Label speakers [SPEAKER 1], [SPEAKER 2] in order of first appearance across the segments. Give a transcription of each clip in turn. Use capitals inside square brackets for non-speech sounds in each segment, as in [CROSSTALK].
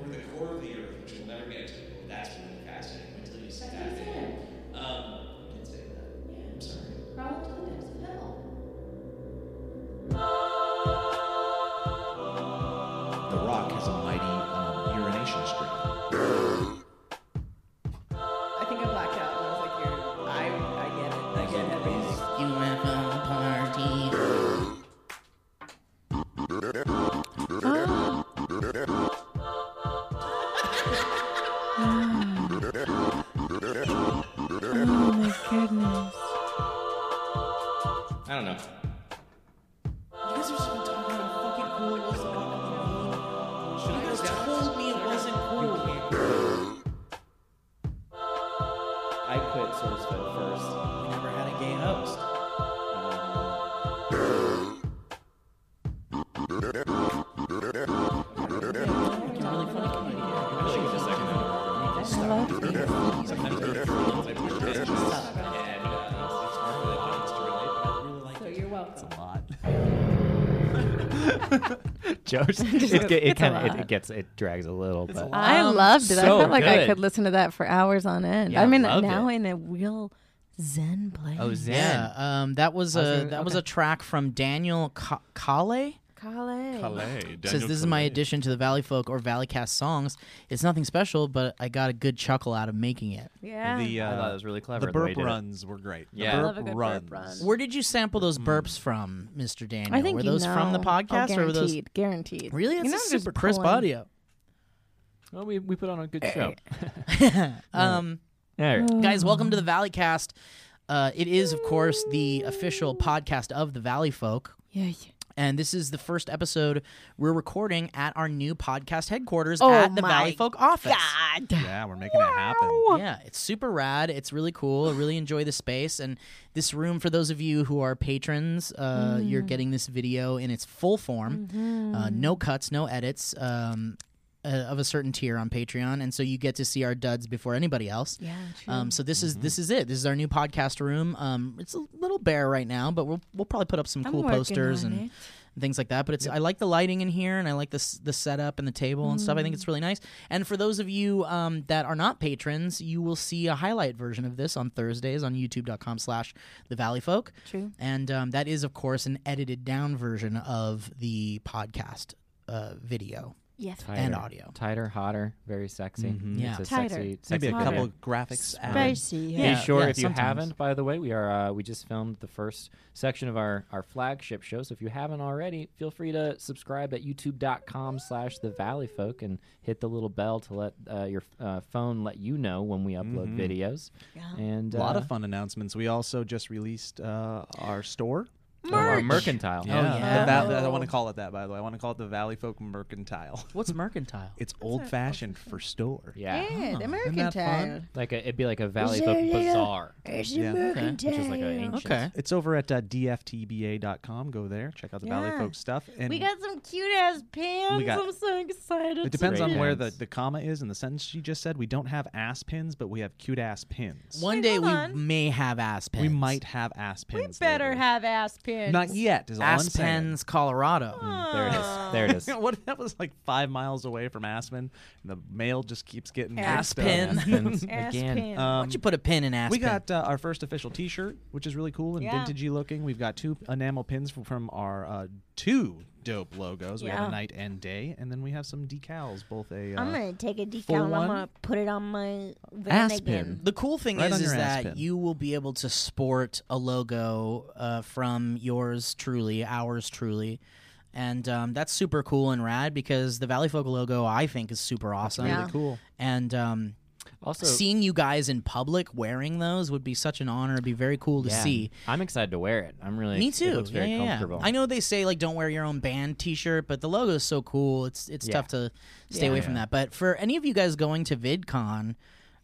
[SPEAKER 1] from the core of the earth, which will never get extinct. Well, that's really fascinating. Wait till you see
[SPEAKER 2] That's what
[SPEAKER 1] that
[SPEAKER 2] he
[SPEAKER 1] thing. Um,
[SPEAKER 2] said.
[SPEAKER 1] I did say that.
[SPEAKER 2] Yeah.
[SPEAKER 1] I'm sorry.
[SPEAKER 2] Crawl to the depths of hell.
[SPEAKER 3] The Rock has a mighty um, urination streak.
[SPEAKER 4] I think I blacked out and I was like, you're, I, I get it. I get everything.
[SPEAKER 5] UFO party.
[SPEAKER 6] Oh my goodness.
[SPEAKER 3] I don't know.
[SPEAKER 5] You guys have been talking about fucking cool. It wasn't cool. You guys told me it wasn't cool.
[SPEAKER 7] I quit Sourceville first. We never had a gay host. Um,
[SPEAKER 5] It's a really funny comedy. I
[SPEAKER 7] I think it's the second one.
[SPEAKER 6] I love these.
[SPEAKER 7] Sometimes there are feelings I push past and uh, it's hard for the audience to relate, but I really like
[SPEAKER 2] So
[SPEAKER 7] it.
[SPEAKER 2] you're welcome.
[SPEAKER 8] [LAUGHS] Jokes. It, it
[SPEAKER 6] It's a
[SPEAKER 8] kind of it,
[SPEAKER 6] lot.
[SPEAKER 8] it gets it drags a little, but
[SPEAKER 6] I loved it. I
[SPEAKER 8] so
[SPEAKER 6] felt like I
[SPEAKER 8] good.
[SPEAKER 6] could listen to that for hours on end.
[SPEAKER 8] Yeah,
[SPEAKER 6] I'm in
[SPEAKER 8] loved
[SPEAKER 6] now
[SPEAKER 8] it.
[SPEAKER 6] in a real zen place.
[SPEAKER 8] oh Zen.
[SPEAKER 5] Yeah, um, that was a
[SPEAKER 6] was gonna-
[SPEAKER 5] that was
[SPEAKER 6] okay.
[SPEAKER 5] a track from Daniel Ka- Kale.
[SPEAKER 6] Kale.
[SPEAKER 5] It says this is my addition to the Valley Folk or Valley Cast songs. It's nothing special, but I got a good chuckle out of making it.
[SPEAKER 6] Yeah.
[SPEAKER 9] The,
[SPEAKER 8] I
[SPEAKER 9] uh,
[SPEAKER 8] thought that was really clever.
[SPEAKER 9] the
[SPEAKER 8] way he
[SPEAKER 9] burp
[SPEAKER 8] did it.
[SPEAKER 9] runs were great. The
[SPEAKER 8] Yeah. I
[SPEAKER 9] burp
[SPEAKER 6] love a good burp
[SPEAKER 9] runs.
[SPEAKER 6] run.
[SPEAKER 5] Where did you sample those burps from, Mr. Daniel?
[SPEAKER 6] I think
[SPEAKER 5] were
[SPEAKER 6] you
[SPEAKER 5] those from the
[SPEAKER 6] know.
[SPEAKER 5] podcast
[SPEAKER 6] oh,
[SPEAKER 5] or were those
[SPEAKER 6] guaranteed, guaranteed?
[SPEAKER 5] really?
[SPEAKER 6] You
[SPEAKER 5] That's
[SPEAKER 6] know,
[SPEAKER 5] a
[SPEAKER 6] I'm just
[SPEAKER 5] super crisp
[SPEAKER 6] pulling-
[SPEAKER 5] audio.
[SPEAKER 8] Well, we we put on a good show. [LAUGHS]
[SPEAKER 5] Um,
[SPEAKER 8] All right.
[SPEAKER 5] guys, welcome to the Valley Cast. Uh, it is, of course, the official podcast of the Valley Folk.
[SPEAKER 6] Yeah, yeah.
[SPEAKER 5] And this is the first episode we're recording at our new podcast headquarters
[SPEAKER 6] Oh
[SPEAKER 5] at the
[SPEAKER 6] my
[SPEAKER 5] Valley Folk office.
[SPEAKER 9] Yeah, we're making it happen.
[SPEAKER 5] Yeah, it's super rad. It's really cool. I really enjoy the space and this room. For those of you who are patrons, uh,
[SPEAKER 6] Mm.
[SPEAKER 5] you're getting this video in its full form, uh,
[SPEAKER 6] Mm-hmm.
[SPEAKER 5] no cuts, no edits, um, uh, of a certain tier on Patreon, and so you get to see our duds before anybody else.
[SPEAKER 6] Yeah, true.
[SPEAKER 5] Um, so this is this is it. This is our new podcast room. Um, it's a little bare right now, but we'll we'll probably put up some
[SPEAKER 6] I'm
[SPEAKER 5] cool
[SPEAKER 6] working
[SPEAKER 5] posters
[SPEAKER 6] on
[SPEAKER 5] and
[SPEAKER 6] it.
[SPEAKER 5] and things like that. But it's I like the lighting in here, and I like this the setup and the table and stuff. I think
[SPEAKER 6] Mm.
[SPEAKER 5] it's really nice. And for those of you um, that are not patrons, you will see a highlight version of this on Thursdays on YouTube.com/slash The Valley Folk.
[SPEAKER 6] True.
[SPEAKER 5] And um, that is, of course, an edited down version of the podcast uh, video
[SPEAKER 6] yes.
[SPEAKER 8] Tighter,
[SPEAKER 5] and audio.
[SPEAKER 8] Tighter, hotter, very sexy.
[SPEAKER 5] Yeah.
[SPEAKER 8] It's a
[SPEAKER 6] Tighter.
[SPEAKER 8] sexy, sexy
[SPEAKER 9] Maybe a
[SPEAKER 8] video.
[SPEAKER 9] couple of graphics. added.
[SPEAKER 6] Spicy.
[SPEAKER 5] Yeah,
[SPEAKER 8] Be sure
[SPEAKER 5] yeah,
[SPEAKER 8] if you
[SPEAKER 5] sometimes.
[SPEAKER 8] haven't, by the way, we are uh, we just filmed the first section of our, our flagship show. So if you haven't already, feel free to subscribe at youtube.com slash the valley folk and hit the little bell to let uh, your uh, phone let you know when we upload
[SPEAKER 5] Mm-hmm.
[SPEAKER 8] videos. And
[SPEAKER 9] A lot
[SPEAKER 8] uh,
[SPEAKER 9] of fun announcements. We also just released uh, our store.
[SPEAKER 8] our mercantile. Oh,
[SPEAKER 5] yeah.
[SPEAKER 9] The val- I want to call it that, by the way. I want to call it the Valley Folk Mercantile. [LAUGHS]
[SPEAKER 5] What's mercantile?
[SPEAKER 9] It's old fashioned for store.
[SPEAKER 8] Yeah.
[SPEAKER 6] Yeah, the American
[SPEAKER 9] that fun?
[SPEAKER 6] town.
[SPEAKER 8] Like a, it'd be like a valley folk bazaar,
[SPEAKER 6] It's
[SPEAKER 9] Yeah. Okay.
[SPEAKER 6] American
[SPEAKER 8] which is like an
[SPEAKER 6] town.
[SPEAKER 8] ancient.
[SPEAKER 5] okay.
[SPEAKER 9] It's over at uh, dftba.com. Go there, check out the Valley
[SPEAKER 6] Yeah.
[SPEAKER 9] Folk stuff. And
[SPEAKER 6] We got some cute ass pants.
[SPEAKER 9] got-
[SPEAKER 6] I'm so excited.
[SPEAKER 9] it depends
[SPEAKER 8] great
[SPEAKER 9] on where the,
[SPEAKER 8] pins.
[SPEAKER 9] the comma is in the sentence she just said. We don't have ass pins, but we have cute ass pins.
[SPEAKER 5] One
[SPEAKER 6] Wait,
[SPEAKER 5] day
[SPEAKER 6] hold
[SPEAKER 5] we
[SPEAKER 6] on.
[SPEAKER 5] may have ass pens.
[SPEAKER 9] We might have ass
[SPEAKER 6] We
[SPEAKER 9] pins.
[SPEAKER 6] better
[SPEAKER 9] later.
[SPEAKER 6] have ass pins.
[SPEAKER 9] Not yet, is all I'm
[SPEAKER 5] ass
[SPEAKER 9] saying.
[SPEAKER 5] pens, Colorado.
[SPEAKER 8] There it
[SPEAKER 6] Oh.
[SPEAKER 8] is. There it is.
[SPEAKER 9] [LAUGHS] what that was like five miles away from Aspen. And the mail just keeps getting
[SPEAKER 5] Ass
[SPEAKER 9] mixed up.
[SPEAKER 5] pin. [LAUGHS]
[SPEAKER 8] Aspens.
[SPEAKER 6] Ass
[SPEAKER 8] Again.
[SPEAKER 6] pins.
[SPEAKER 5] Why
[SPEAKER 9] Um,
[SPEAKER 5] don't you put a pin in ass?
[SPEAKER 9] we
[SPEAKER 5] pin?
[SPEAKER 9] got uh, our first official T-shirt, which is really cool and
[SPEAKER 6] Yeah.
[SPEAKER 9] vintagey looking. We've got two enamel pins from, from our uh, two dope logos. We have
[SPEAKER 6] Yeah.
[SPEAKER 9] a night and day, and then we have some decals, both a uh,
[SPEAKER 2] I'm gonna take a
[SPEAKER 9] full
[SPEAKER 2] decal and I'm
[SPEAKER 9] one?
[SPEAKER 2] gonna put it on my van again.
[SPEAKER 9] Aspen.
[SPEAKER 5] The cool thing
[SPEAKER 9] Right
[SPEAKER 5] is,
[SPEAKER 9] on
[SPEAKER 5] is
[SPEAKER 9] your ass
[SPEAKER 5] that
[SPEAKER 9] pin.
[SPEAKER 5] you will be able to sport a logo uh, from yours truly, ours truly. And um, that's super cool and rad because the Valley Folk logo, I think, is super awesome.
[SPEAKER 9] Really cool.
[SPEAKER 5] And um,
[SPEAKER 8] Also,
[SPEAKER 5] seeing you guys in public wearing those would be such an honor. It'd be very cool to
[SPEAKER 8] yeah,
[SPEAKER 5] see.
[SPEAKER 8] I'm excited to wear it. I'm really.
[SPEAKER 5] Me too.
[SPEAKER 8] It looks very
[SPEAKER 5] yeah, yeah, yeah.
[SPEAKER 8] comfortable.
[SPEAKER 5] I know they say like don't wear your own band T-shirt, but the logo is so cool. It's it's
[SPEAKER 8] Yeah.
[SPEAKER 5] tough to stay away from that. But for any of you guys going to VidCon,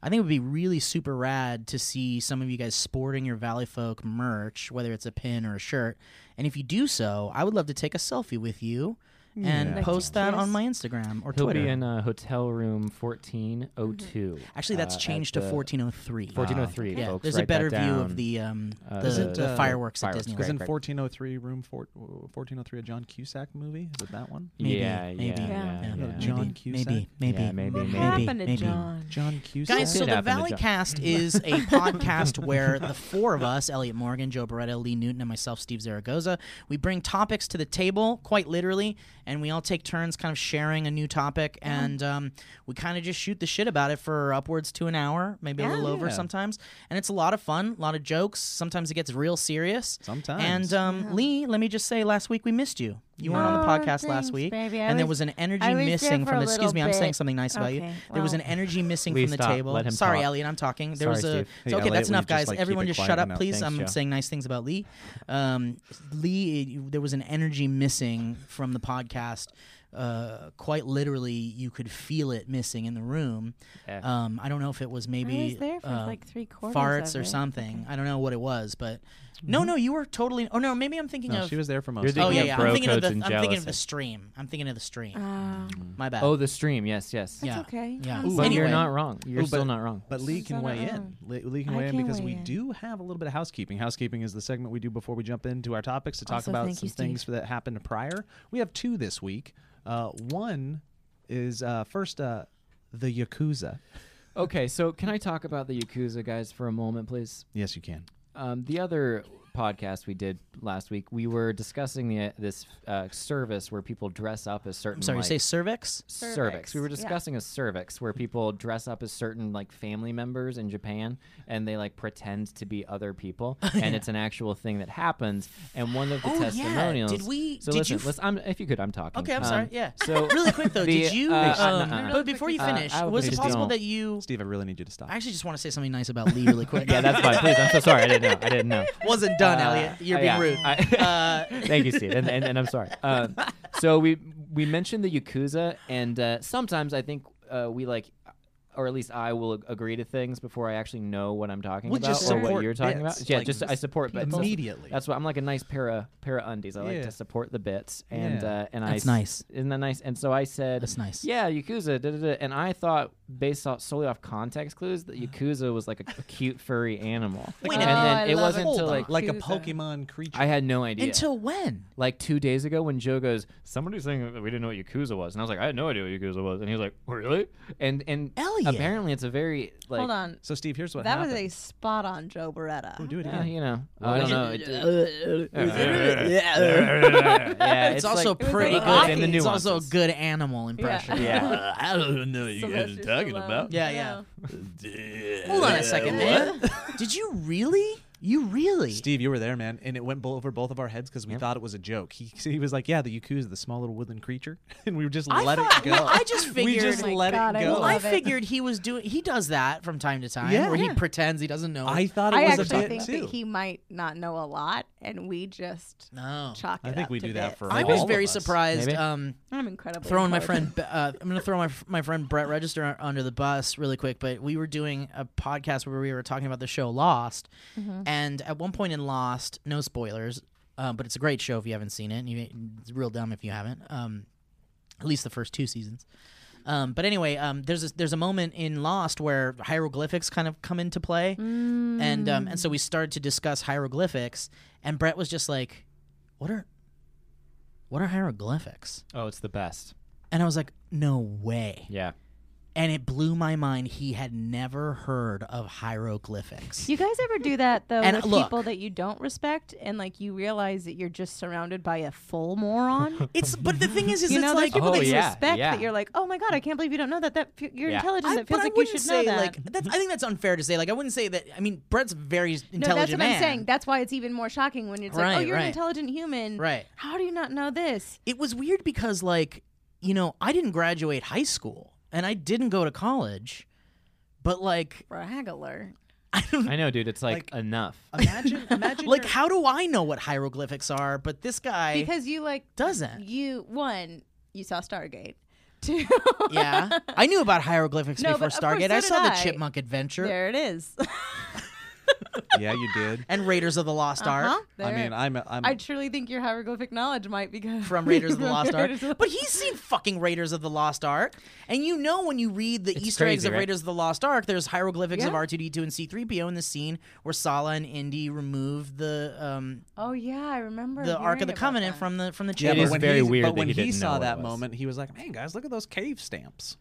[SPEAKER 5] I think it would be really super rad to see some of you guys sporting your Valley Folk merch, whether it's a pin or a shirt. And if you do so, I would love to take a selfie with you and
[SPEAKER 9] Yeah.
[SPEAKER 5] post that on my Instagram or
[SPEAKER 8] He'll
[SPEAKER 5] Twitter.
[SPEAKER 8] be in uh, hotel room
[SPEAKER 5] Mm-hmm.
[SPEAKER 8] 1402.
[SPEAKER 5] Actually, that's
[SPEAKER 8] uh, at
[SPEAKER 5] changed to
[SPEAKER 8] the-
[SPEAKER 5] 1403.
[SPEAKER 8] 1403,
[SPEAKER 5] yeah,
[SPEAKER 8] folks.
[SPEAKER 5] there's a
[SPEAKER 8] Write that
[SPEAKER 5] better view
[SPEAKER 8] down.
[SPEAKER 5] of the um,
[SPEAKER 8] Uh,
[SPEAKER 5] the,
[SPEAKER 8] Is it,
[SPEAKER 5] the
[SPEAKER 9] uh,
[SPEAKER 5] fireworks,
[SPEAKER 8] fireworks,
[SPEAKER 5] at Disneyland.
[SPEAKER 8] great.
[SPEAKER 9] Isn't 1403 room four, uh, 1403 a John Cusack movie? Is it that one?
[SPEAKER 5] Maybe,
[SPEAKER 8] yeah,
[SPEAKER 5] maybe,
[SPEAKER 8] yeah,
[SPEAKER 6] Yeah.
[SPEAKER 8] yeah,
[SPEAKER 9] Yeah.
[SPEAKER 8] yeah.
[SPEAKER 9] John
[SPEAKER 5] maybe,
[SPEAKER 9] Cusack?
[SPEAKER 5] Maybe, maybe,
[SPEAKER 8] Yeah, maybe,
[SPEAKER 5] maybe,
[SPEAKER 8] maybe.
[SPEAKER 6] What happened to
[SPEAKER 5] maybe.
[SPEAKER 6] John?
[SPEAKER 9] John Cusack.
[SPEAKER 5] Guys,
[SPEAKER 8] Did
[SPEAKER 5] so the
[SPEAKER 8] happen to
[SPEAKER 5] Valley
[SPEAKER 8] John.
[SPEAKER 5] Cast is a podcast where the four of us, Elliot Morgan, Joe Beretta, Lee Newton, and myself, Steve Zaragoza, we bring topics to the table, quite literally, and we all take turns kind of sharing a new topic, and um, we kind of just shoot the shit about it for upwards to an hour, maybe a little over
[SPEAKER 9] Yeah.
[SPEAKER 5] sometimes. And it's a lot of fun, a lot of jokes. Sometimes it gets real serious. And
[SPEAKER 9] Sometimes.
[SPEAKER 5] um, Lee, let me just say, last week we missed you. You weren't on the
[SPEAKER 6] Aw,
[SPEAKER 5] podcast
[SPEAKER 6] Oh, thanks,
[SPEAKER 5] last week,
[SPEAKER 6] baby. I
[SPEAKER 5] and there
[SPEAKER 6] was-
[SPEAKER 5] was an energy
[SPEAKER 6] I was there
[SPEAKER 5] missing
[SPEAKER 6] for
[SPEAKER 5] from
[SPEAKER 6] a
[SPEAKER 5] the. Excuse
[SPEAKER 6] little
[SPEAKER 5] me, I'm saying
[SPEAKER 6] bit.
[SPEAKER 5] something nice about you.
[SPEAKER 6] Okay,
[SPEAKER 5] There was an
[SPEAKER 6] well.
[SPEAKER 5] energy missing
[SPEAKER 8] Lee,
[SPEAKER 5] from the
[SPEAKER 8] stop.
[SPEAKER 5] table.
[SPEAKER 8] Let him
[SPEAKER 5] Sorry,
[SPEAKER 8] talk.
[SPEAKER 5] Elliot, I'm talking. There
[SPEAKER 8] Sorry,
[SPEAKER 5] was a.
[SPEAKER 8] Steve.
[SPEAKER 5] It's
[SPEAKER 9] Hey,
[SPEAKER 5] okay,
[SPEAKER 9] Elliot,
[SPEAKER 5] that's
[SPEAKER 9] will you
[SPEAKER 5] enough,
[SPEAKER 9] just,
[SPEAKER 5] guys.
[SPEAKER 9] like, keep
[SPEAKER 5] Everyone,
[SPEAKER 9] it
[SPEAKER 5] just
[SPEAKER 9] quiet
[SPEAKER 5] shut up,
[SPEAKER 9] now?
[SPEAKER 5] please.
[SPEAKER 8] Thanks,
[SPEAKER 5] I'm
[SPEAKER 8] Joe.
[SPEAKER 5] saying nice things about Lee. Um, Lee, there was an energy missing from the podcast. Uh, quite literally, you could feel it missing in the room.
[SPEAKER 8] Yeah.
[SPEAKER 5] Um, I don't know if it was maybe
[SPEAKER 6] I was there for
[SPEAKER 5] uh,
[SPEAKER 6] like three quarters.
[SPEAKER 5] farts
[SPEAKER 6] of
[SPEAKER 5] or
[SPEAKER 6] it.
[SPEAKER 5] something. I don't know what it was, but no, no, you were totally. Oh no, maybe I'm thinking
[SPEAKER 9] no,
[SPEAKER 5] of.
[SPEAKER 9] she was there for most.
[SPEAKER 8] You're
[SPEAKER 9] of
[SPEAKER 8] the-
[SPEAKER 5] oh yeah, yeah.
[SPEAKER 8] thinking of
[SPEAKER 9] it.
[SPEAKER 8] bro
[SPEAKER 5] I'm thinking of the.
[SPEAKER 8] codes and
[SPEAKER 5] I'm thinking of
[SPEAKER 8] jealousy.
[SPEAKER 5] the stream. I'm thinking of the stream.
[SPEAKER 6] Ah,
[SPEAKER 9] Mm,
[SPEAKER 5] My bad.
[SPEAKER 8] Oh, the stream. Yes, yes.
[SPEAKER 5] yeah,
[SPEAKER 6] It's okay.
[SPEAKER 5] yeah.
[SPEAKER 6] I'm
[SPEAKER 5] Ooh,
[SPEAKER 8] But
[SPEAKER 6] sorry.
[SPEAKER 5] Anyway.
[SPEAKER 8] you're not wrong. You're
[SPEAKER 9] Ooh,
[SPEAKER 8] still
[SPEAKER 9] but-
[SPEAKER 8] not wrong.
[SPEAKER 9] But Lee
[SPEAKER 6] She's
[SPEAKER 9] can
[SPEAKER 6] on
[SPEAKER 9] weigh
[SPEAKER 6] her
[SPEAKER 9] in.
[SPEAKER 6] own.
[SPEAKER 9] Lee, Lee can
[SPEAKER 6] I
[SPEAKER 9] weigh in
[SPEAKER 6] can
[SPEAKER 9] because
[SPEAKER 6] weigh
[SPEAKER 9] we
[SPEAKER 6] in.
[SPEAKER 9] do have a little bit of housekeeping. Housekeeping is the segment we do before we jump into our topics to talk
[SPEAKER 6] Also,
[SPEAKER 9] about
[SPEAKER 6] thank
[SPEAKER 9] some
[SPEAKER 6] you,
[SPEAKER 9] things that happened prior. We have two this week. Uh, one is uh, first uh, the Yakuza.
[SPEAKER 8] Okay, so can I talk about the Yakuza guys for a moment, please?
[SPEAKER 9] Yes, you can.
[SPEAKER 8] Um, the other podcast we did last week, we were discussing the this uh, service where people dress up as certain.
[SPEAKER 5] I'm sorry.
[SPEAKER 8] like,
[SPEAKER 5] you say cervix.
[SPEAKER 8] cervix.
[SPEAKER 6] Cervix,
[SPEAKER 8] We were
[SPEAKER 6] yeah.
[SPEAKER 8] discussing a cervix where people dress up as certain like family members in Japan and they like pretend to be
[SPEAKER 5] [LAUGHS]
[SPEAKER 8] other people and it's an actual thing that happens and one of the
[SPEAKER 5] Oh, yeah.
[SPEAKER 8] testimonials
[SPEAKER 5] Did we-
[SPEAKER 8] So
[SPEAKER 5] did
[SPEAKER 8] listen,
[SPEAKER 5] you f-
[SPEAKER 8] listen I'm, if you could I'm talking.
[SPEAKER 5] Okay, I'm
[SPEAKER 8] Um,
[SPEAKER 5] sorry. Yeah.
[SPEAKER 8] So
[SPEAKER 5] [LAUGHS] really quick though,
[SPEAKER 8] the,
[SPEAKER 5] did you?
[SPEAKER 8] uh,
[SPEAKER 5] um,
[SPEAKER 8] uh, uh,
[SPEAKER 5] but before you
[SPEAKER 8] uh,
[SPEAKER 5] finish,
[SPEAKER 8] I would
[SPEAKER 5] was it
[SPEAKER 8] please
[SPEAKER 5] possible
[SPEAKER 8] don't.
[SPEAKER 5] that you?
[SPEAKER 9] Steve, I really need you to stop.
[SPEAKER 5] I actually just want to say something nice about Lee really quick.
[SPEAKER 8] [LAUGHS] Yeah, uh, that's fine. Please, I'm so sorry. I didn't know. I didn't know.
[SPEAKER 5] [LAUGHS] wasn't done,
[SPEAKER 8] Uh,
[SPEAKER 5] Elliot. You're
[SPEAKER 8] uh,
[SPEAKER 5] being
[SPEAKER 8] yeah.
[SPEAKER 5] rude.
[SPEAKER 8] I- [LAUGHS]
[SPEAKER 5] Uh,
[SPEAKER 8] Thank you, Steve, and, and, and I'm sorry. Uh, so we we mentioned the yakuza, and uh, sometimes I think uh, we like, or at least I will ag- agree to things before I actually know what I'm talking
[SPEAKER 9] We
[SPEAKER 8] about
[SPEAKER 9] just
[SPEAKER 8] or what
[SPEAKER 9] support
[SPEAKER 8] you're talking
[SPEAKER 9] bits,
[SPEAKER 8] about. Yeah,
[SPEAKER 9] like,
[SPEAKER 8] just I support bits That's-
[SPEAKER 9] immediately.
[SPEAKER 8] That's why I'm like a nice pair of pair of undies. I like
[SPEAKER 9] Yeah.
[SPEAKER 8] to support the bits, and
[SPEAKER 9] Yeah.
[SPEAKER 8] uh, and I
[SPEAKER 5] That's
[SPEAKER 8] s-
[SPEAKER 5] nice.
[SPEAKER 8] Isn't that nice? And so I said,
[SPEAKER 5] That's nice.
[SPEAKER 8] Yeah, yakuza. Da, da, da. And I thought, based off solely off context clues, that
[SPEAKER 5] Uh-huh.
[SPEAKER 8] yakuza was like a, a cute furry animal.
[SPEAKER 5] Wait a
[SPEAKER 8] and
[SPEAKER 5] minute.
[SPEAKER 8] then
[SPEAKER 6] Oh, I
[SPEAKER 8] it
[SPEAKER 6] love
[SPEAKER 8] wasn't
[SPEAKER 6] it.
[SPEAKER 8] until like
[SPEAKER 9] like a
[SPEAKER 6] Yakuza.
[SPEAKER 9] Pokemon creature.
[SPEAKER 8] I had no idea
[SPEAKER 5] Until
[SPEAKER 8] [LAUGHS]
[SPEAKER 5] when?
[SPEAKER 8] like two days ago when Joe goes, somebody's saying that we didn't know what Yakuza was, and I was like, I had no idea what Yakuza was, and he was like, really? And and
[SPEAKER 5] Elliot.
[SPEAKER 8] apparently it's a very like
[SPEAKER 6] Hold on.
[SPEAKER 9] so Steve, here's what
[SPEAKER 4] That
[SPEAKER 9] happened.
[SPEAKER 4] was a spot on Joe Beretta.
[SPEAKER 9] Ooh, do it
[SPEAKER 8] yeah,
[SPEAKER 9] again.
[SPEAKER 8] you know, I don't know. It-
[SPEAKER 5] Yeah.
[SPEAKER 8] yeah,
[SPEAKER 5] It's, also
[SPEAKER 8] like,
[SPEAKER 5] pretty
[SPEAKER 4] like
[SPEAKER 5] good.
[SPEAKER 4] Rocky.
[SPEAKER 8] In the
[SPEAKER 5] it's also a
[SPEAKER 8] nuances.
[SPEAKER 5] good animal impression.
[SPEAKER 8] Yeah.
[SPEAKER 3] I don't know what you guys
[SPEAKER 4] Sylvester
[SPEAKER 3] are talking
[SPEAKER 4] Stallone.
[SPEAKER 3] about.
[SPEAKER 5] Yeah, yeah. Hold on a second there. Did you really? You really?
[SPEAKER 9] Steve, you were there, man, and it went bo- over both of our heads because we thought it was a joke. He, [LAUGHS] he was like, "Yeah, the Yakuza, the small little woodland creature," [LAUGHS] and we just
[SPEAKER 5] I
[SPEAKER 9] let
[SPEAKER 5] thought-
[SPEAKER 9] it go.
[SPEAKER 5] well, I just
[SPEAKER 9] [LAUGHS] we
[SPEAKER 5] figured-
[SPEAKER 9] just
[SPEAKER 5] Oh my
[SPEAKER 9] let
[SPEAKER 6] God,
[SPEAKER 9] it
[SPEAKER 6] I
[SPEAKER 9] go.
[SPEAKER 5] Well, I
[SPEAKER 6] Love it.
[SPEAKER 5] figured he was doing. He does that from time to time,
[SPEAKER 9] Yeah.
[SPEAKER 5] where he
[SPEAKER 9] Yeah.
[SPEAKER 5] pretends he doesn't know.
[SPEAKER 9] I thought it
[SPEAKER 4] I
[SPEAKER 9] was a
[SPEAKER 4] actually
[SPEAKER 9] bit
[SPEAKER 4] think
[SPEAKER 9] too.
[SPEAKER 4] that he might not know a lot, and we just
[SPEAKER 5] no.
[SPEAKER 4] chalk it
[SPEAKER 9] I think
[SPEAKER 4] up
[SPEAKER 9] we
[SPEAKER 4] to
[SPEAKER 9] do that
[SPEAKER 4] bits.
[SPEAKER 9] for
[SPEAKER 5] Oh. I
[SPEAKER 9] all
[SPEAKER 5] was
[SPEAKER 9] of
[SPEAKER 5] very
[SPEAKER 9] us.
[SPEAKER 5] surprised.
[SPEAKER 8] Maybe.
[SPEAKER 5] Um,
[SPEAKER 4] I'm incredible.
[SPEAKER 5] throwing my friend uh, i'm gonna throw my, my friend brett register under the bus really quick but we were doing a podcast where we were talking about the show lost and at one point in lost no spoilers uh, but it's a great show if you haven't seen it and you, it's real dumb if you haven't um, at least the first two seasons um, but anyway, um, there's a, there's a moment in Lost where hieroglyphics kind of come into play, and um, and so we started to discuss hieroglyphics, and Brett was just like, "What are, what are hieroglyphics?"
[SPEAKER 8] oh, it's the best.
[SPEAKER 5] And I was like, no way.
[SPEAKER 8] Yeah,
[SPEAKER 5] And it blew my mind. He had never heard of hieroglyphics.
[SPEAKER 6] You guys ever do that though
[SPEAKER 5] And
[SPEAKER 6] with
[SPEAKER 5] look-
[SPEAKER 6] people that you don't respect and like you realize that you're just surrounded by a full
[SPEAKER 5] [LAUGHS]
[SPEAKER 6] moron?
[SPEAKER 5] It's but the thing is, is
[SPEAKER 6] you
[SPEAKER 5] it's
[SPEAKER 6] know, there's
[SPEAKER 5] like,
[SPEAKER 6] people
[SPEAKER 8] Oh,
[SPEAKER 6] that you
[SPEAKER 8] yeah,
[SPEAKER 6] respect
[SPEAKER 8] yeah.
[SPEAKER 6] that you're like, oh my god, I can't believe you don't know that. That fe- you're
[SPEAKER 8] Yeah.
[SPEAKER 6] intelligent.
[SPEAKER 5] I,
[SPEAKER 6] it feels
[SPEAKER 5] but I
[SPEAKER 6] like you
[SPEAKER 5] wouldn't
[SPEAKER 6] should know
[SPEAKER 5] say
[SPEAKER 6] that.
[SPEAKER 5] like that's, I think that's unfair to say. Like I wouldn't say that. I mean, Brett's a very intelligent
[SPEAKER 6] no, that's what
[SPEAKER 5] man.
[SPEAKER 6] I'm saying. That's why it's even more shocking when it's like, oh,
[SPEAKER 5] Right,
[SPEAKER 6] you're
[SPEAKER 5] right.
[SPEAKER 6] an intelligent human.
[SPEAKER 5] Right.
[SPEAKER 6] How do you not know this?
[SPEAKER 5] it was weird because like you know I didn't graduate high school and I didn't go to college, but like [LAUGHS]
[SPEAKER 4] Braggler.
[SPEAKER 5] I don't
[SPEAKER 8] I know, dude. It's like, enough.
[SPEAKER 9] Imagine, imagine,
[SPEAKER 5] like
[SPEAKER 9] you're-
[SPEAKER 5] how do I know what hieroglyphics are? But this guy
[SPEAKER 4] Because you like
[SPEAKER 5] doesn't.
[SPEAKER 4] you one, you saw
[SPEAKER 6] [LAUGHS]
[SPEAKER 4] Stargate. Two
[SPEAKER 5] yeah, I knew about hieroglyphics
[SPEAKER 4] No,
[SPEAKER 5] before
[SPEAKER 4] but of course
[SPEAKER 5] Stargate.
[SPEAKER 4] so
[SPEAKER 5] I saw
[SPEAKER 4] did
[SPEAKER 5] the
[SPEAKER 4] I.
[SPEAKER 5] Chipmunk Adventure.
[SPEAKER 4] There it is.
[SPEAKER 9] yeah, you [LAUGHS] did.
[SPEAKER 5] and Raiders of the Lost
[SPEAKER 6] Huh?
[SPEAKER 5] Ark.
[SPEAKER 9] I
[SPEAKER 6] Uh-huh. There.
[SPEAKER 9] mean, I'm I'm
[SPEAKER 6] I truly think your hieroglyphic knowledge might be good.
[SPEAKER 5] From
[SPEAKER 6] [LAUGHS]
[SPEAKER 5] Raiders of the Lost Ark,
[SPEAKER 6] Raiders of the-
[SPEAKER 5] but he's seen fucking Raiders of the Lost Ark, and you know when you read the
[SPEAKER 8] It's
[SPEAKER 5] Easter eggs
[SPEAKER 8] crazy,
[SPEAKER 5] of
[SPEAKER 8] right?
[SPEAKER 5] Raiders of the Lost Ark, there's hieroglyphics of
[SPEAKER 6] Yeah.
[SPEAKER 5] R two D two and C three PO in the scene where Sala and Indy remove the um,
[SPEAKER 6] oh yeah, I remember
[SPEAKER 5] the Ark
[SPEAKER 6] hearing
[SPEAKER 5] of the
[SPEAKER 6] about
[SPEAKER 5] Covenant
[SPEAKER 6] that.
[SPEAKER 5] from the from the
[SPEAKER 9] Yeah,
[SPEAKER 8] It
[SPEAKER 5] chamber.
[SPEAKER 9] but
[SPEAKER 8] is
[SPEAKER 9] when
[SPEAKER 8] very
[SPEAKER 9] he's-
[SPEAKER 8] weird
[SPEAKER 9] But
[SPEAKER 8] that
[SPEAKER 9] when
[SPEAKER 8] he didn't know
[SPEAKER 9] saw
[SPEAKER 8] what it
[SPEAKER 9] that
[SPEAKER 8] was.
[SPEAKER 9] moment, he was like, "Man, guys, look at those cave stamps.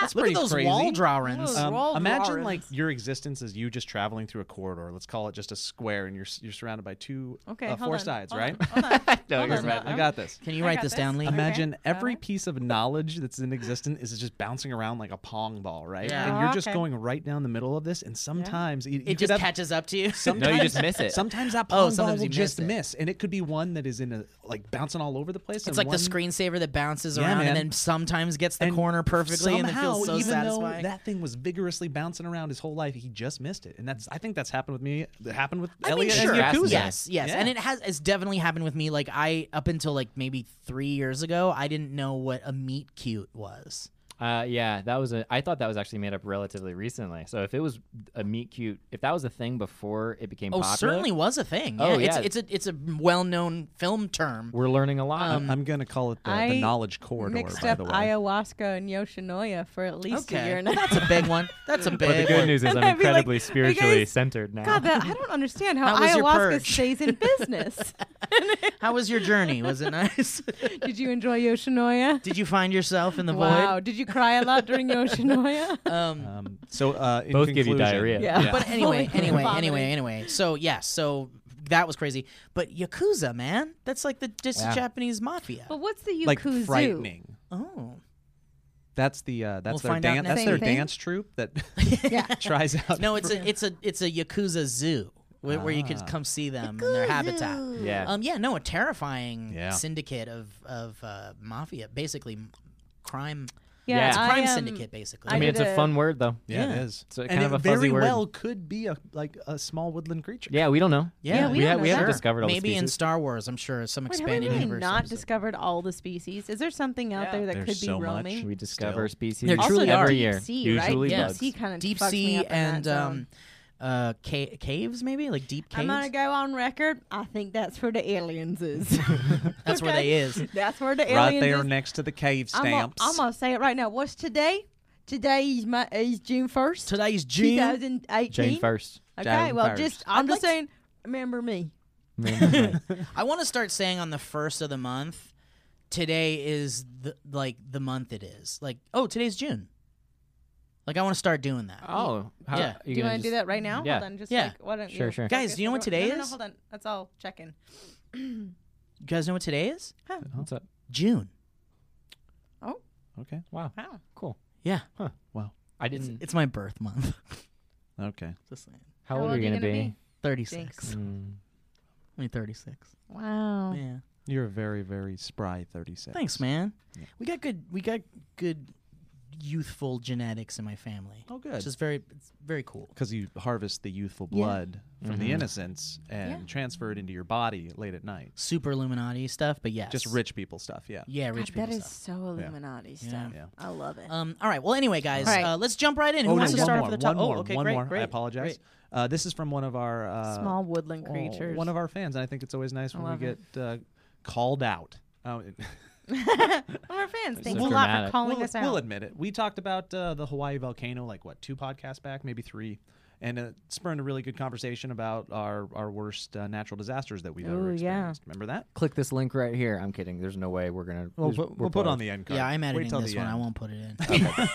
[SPEAKER 5] That's Look
[SPEAKER 9] pretty
[SPEAKER 5] at those
[SPEAKER 9] crazy.
[SPEAKER 5] wall drawings.
[SPEAKER 6] Those wall
[SPEAKER 9] Um, imagine
[SPEAKER 6] drawings.
[SPEAKER 9] like your existence is you just traveling through a corridor. Let's call it just a square, and you're s- you're surrounded by two
[SPEAKER 6] Okay,
[SPEAKER 9] uh,
[SPEAKER 6] hold
[SPEAKER 9] four
[SPEAKER 6] on,
[SPEAKER 9] sides,
[SPEAKER 6] hold
[SPEAKER 9] right?
[SPEAKER 6] on,
[SPEAKER 9] [LAUGHS]
[SPEAKER 6] hold on.
[SPEAKER 8] No,
[SPEAKER 6] Hold
[SPEAKER 8] you're
[SPEAKER 6] on,
[SPEAKER 8] right.
[SPEAKER 6] no,
[SPEAKER 9] I got this.
[SPEAKER 5] Can you
[SPEAKER 6] I
[SPEAKER 5] write
[SPEAKER 6] got
[SPEAKER 5] this
[SPEAKER 6] this.
[SPEAKER 5] down, Lee?
[SPEAKER 6] Okay.
[SPEAKER 9] Imagine every
[SPEAKER 6] got it.
[SPEAKER 9] piece of knowledge that's in existence is just bouncing around like a pong ball, right?
[SPEAKER 5] Yeah.
[SPEAKER 9] And you're just
[SPEAKER 6] Okay.
[SPEAKER 9] going right down the middle of this, and sometimes you, you
[SPEAKER 5] It
[SPEAKER 9] could
[SPEAKER 5] just
[SPEAKER 9] have-
[SPEAKER 5] catches up
[SPEAKER 9] [LAUGHS]
[SPEAKER 5] to you.
[SPEAKER 8] No, you [LAUGHS] just miss it.
[SPEAKER 9] Sometimes that
[SPEAKER 5] Oh,
[SPEAKER 9] pong ball
[SPEAKER 5] sometimes
[SPEAKER 9] will
[SPEAKER 5] you miss
[SPEAKER 9] just
[SPEAKER 5] it.
[SPEAKER 9] miss, and it could be one that is in a like bouncing all over the place.
[SPEAKER 5] [LAUGHS]
[SPEAKER 9] and
[SPEAKER 5] It's like
[SPEAKER 9] one-
[SPEAKER 5] the screensaver that bounces
[SPEAKER 9] Yeah,
[SPEAKER 5] around
[SPEAKER 9] man.
[SPEAKER 5] and then sometimes gets the
[SPEAKER 9] and
[SPEAKER 5] corner perfectly
[SPEAKER 9] somehow,
[SPEAKER 5] and it feels so
[SPEAKER 9] even
[SPEAKER 5] satisfying.
[SPEAKER 9] though that thing was vigorously bouncing around his whole life, he just missed it, and that's I think that's happened with me. That happened with
[SPEAKER 5] I mean,
[SPEAKER 9] Elliot
[SPEAKER 5] sure.
[SPEAKER 9] and Yakuza.
[SPEAKER 5] Yes, yes,
[SPEAKER 9] Yeah.
[SPEAKER 5] and it has. It's definitely happened with me. Like I, up until like maybe three years ago, I didn't know what a meat cute was.
[SPEAKER 8] Uh, yeah, that was a. I thought that was actually made up relatively recently. So if it was a meet cute, if that was a thing before it became
[SPEAKER 5] Oh,
[SPEAKER 8] popular,
[SPEAKER 5] certainly was a thing.
[SPEAKER 8] Oh, yeah.
[SPEAKER 5] It's, it's a it's a well-known film term.
[SPEAKER 8] we're learning a lot.
[SPEAKER 6] Um,
[SPEAKER 9] I'm gonna call it the, the
[SPEAKER 6] I
[SPEAKER 9] knowledge corridor.
[SPEAKER 6] Mixed
[SPEAKER 9] by
[SPEAKER 6] up
[SPEAKER 9] the way,
[SPEAKER 6] ayahuasca and Yoshinoya for at least a
[SPEAKER 5] Okay,
[SPEAKER 6] year and a half.
[SPEAKER 5] that's a big one. That's a big.
[SPEAKER 8] but the good
[SPEAKER 5] one.
[SPEAKER 8] news
[SPEAKER 6] [LAUGHS]
[SPEAKER 8] is
[SPEAKER 6] And
[SPEAKER 8] I'm
[SPEAKER 6] I'd be like,
[SPEAKER 8] incredibly
[SPEAKER 6] "You
[SPEAKER 8] spiritually
[SPEAKER 6] guys-
[SPEAKER 8] centered
[SPEAKER 6] [LAUGHS]
[SPEAKER 8] now.
[SPEAKER 6] God, that, I don't understand how
[SPEAKER 5] How was your
[SPEAKER 6] ayahuasca
[SPEAKER 5] purge?
[SPEAKER 6] stays in
[SPEAKER 5] [LAUGHS]
[SPEAKER 6] business.
[SPEAKER 5] How was your journey? Was it nice? [LAUGHS]
[SPEAKER 6] Did you enjoy Yoshinoya?
[SPEAKER 5] Did you find yourself in the
[SPEAKER 6] Wow. Did you cry a lot during
[SPEAKER 5] [LAUGHS]
[SPEAKER 6] Yoshinoya?
[SPEAKER 5] void? Um,
[SPEAKER 9] um, so uh, in
[SPEAKER 8] Both give you
[SPEAKER 9] conclusion-
[SPEAKER 8] diarrhea.
[SPEAKER 6] Yeah. [LAUGHS]
[SPEAKER 9] Yeah.
[SPEAKER 5] But anyway,
[SPEAKER 6] Holy
[SPEAKER 5] anyway,
[SPEAKER 6] vomiting.
[SPEAKER 5] anyway, anyway. So yeah, so that was crazy. But Yakuza, man, that's like the just the
[SPEAKER 8] Yeah.
[SPEAKER 5] Japanese mafia.
[SPEAKER 6] but what's the Yukuzu?
[SPEAKER 9] like frightening.
[SPEAKER 5] Oh,
[SPEAKER 9] That's the uh, that's
[SPEAKER 5] We'll
[SPEAKER 9] their
[SPEAKER 5] find out
[SPEAKER 9] dance.
[SPEAKER 5] next
[SPEAKER 9] That's their
[SPEAKER 5] week.
[SPEAKER 9] dance troupe that
[SPEAKER 5] [LAUGHS]
[SPEAKER 9] [LAUGHS] tries out.
[SPEAKER 5] no, it's a it's a it's a Yakuza zoo where, where you could come see them in their habitat.
[SPEAKER 8] Ah. yeah.
[SPEAKER 5] Um, yeah, no, a terrifying
[SPEAKER 9] Yeah.
[SPEAKER 5] syndicate of of uh, mafia, basically m- crime.
[SPEAKER 6] Yeah,
[SPEAKER 8] Yeah.
[SPEAKER 5] It's a crime
[SPEAKER 6] I, um,
[SPEAKER 5] syndicate, basically.
[SPEAKER 8] I,
[SPEAKER 6] I
[SPEAKER 8] mean,
[SPEAKER 6] did
[SPEAKER 8] it's a,
[SPEAKER 6] a-
[SPEAKER 8] fun word though.
[SPEAKER 9] yeah,
[SPEAKER 5] Yeah.
[SPEAKER 9] it is.
[SPEAKER 8] So
[SPEAKER 9] and
[SPEAKER 8] kind
[SPEAKER 9] it
[SPEAKER 8] of a
[SPEAKER 9] very
[SPEAKER 8] fuzzy word.
[SPEAKER 9] well could be a like a small woodland creature.
[SPEAKER 8] Yeah, we don't know.
[SPEAKER 5] yeah,
[SPEAKER 6] we
[SPEAKER 8] we,
[SPEAKER 6] don't
[SPEAKER 8] ha-
[SPEAKER 6] know
[SPEAKER 8] we haven't
[SPEAKER 6] that.
[SPEAKER 8] discovered all the
[SPEAKER 5] maybe in
[SPEAKER 8] species.
[SPEAKER 5] Star Wars. I'm sure some
[SPEAKER 6] Wait, have we
[SPEAKER 5] expanded
[SPEAKER 6] really
[SPEAKER 5] universe.
[SPEAKER 6] not
[SPEAKER 5] episode.
[SPEAKER 6] discovered all the species? Is there something out
[SPEAKER 8] Yeah.
[SPEAKER 6] there that
[SPEAKER 9] There's
[SPEAKER 6] could be
[SPEAKER 9] so much.
[SPEAKER 6] roaming?
[SPEAKER 8] we discover species
[SPEAKER 5] There truly
[SPEAKER 6] also
[SPEAKER 5] are.
[SPEAKER 8] every
[SPEAKER 6] deep
[SPEAKER 8] year.
[SPEAKER 6] sea,
[SPEAKER 8] usually
[SPEAKER 6] right?
[SPEAKER 5] Yeah.
[SPEAKER 8] bugs.
[SPEAKER 6] Deep sea kind of
[SPEAKER 5] deep
[SPEAKER 6] fucks
[SPEAKER 5] sea
[SPEAKER 6] me up in that
[SPEAKER 5] and
[SPEAKER 6] zone.
[SPEAKER 5] um, uh, ca- caves, maybe like deep caves.
[SPEAKER 6] I'm gonna go on record. I think that's where the aliens
[SPEAKER 5] [LAUGHS]
[SPEAKER 6] is.
[SPEAKER 5] That's where they is.
[SPEAKER 6] [LAUGHS] that's where the
[SPEAKER 9] right
[SPEAKER 6] aliens
[SPEAKER 9] there
[SPEAKER 6] is.
[SPEAKER 9] next to the cave
[SPEAKER 6] I'm gonna-
[SPEAKER 9] stamps.
[SPEAKER 6] I'm gonna say it right now. What's today? Today is my is June first,
[SPEAKER 5] Today's
[SPEAKER 6] two
[SPEAKER 5] June.
[SPEAKER 6] thousand eighteen.
[SPEAKER 8] Jane [LAUGHS] first.
[SPEAKER 6] Okay,
[SPEAKER 9] June
[SPEAKER 6] well,
[SPEAKER 9] 1st.
[SPEAKER 6] just I'm just
[SPEAKER 5] I'd like to-
[SPEAKER 6] saying. Remember me.
[SPEAKER 8] [LAUGHS]
[SPEAKER 5] I want to start saying on the first of the month. Today is the like the month it is. Like oh, today's June. Like I want to start doing that.
[SPEAKER 8] oh, how,
[SPEAKER 5] Yeah.
[SPEAKER 6] Do you want to do that right now?
[SPEAKER 8] Yeah.
[SPEAKER 6] Hold on, just
[SPEAKER 5] Yeah.
[SPEAKER 6] like why don't
[SPEAKER 8] Sure,
[SPEAKER 6] you
[SPEAKER 8] sure.
[SPEAKER 5] Guys,
[SPEAKER 6] focus
[SPEAKER 5] do you know what
[SPEAKER 6] everyone- no,
[SPEAKER 5] today
[SPEAKER 6] no,
[SPEAKER 5] is?
[SPEAKER 6] No, hold on, that's all. Check in.
[SPEAKER 5] You guys know what today is?
[SPEAKER 8] What's up?
[SPEAKER 5] June.
[SPEAKER 9] okay.
[SPEAKER 8] Wow.
[SPEAKER 6] Wow.
[SPEAKER 8] Cool.
[SPEAKER 5] Yeah,
[SPEAKER 8] I
[SPEAKER 5] it's,
[SPEAKER 8] didn't.
[SPEAKER 5] it's my birth month. [LAUGHS]
[SPEAKER 9] Okay.
[SPEAKER 5] Just saying.
[SPEAKER 8] How old are you gonna be?
[SPEAKER 5] Thirty six.
[SPEAKER 6] Thanks.
[SPEAKER 8] Mm.
[SPEAKER 5] I mean thirty six.
[SPEAKER 9] Oh.
[SPEAKER 6] Wow.
[SPEAKER 5] Yeah.
[SPEAKER 9] You're a very very spry 36.
[SPEAKER 5] Thanks, man.
[SPEAKER 9] Yeah.
[SPEAKER 5] We got good. We got good youthful genetics in my family.
[SPEAKER 9] Oh, good.
[SPEAKER 5] Which is very, it's very cool.
[SPEAKER 9] Because you harvest the youthful
[SPEAKER 6] Yeah.
[SPEAKER 9] blood from the
[SPEAKER 8] Mhm.
[SPEAKER 9] innocence and transfer it into your body late at night.
[SPEAKER 5] Super Illuminati stuff, but yes.
[SPEAKER 9] Just rich people stuff. Yeah.
[SPEAKER 5] Yeah, rich
[SPEAKER 6] God, that
[SPEAKER 5] people
[SPEAKER 6] is
[SPEAKER 5] stuff.
[SPEAKER 6] so Illuminati stuff.
[SPEAKER 9] Yeah.
[SPEAKER 6] I love it.
[SPEAKER 5] Um, all right. Well, anyway, guys,
[SPEAKER 6] All right.
[SPEAKER 5] uh, let's jump right in. Who
[SPEAKER 9] Oh, no,
[SPEAKER 5] wants to
[SPEAKER 9] one
[SPEAKER 5] start
[SPEAKER 9] more,
[SPEAKER 5] off at the top?
[SPEAKER 9] One more,
[SPEAKER 5] oh, okay,
[SPEAKER 9] one
[SPEAKER 5] great,
[SPEAKER 9] more.
[SPEAKER 5] great.
[SPEAKER 9] I apologize.
[SPEAKER 5] great.
[SPEAKER 9] Uh, this is from one of our uh,
[SPEAKER 6] Small woodland
[SPEAKER 9] oh,
[SPEAKER 6] creatures.
[SPEAKER 9] one of our fans, and I think it's always nice
[SPEAKER 6] I
[SPEAKER 9] when we
[SPEAKER 6] love
[SPEAKER 9] get uh, called out. Oh, it- [LAUGHS]
[SPEAKER 6] One of our fans. Thanks a
[SPEAKER 8] so
[SPEAKER 6] lot for
[SPEAKER 8] dramatic.
[SPEAKER 6] calling
[SPEAKER 9] we'll,
[SPEAKER 6] us out.
[SPEAKER 9] we'll admit it. We talked about uh, the Hawaii volcano, like what, two podcasts back, maybe three, and it spurned a really good conversation about our our worst uh, natural disasters that we've ever
[SPEAKER 6] Ooh, yeah.
[SPEAKER 9] experienced. Remember that?
[SPEAKER 8] Click this link right here. I'm kidding. There's no way we're gonna.
[SPEAKER 9] We'll,
[SPEAKER 8] there's-
[SPEAKER 9] put-
[SPEAKER 8] we're
[SPEAKER 9] we'll put on
[SPEAKER 8] paused.
[SPEAKER 9] the end card.
[SPEAKER 5] Yeah, I'm
[SPEAKER 9] Wait
[SPEAKER 5] editing
[SPEAKER 9] till
[SPEAKER 5] this
[SPEAKER 9] the
[SPEAKER 5] one. I
[SPEAKER 9] end.
[SPEAKER 5] won't put it
[SPEAKER 9] [LAUGHS]
[SPEAKER 5] in.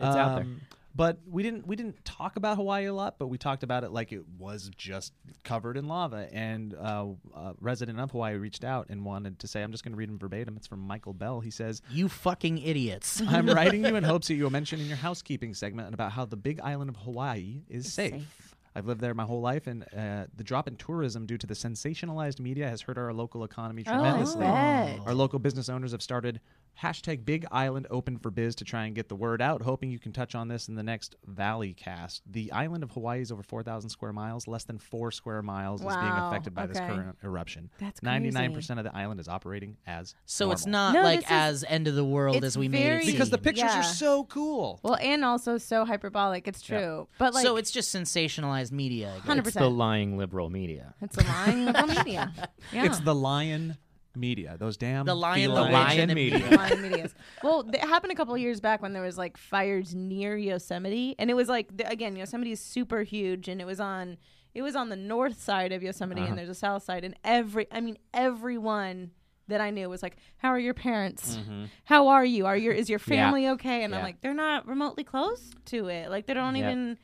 [SPEAKER 8] It's out there.
[SPEAKER 9] um, But we didn't we didn't talk about Hawaii a lot, but we talked about it like it was just covered in lava. And uh, a resident of Hawaii reached out and wanted to say, I'm just going to read him verbatim. It's from Michael Bell. He says,
[SPEAKER 5] you fucking idiots.
[SPEAKER 9] I'm
[SPEAKER 6] [LAUGHS]
[SPEAKER 9] writing you in hopes that you'll mention in your housekeeping segment about how the big island of Hawaii is safe. I've lived there my whole life, and uh, the drop in tourism due to the sensationalized media has hurt our local economy
[SPEAKER 6] Oh, I
[SPEAKER 9] tremendously.
[SPEAKER 6] bet.
[SPEAKER 9] Our local business owners have started hashtag Big Island Open for Biz to try and get the word out, hoping you can touch on this in the next Valley Cast. The island of Hawaii is over 4,000 square miles. Less than four square miles is being
[SPEAKER 6] Wow,
[SPEAKER 9] affected by this
[SPEAKER 6] okay.
[SPEAKER 9] current eruption.
[SPEAKER 6] That's crazy.
[SPEAKER 9] 99% of the island is operating as
[SPEAKER 5] [LAUGHS] So it's
[SPEAKER 9] normal.
[SPEAKER 5] not
[SPEAKER 6] No,
[SPEAKER 5] like
[SPEAKER 6] this is-
[SPEAKER 5] as end of the world
[SPEAKER 6] it's
[SPEAKER 5] as we made it
[SPEAKER 6] very-
[SPEAKER 9] because the
[SPEAKER 5] seem.
[SPEAKER 9] pictures
[SPEAKER 6] Yeah.
[SPEAKER 9] are so cool.
[SPEAKER 6] Well, and also so hyperbolic. It's true,
[SPEAKER 9] Yeah.
[SPEAKER 6] but like
[SPEAKER 5] so it's just sensationalized media. I guess.
[SPEAKER 6] hundred
[SPEAKER 8] It's the
[SPEAKER 6] percent.
[SPEAKER 8] lying liberal media.
[SPEAKER 6] It's a lying liberal
[SPEAKER 8] [LAUGHS]
[SPEAKER 6] media. Yeah.
[SPEAKER 9] It's the lion media. Those damn
[SPEAKER 5] The lion, the
[SPEAKER 9] felines.
[SPEAKER 5] lion, and the
[SPEAKER 8] media.
[SPEAKER 5] media.
[SPEAKER 6] Lying medias. Well, th- it happened a couple of years back when there was like fires near Yosemite, and it was like th- again Yosemite is super huge, and it was on it was on the north side of Yosemite,
[SPEAKER 8] Uh-huh.
[SPEAKER 6] and there's a south side, and every I mean everyone that I knew was like, "How are your parents? How are you? Are your is your
[SPEAKER 8] Mm-hmm. [LAUGHS] Yeah.
[SPEAKER 6] family okay?" And I'm
[SPEAKER 8] Yeah.
[SPEAKER 6] like, "They're not remotely close to it. Like they don't
[SPEAKER 8] Yeah.
[SPEAKER 6] even."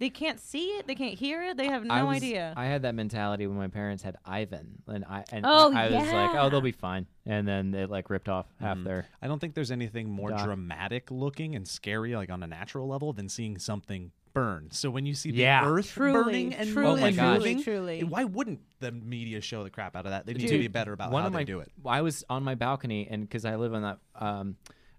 [SPEAKER 6] They can't see it. They can't hear it. They have no
[SPEAKER 8] I was-
[SPEAKER 6] idea.
[SPEAKER 8] I had that mentality when my parents had Ivan, and I and
[SPEAKER 6] Oh,
[SPEAKER 8] I, I was like,
[SPEAKER 6] yeah.
[SPEAKER 8] oh, they'll be fine, and then it like ripped off half their.
[SPEAKER 9] I don't think there's anything more
[SPEAKER 8] Doc.
[SPEAKER 9] dramatic looking and scary, like on a natural level, than seeing something burn. So when you see the
[SPEAKER 8] Yeah.
[SPEAKER 9] earth
[SPEAKER 6] Truly,
[SPEAKER 9] burning and
[SPEAKER 6] truly,
[SPEAKER 9] moving and
[SPEAKER 8] truly,
[SPEAKER 9] moving,
[SPEAKER 6] truly.
[SPEAKER 9] why wouldn't the media show the crap out of that? They need to
[SPEAKER 8] Dude,
[SPEAKER 9] be better about
[SPEAKER 8] one
[SPEAKER 9] how
[SPEAKER 8] of
[SPEAKER 9] they
[SPEAKER 8] my,
[SPEAKER 9] do it.
[SPEAKER 8] I was on my balcony, and because I live on that, um,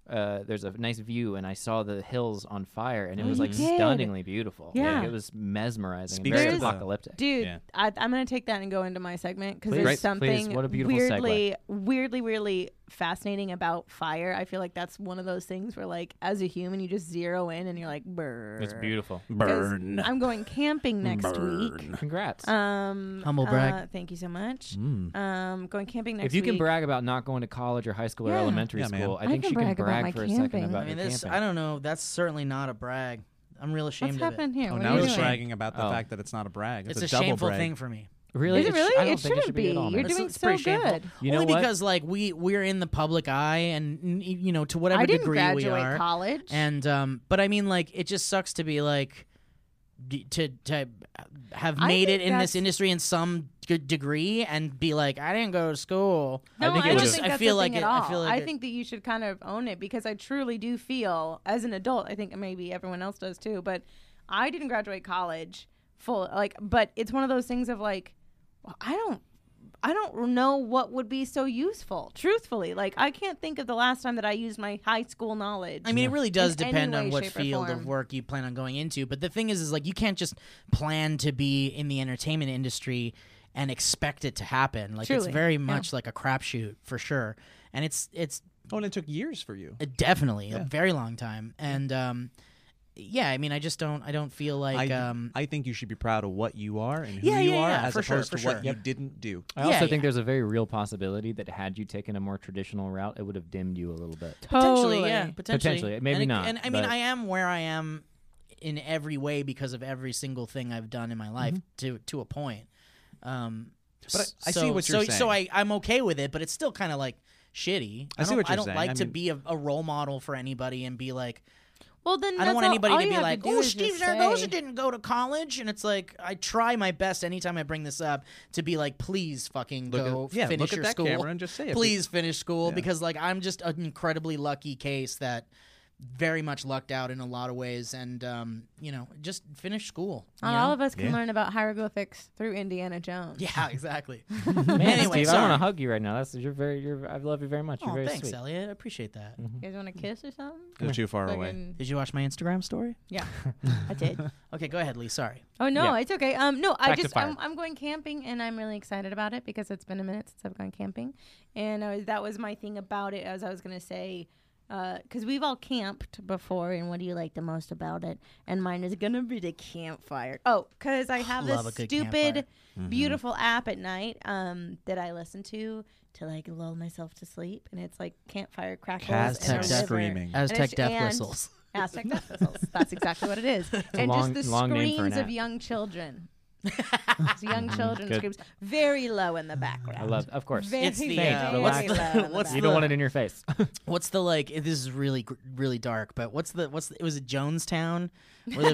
[SPEAKER 8] uh, there's a nice view, and I saw the hills on fire, and it was
[SPEAKER 6] Oh, you
[SPEAKER 8] like
[SPEAKER 6] did.
[SPEAKER 8] stunningly beautiful.
[SPEAKER 6] Yeah.
[SPEAKER 8] Like, it was mesmerizing, and
[SPEAKER 9] Speaks
[SPEAKER 8] very
[SPEAKER 6] to the-
[SPEAKER 8] apocalyptic.
[SPEAKER 6] Dude,
[SPEAKER 9] Yeah.
[SPEAKER 6] I, I'm going to take that and go into my segment because
[SPEAKER 8] Please.
[SPEAKER 6] there's
[SPEAKER 8] Great.
[SPEAKER 6] something
[SPEAKER 8] Please. What a beautiful segue.
[SPEAKER 6] weirdly, weirdly, weirdly fascinating about fire. I feel like that's one of those things where, like, as a human, you just zero in and you're like, burn.
[SPEAKER 8] it's beautiful.
[SPEAKER 6] 'Cause I'm going camping next week.
[SPEAKER 8] [LAUGHS] Congrats.
[SPEAKER 6] Um,
[SPEAKER 5] Humble brag.
[SPEAKER 6] uh, thank you so much.
[SPEAKER 8] Mm.
[SPEAKER 6] Um, going camping next week.
[SPEAKER 8] if you can brag about not going to college or high school or
[SPEAKER 6] Yeah.
[SPEAKER 8] elementary
[SPEAKER 9] Yeah, man.
[SPEAKER 8] school, I
[SPEAKER 6] I
[SPEAKER 8] think
[SPEAKER 6] can
[SPEAKER 8] she can
[SPEAKER 6] brag about my
[SPEAKER 8] brag for a second
[SPEAKER 6] camping.
[SPEAKER 8] about
[SPEAKER 5] I mean,
[SPEAKER 8] your
[SPEAKER 5] this.
[SPEAKER 8] camping.
[SPEAKER 5] I don't know. That's certainly not a brag. I'm real ashamed
[SPEAKER 6] What's
[SPEAKER 5] of
[SPEAKER 6] happened
[SPEAKER 5] it.
[SPEAKER 6] here?
[SPEAKER 9] Oh,
[SPEAKER 6] What
[SPEAKER 9] now
[SPEAKER 6] are you
[SPEAKER 9] he's
[SPEAKER 6] doing?
[SPEAKER 9] bragging about the
[SPEAKER 8] Oh.
[SPEAKER 9] fact that it's not a brag. It's,
[SPEAKER 5] It's a,
[SPEAKER 9] double
[SPEAKER 5] shameful
[SPEAKER 9] brag.
[SPEAKER 5] thing for me.
[SPEAKER 8] Really?
[SPEAKER 6] Is it
[SPEAKER 8] sh-
[SPEAKER 6] really?
[SPEAKER 8] I don't
[SPEAKER 6] It
[SPEAKER 8] think it
[SPEAKER 6] shouldn't
[SPEAKER 8] should be. at
[SPEAKER 6] be.
[SPEAKER 8] all,
[SPEAKER 6] You're
[SPEAKER 8] man.
[SPEAKER 5] It's-
[SPEAKER 6] doing
[SPEAKER 5] it's
[SPEAKER 6] so
[SPEAKER 5] pretty shameful.
[SPEAKER 6] good.
[SPEAKER 8] You know
[SPEAKER 5] Only
[SPEAKER 8] what?
[SPEAKER 5] because like we we're in the public eye, and n- you know to whatever
[SPEAKER 6] I didn't
[SPEAKER 5] degree
[SPEAKER 6] graduate
[SPEAKER 5] we are.
[SPEAKER 6] college.
[SPEAKER 5] And um, but I mean, like it just sucks to be like d- to to have
[SPEAKER 6] I
[SPEAKER 5] made it
[SPEAKER 6] think
[SPEAKER 5] in this
[SPEAKER 6] that's-
[SPEAKER 5] industry in some g- degree and be like, I didn't go to school.
[SPEAKER 6] No, I,
[SPEAKER 8] think it
[SPEAKER 6] don't
[SPEAKER 8] was-
[SPEAKER 6] think
[SPEAKER 5] I
[SPEAKER 6] that's
[SPEAKER 5] feel
[SPEAKER 6] a
[SPEAKER 5] like
[SPEAKER 6] thing
[SPEAKER 5] it-
[SPEAKER 6] at all.
[SPEAKER 5] I feel like it-
[SPEAKER 6] think that you should kind of own it because I truly do feel, as an adult, I think maybe everyone else does too, but I didn't graduate college full like, but it's one of those things of like, well, I don't. I don't know what would be so useful. Truthfully, like I can't think of the last time that I used my high school knowledge.
[SPEAKER 5] I mean, it really does
[SPEAKER 6] in any
[SPEAKER 5] depend on
[SPEAKER 6] way,
[SPEAKER 5] what
[SPEAKER 6] shape, or
[SPEAKER 5] field of
[SPEAKER 6] form.
[SPEAKER 5] work you plan on going into. But the thing is, is like you can't just plan to be in the entertainment industry and expect it to happen. Like
[SPEAKER 6] Truly,
[SPEAKER 5] it's very much like a crapshoot for sure. And it's it's
[SPEAKER 9] Oh, and it took years for you.
[SPEAKER 5] definitely a very long time. And um, yeah, I mean, I just don't I don't feel like
[SPEAKER 9] I,
[SPEAKER 5] um,
[SPEAKER 9] I think you should be proud of what you are and who
[SPEAKER 5] Yeah,
[SPEAKER 9] you
[SPEAKER 5] yeah,
[SPEAKER 9] are
[SPEAKER 5] yeah,
[SPEAKER 9] as
[SPEAKER 5] for sure,
[SPEAKER 9] opposed
[SPEAKER 5] for
[SPEAKER 9] to what
[SPEAKER 5] sure.
[SPEAKER 9] you
[SPEAKER 5] Yep.
[SPEAKER 9] didn't do.
[SPEAKER 8] I also
[SPEAKER 5] Yeah,
[SPEAKER 8] think
[SPEAKER 5] yeah.
[SPEAKER 8] there's a very real possibility that had you taken a more traditional route, it would have dimmed you a little
[SPEAKER 6] [LAUGHS]
[SPEAKER 8] bit.
[SPEAKER 5] Potentially,
[SPEAKER 6] Totally.
[SPEAKER 5] yeah. Potentially,
[SPEAKER 8] Potentially, maybe
[SPEAKER 5] and it-
[SPEAKER 8] not,
[SPEAKER 5] And I mean,
[SPEAKER 8] but-
[SPEAKER 5] I am where I am in every way because of every single thing I've done in my life to to a point. Um,
[SPEAKER 9] Mm-hmm. But I- I see
[SPEAKER 5] so-
[SPEAKER 9] what you're
[SPEAKER 5] so, So I
[SPEAKER 9] saying.
[SPEAKER 5] I'm okay with it, but it's still kind of like shitty.
[SPEAKER 9] I see
[SPEAKER 5] don't-
[SPEAKER 9] what
[SPEAKER 5] I
[SPEAKER 9] you're
[SPEAKER 5] don't
[SPEAKER 9] saying.
[SPEAKER 5] like
[SPEAKER 9] I
[SPEAKER 5] to
[SPEAKER 9] mean-
[SPEAKER 5] be a, a role model for anybody and be like,
[SPEAKER 6] Well, then
[SPEAKER 5] I don't
[SPEAKER 6] Mm, that's
[SPEAKER 5] want
[SPEAKER 6] all-
[SPEAKER 5] anybody
[SPEAKER 6] all
[SPEAKER 5] to
[SPEAKER 6] you
[SPEAKER 5] be
[SPEAKER 6] have
[SPEAKER 5] like,
[SPEAKER 6] do
[SPEAKER 5] oh,
[SPEAKER 6] is
[SPEAKER 5] Steve
[SPEAKER 6] just say-
[SPEAKER 5] Zaragoza didn't go to college, and it's like I try my best anytime I bring this up to be like, please fucking
[SPEAKER 9] Look at-
[SPEAKER 5] go
[SPEAKER 9] yeah,
[SPEAKER 5] finish
[SPEAKER 9] look at
[SPEAKER 5] your
[SPEAKER 9] that
[SPEAKER 5] school
[SPEAKER 9] camera and just say it.
[SPEAKER 5] Please finish school because like I'm just an incredibly lucky case that very much lucked out in a lot of ways, and um, you know, just finish school. you
[SPEAKER 6] Uh,
[SPEAKER 5] know?
[SPEAKER 6] All of us can
[SPEAKER 9] Yeah.
[SPEAKER 6] learn about hieroglyphics through Indiana Jones.
[SPEAKER 5] yeah,
[SPEAKER 6] [LAUGHS]
[SPEAKER 5] [LAUGHS] exactly.
[SPEAKER 8] Man,
[SPEAKER 5] anyway,
[SPEAKER 8] Steve, I
[SPEAKER 5] sorry.
[SPEAKER 8] want to hug you right now. That's you're very, you're, I love you very much. You're
[SPEAKER 5] Oh,
[SPEAKER 8] very
[SPEAKER 5] thanks,
[SPEAKER 8] sweet.
[SPEAKER 5] Elliot. I appreciate that.
[SPEAKER 9] Mm-hmm.
[SPEAKER 6] You guys want to kiss or something?
[SPEAKER 9] Go too far away.
[SPEAKER 6] Fucking-
[SPEAKER 5] Did you watch my Instagram story? [LAUGHS]
[SPEAKER 6] Yeah, I did.
[SPEAKER 5] Okay, go ahead, Lee. Sorry.
[SPEAKER 6] Oh no,
[SPEAKER 8] Yeah.
[SPEAKER 6] it's okay. Um, no, I
[SPEAKER 8] Back to
[SPEAKER 6] just
[SPEAKER 8] fire.
[SPEAKER 6] I'm, I'm going camping and I'm really excited about it because it's been a minute since I've gone camping, and I was, that was my thing about it. As I was gonna say, because we've all camped before, and what do you like the most about it? And mine is gonna be the campfire. Oh, because I have
[SPEAKER 5] Love a
[SPEAKER 6] this
[SPEAKER 5] good
[SPEAKER 6] stupid,
[SPEAKER 5] campfire.
[SPEAKER 6] beautiful app at night um, that I listen to to like lull myself to sleep, and it's like campfire crackles and
[SPEAKER 5] Aztec
[SPEAKER 6] a
[SPEAKER 5] Death-
[SPEAKER 6] river.
[SPEAKER 9] screaming.
[SPEAKER 6] And it's-
[SPEAKER 5] Aztec death
[SPEAKER 6] and- [LAUGHS]
[SPEAKER 5] whistles.
[SPEAKER 6] Aztec death whistles. That's exactly what it is.
[SPEAKER 8] [LAUGHS]
[SPEAKER 6] and
[SPEAKER 8] long-
[SPEAKER 6] just the
[SPEAKER 8] long name for
[SPEAKER 6] screams
[SPEAKER 8] an
[SPEAKER 6] of
[SPEAKER 8] app. Mm-hmm.
[SPEAKER 6] young
[SPEAKER 8] [LAUGHS]
[SPEAKER 6] children. It's young children
[SPEAKER 8] Good. Mm,
[SPEAKER 6] screams very low in the background.
[SPEAKER 8] I love, of course.
[SPEAKER 6] Very,
[SPEAKER 5] It's the,
[SPEAKER 6] very
[SPEAKER 5] uh,
[SPEAKER 6] low
[SPEAKER 5] what's
[SPEAKER 6] in
[SPEAKER 5] the-
[SPEAKER 6] background.
[SPEAKER 5] what's
[SPEAKER 8] you don't
[SPEAKER 5] the-
[SPEAKER 8] want it in your face.
[SPEAKER 5] What's the like? This is really gr- really dark. But what's the what's the, it was it Jonestown where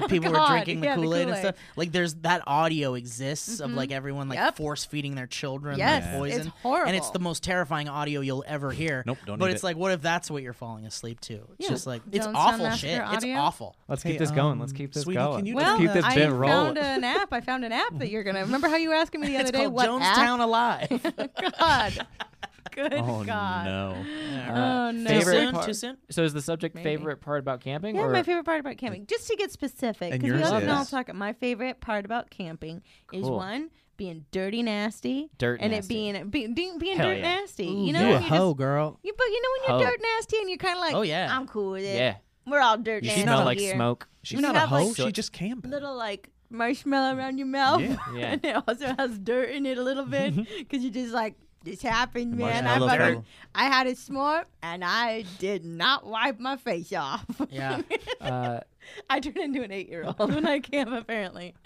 [SPEAKER 6] [LAUGHS]
[SPEAKER 5] the people
[SPEAKER 6] Oh God,
[SPEAKER 5] were drinking the
[SPEAKER 6] yeah, the
[SPEAKER 5] Kool Aid and
[SPEAKER 6] Kool-Aid. Mm-hmm.
[SPEAKER 5] stuff? Like there's that audio exists of like everyone like
[SPEAKER 6] Yep.
[SPEAKER 5] force feeding their children
[SPEAKER 6] Yes,
[SPEAKER 5] like
[SPEAKER 6] it's
[SPEAKER 5] poison. and it's
[SPEAKER 6] horrible.
[SPEAKER 5] the most terrifying audio you'll ever hear.
[SPEAKER 9] Nope, don't
[SPEAKER 5] But
[SPEAKER 9] need
[SPEAKER 5] it's
[SPEAKER 9] it.
[SPEAKER 5] like, what if that's what you're falling asleep to? It's
[SPEAKER 6] Yeah.
[SPEAKER 5] just like it's
[SPEAKER 6] Jonestown
[SPEAKER 5] awful
[SPEAKER 6] Massacre
[SPEAKER 5] shit. It's
[SPEAKER 6] audio?
[SPEAKER 5] awful.
[SPEAKER 8] Let's
[SPEAKER 9] Hey,
[SPEAKER 8] keep this going. Let's
[SPEAKER 9] um,
[SPEAKER 8] keep this
[SPEAKER 9] sweetie,
[SPEAKER 8] going.
[SPEAKER 9] can you
[SPEAKER 8] Let's
[SPEAKER 6] well,
[SPEAKER 8] keep this
[SPEAKER 6] I
[SPEAKER 8] bit rolling.
[SPEAKER 6] found an app. I
[SPEAKER 8] [LAUGHS]
[SPEAKER 6] found an app that you're gonna remember how you were asking me the other [LAUGHS]
[SPEAKER 5] It's
[SPEAKER 6] day.
[SPEAKER 5] called
[SPEAKER 6] What
[SPEAKER 5] Jonestown Alive.
[SPEAKER 6] app? God, Good God.
[SPEAKER 9] no.
[SPEAKER 6] Oh, no.
[SPEAKER 5] Too
[SPEAKER 8] Oh, Favorite
[SPEAKER 5] soon?
[SPEAKER 8] part-
[SPEAKER 5] Too soon?
[SPEAKER 8] So is the subject
[SPEAKER 6] Maybe.
[SPEAKER 8] favorite part about camping?
[SPEAKER 6] Yeah,
[SPEAKER 8] or
[SPEAKER 6] my favorite part about camping, just to get specific,
[SPEAKER 9] And
[SPEAKER 6] because we
[SPEAKER 9] yours
[SPEAKER 6] all
[SPEAKER 9] is?
[SPEAKER 6] know I'm talking. My favorite part about camping is
[SPEAKER 8] Cool.
[SPEAKER 6] one being dirty, nasty,
[SPEAKER 8] Dirt
[SPEAKER 6] and
[SPEAKER 8] nasty.
[SPEAKER 6] it being be, being, being
[SPEAKER 8] Hell
[SPEAKER 6] dirt
[SPEAKER 8] yeah.
[SPEAKER 6] nasty. you know,
[SPEAKER 5] you a
[SPEAKER 6] when you just-
[SPEAKER 5] hoe, girl.
[SPEAKER 6] you- but you know when you're
[SPEAKER 8] Hoe.
[SPEAKER 6] dirt nasty and you're kind of like,
[SPEAKER 5] Oh, yeah.
[SPEAKER 6] I'm cool with it.
[SPEAKER 8] Yeah.
[SPEAKER 6] we're all dirt
[SPEAKER 8] You
[SPEAKER 6] nasty
[SPEAKER 8] smell like
[SPEAKER 6] here.
[SPEAKER 8] smoke.
[SPEAKER 9] She's
[SPEAKER 6] When you
[SPEAKER 9] not a
[SPEAKER 6] have, like,
[SPEAKER 9] hoe. She
[SPEAKER 6] soot-
[SPEAKER 9] just camping.
[SPEAKER 6] Little like marshmallow around your mouth, [LAUGHS]
[SPEAKER 9] Yeah.
[SPEAKER 8] Yeah.
[SPEAKER 6] and it also has dirt in it a little bit
[SPEAKER 8] [LAUGHS]
[SPEAKER 6] because you just like. This happened, man. I,
[SPEAKER 9] marshmallow
[SPEAKER 6] fucking-
[SPEAKER 9] fell.
[SPEAKER 6] I had a s'more and I did not wipe my face off.
[SPEAKER 5] Yeah.
[SPEAKER 8] Uh,
[SPEAKER 6] [LAUGHS] I turned into an eight year old when I camp, apparently.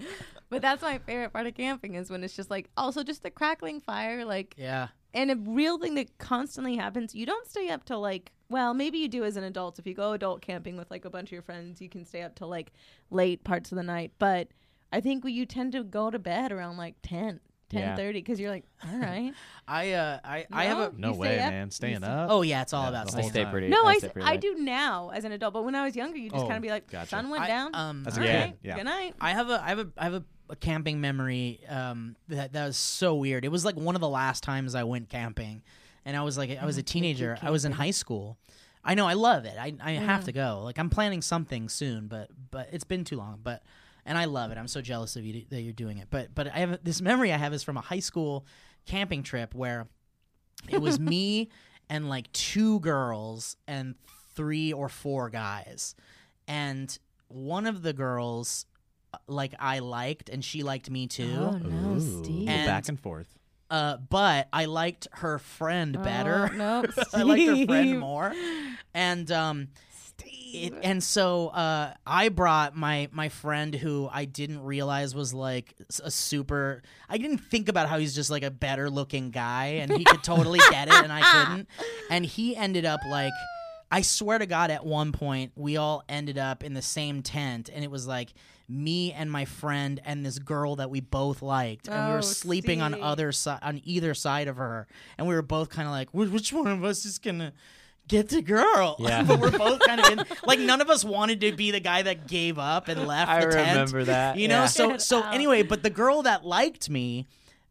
[SPEAKER 6] But that's my favorite part of camping is when it's just like also just the crackling fire, like
[SPEAKER 5] Yeah.
[SPEAKER 6] and a real thing that constantly happens. You don't stay up till like well, maybe you do as an adult. If you go adult camping with like a bunch of your friends, you can stay up till like late parts of the night. But I think we, you tend to go to bed around like 10, 10
[SPEAKER 8] Yeah.
[SPEAKER 6] because you're like, all right.
[SPEAKER 5] I uh I, I have a
[SPEAKER 6] No?
[SPEAKER 9] No
[SPEAKER 6] You
[SPEAKER 9] way,
[SPEAKER 6] stay up?
[SPEAKER 9] man.
[SPEAKER 6] You
[SPEAKER 9] Staying
[SPEAKER 6] stay-
[SPEAKER 9] up.
[SPEAKER 5] Oh yeah, it's all
[SPEAKER 9] Yeah,
[SPEAKER 5] about
[SPEAKER 9] the
[SPEAKER 8] I
[SPEAKER 9] whole
[SPEAKER 5] staying
[SPEAKER 8] stay
[SPEAKER 9] time.
[SPEAKER 8] pretty.
[SPEAKER 6] no,
[SPEAKER 8] I,
[SPEAKER 6] I,
[SPEAKER 8] stay
[SPEAKER 6] s-
[SPEAKER 8] pretty
[SPEAKER 6] I
[SPEAKER 8] late.
[SPEAKER 6] do now as an adult. But when I was younger, you just
[SPEAKER 9] Oh,
[SPEAKER 6] kind of be like,
[SPEAKER 9] gotcha.
[SPEAKER 6] sun went
[SPEAKER 5] I-
[SPEAKER 6] down.
[SPEAKER 5] um,
[SPEAKER 9] As a
[SPEAKER 6] all
[SPEAKER 9] kid,
[SPEAKER 6] right,
[SPEAKER 9] yeah.
[SPEAKER 6] Good night.
[SPEAKER 5] I have a I have a I have a, a camping memory um, that that was so weird. It was like one of the last times I went camping, and I was like I was a teenager. I was in high school. I know I love it. I I have to go. Like I'm planning something soon, but but it's been too long. But and I love it. I'm so jealous of you that you're doing it. But but I have this memory I have is from a high school camping trip where it was me and like two girls and three or four guys and one of the girls uh, like i liked and she liked me too
[SPEAKER 6] no, Steve.
[SPEAKER 5] um, And-
[SPEAKER 9] back "Oh, and forth.
[SPEAKER 5] uh, but i liked her friend better
[SPEAKER 6] Oh, no,
[SPEAKER 5] [LAUGHS] i liked her
[SPEAKER 6] Steve.
[SPEAKER 5] friend more and um it, and so uh, I brought my my friend who I didn't realize was like s- a super. I didn't think about how he's just like a better looking guy, and he could totally get it, and I
[SPEAKER 6] [LAUGHS]
[SPEAKER 5] couldn't. And he ended up like, I swear to God, at one point we all ended up in the same tent, and it was like me and my friend and this girl that we both liked, and we
[SPEAKER 6] Oh,
[SPEAKER 5] were sleeping on
[SPEAKER 6] Steve.
[SPEAKER 5] other si- on either side of her, and we were both kind of like, "Wh- which one of us is gonna get the girl. [LAUGHS]
[SPEAKER 8] Yeah.
[SPEAKER 5] but we're both kind
[SPEAKER 8] [LAUGHS]
[SPEAKER 5] of in like none of us wanted to be the guy that gave up and left
[SPEAKER 8] I
[SPEAKER 5] the tent.
[SPEAKER 8] remember that.
[SPEAKER 5] You know,
[SPEAKER 8] yeah.
[SPEAKER 5] so
[SPEAKER 6] Get
[SPEAKER 5] so
[SPEAKER 6] out.
[SPEAKER 5] anyway, but the girl that liked me,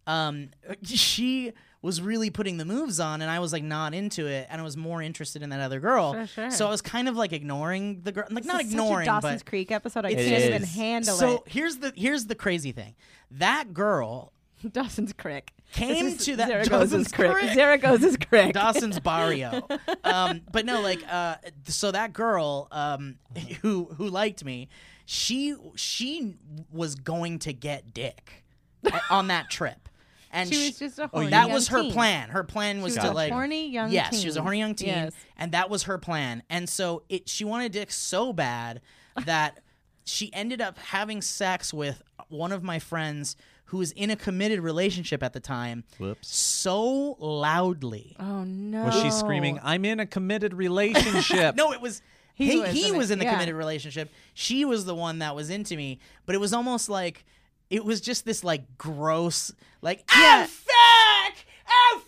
[SPEAKER 5] um, she was really putting the moves on, and I was like not into it, and I was more interested in that other girl.
[SPEAKER 6] Sure, sure.
[SPEAKER 5] So I was kind of like ignoring the girl, like not
[SPEAKER 6] This is
[SPEAKER 5] ignoring,
[SPEAKER 6] such a
[SPEAKER 5] but
[SPEAKER 6] Dawson's Creek episode. I
[SPEAKER 5] It
[SPEAKER 6] can't even
[SPEAKER 8] is.
[SPEAKER 6] handle eh?
[SPEAKER 5] so here's the here's the crazy thing, that girl
[SPEAKER 6] it. Dawson's Creek
[SPEAKER 5] came
[SPEAKER 6] This is
[SPEAKER 5] to that
[SPEAKER 6] Zaragoza's
[SPEAKER 5] Dawson's
[SPEAKER 6] Creek.
[SPEAKER 5] Creek.
[SPEAKER 6] Zaragoza's [LAUGHS] Creek.
[SPEAKER 5] Dawson's Barrio. Um, but no, like uh, so that girl um, [LAUGHS] who who liked me, she she was going to get dick on that trip, and
[SPEAKER 6] She was just a horny
[SPEAKER 5] that
[SPEAKER 6] young
[SPEAKER 5] was her
[SPEAKER 6] teen.
[SPEAKER 5] plan. Her plan was
[SPEAKER 6] was
[SPEAKER 5] to
[SPEAKER 6] a
[SPEAKER 5] like
[SPEAKER 6] horny young
[SPEAKER 5] Yes, she was a
[SPEAKER 6] teen.
[SPEAKER 5] horny young teen,
[SPEAKER 6] Yes.
[SPEAKER 5] and that was her plan. And so it she wanted dick so bad
[SPEAKER 6] [LAUGHS]
[SPEAKER 5] that she ended up having sex with one of my friends who was in a committed relationship at the time
[SPEAKER 9] Whoops.
[SPEAKER 5] so loudly.
[SPEAKER 6] oh no!
[SPEAKER 9] Was she screaming, I'm in a committed relationship?
[SPEAKER 5] No, it was he.
[SPEAKER 6] He
[SPEAKER 5] He
[SPEAKER 6] was
[SPEAKER 5] was,
[SPEAKER 6] in
[SPEAKER 5] in,
[SPEAKER 6] it,
[SPEAKER 5] the
[SPEAKER 6] yeah.
[SPEAKER 5] committed relationship. She was the one that was into me, but it was almost like it was just this like gross, like ah
[SPEAKER 6] Yeah.
[SPEAKER 5] fuck, ah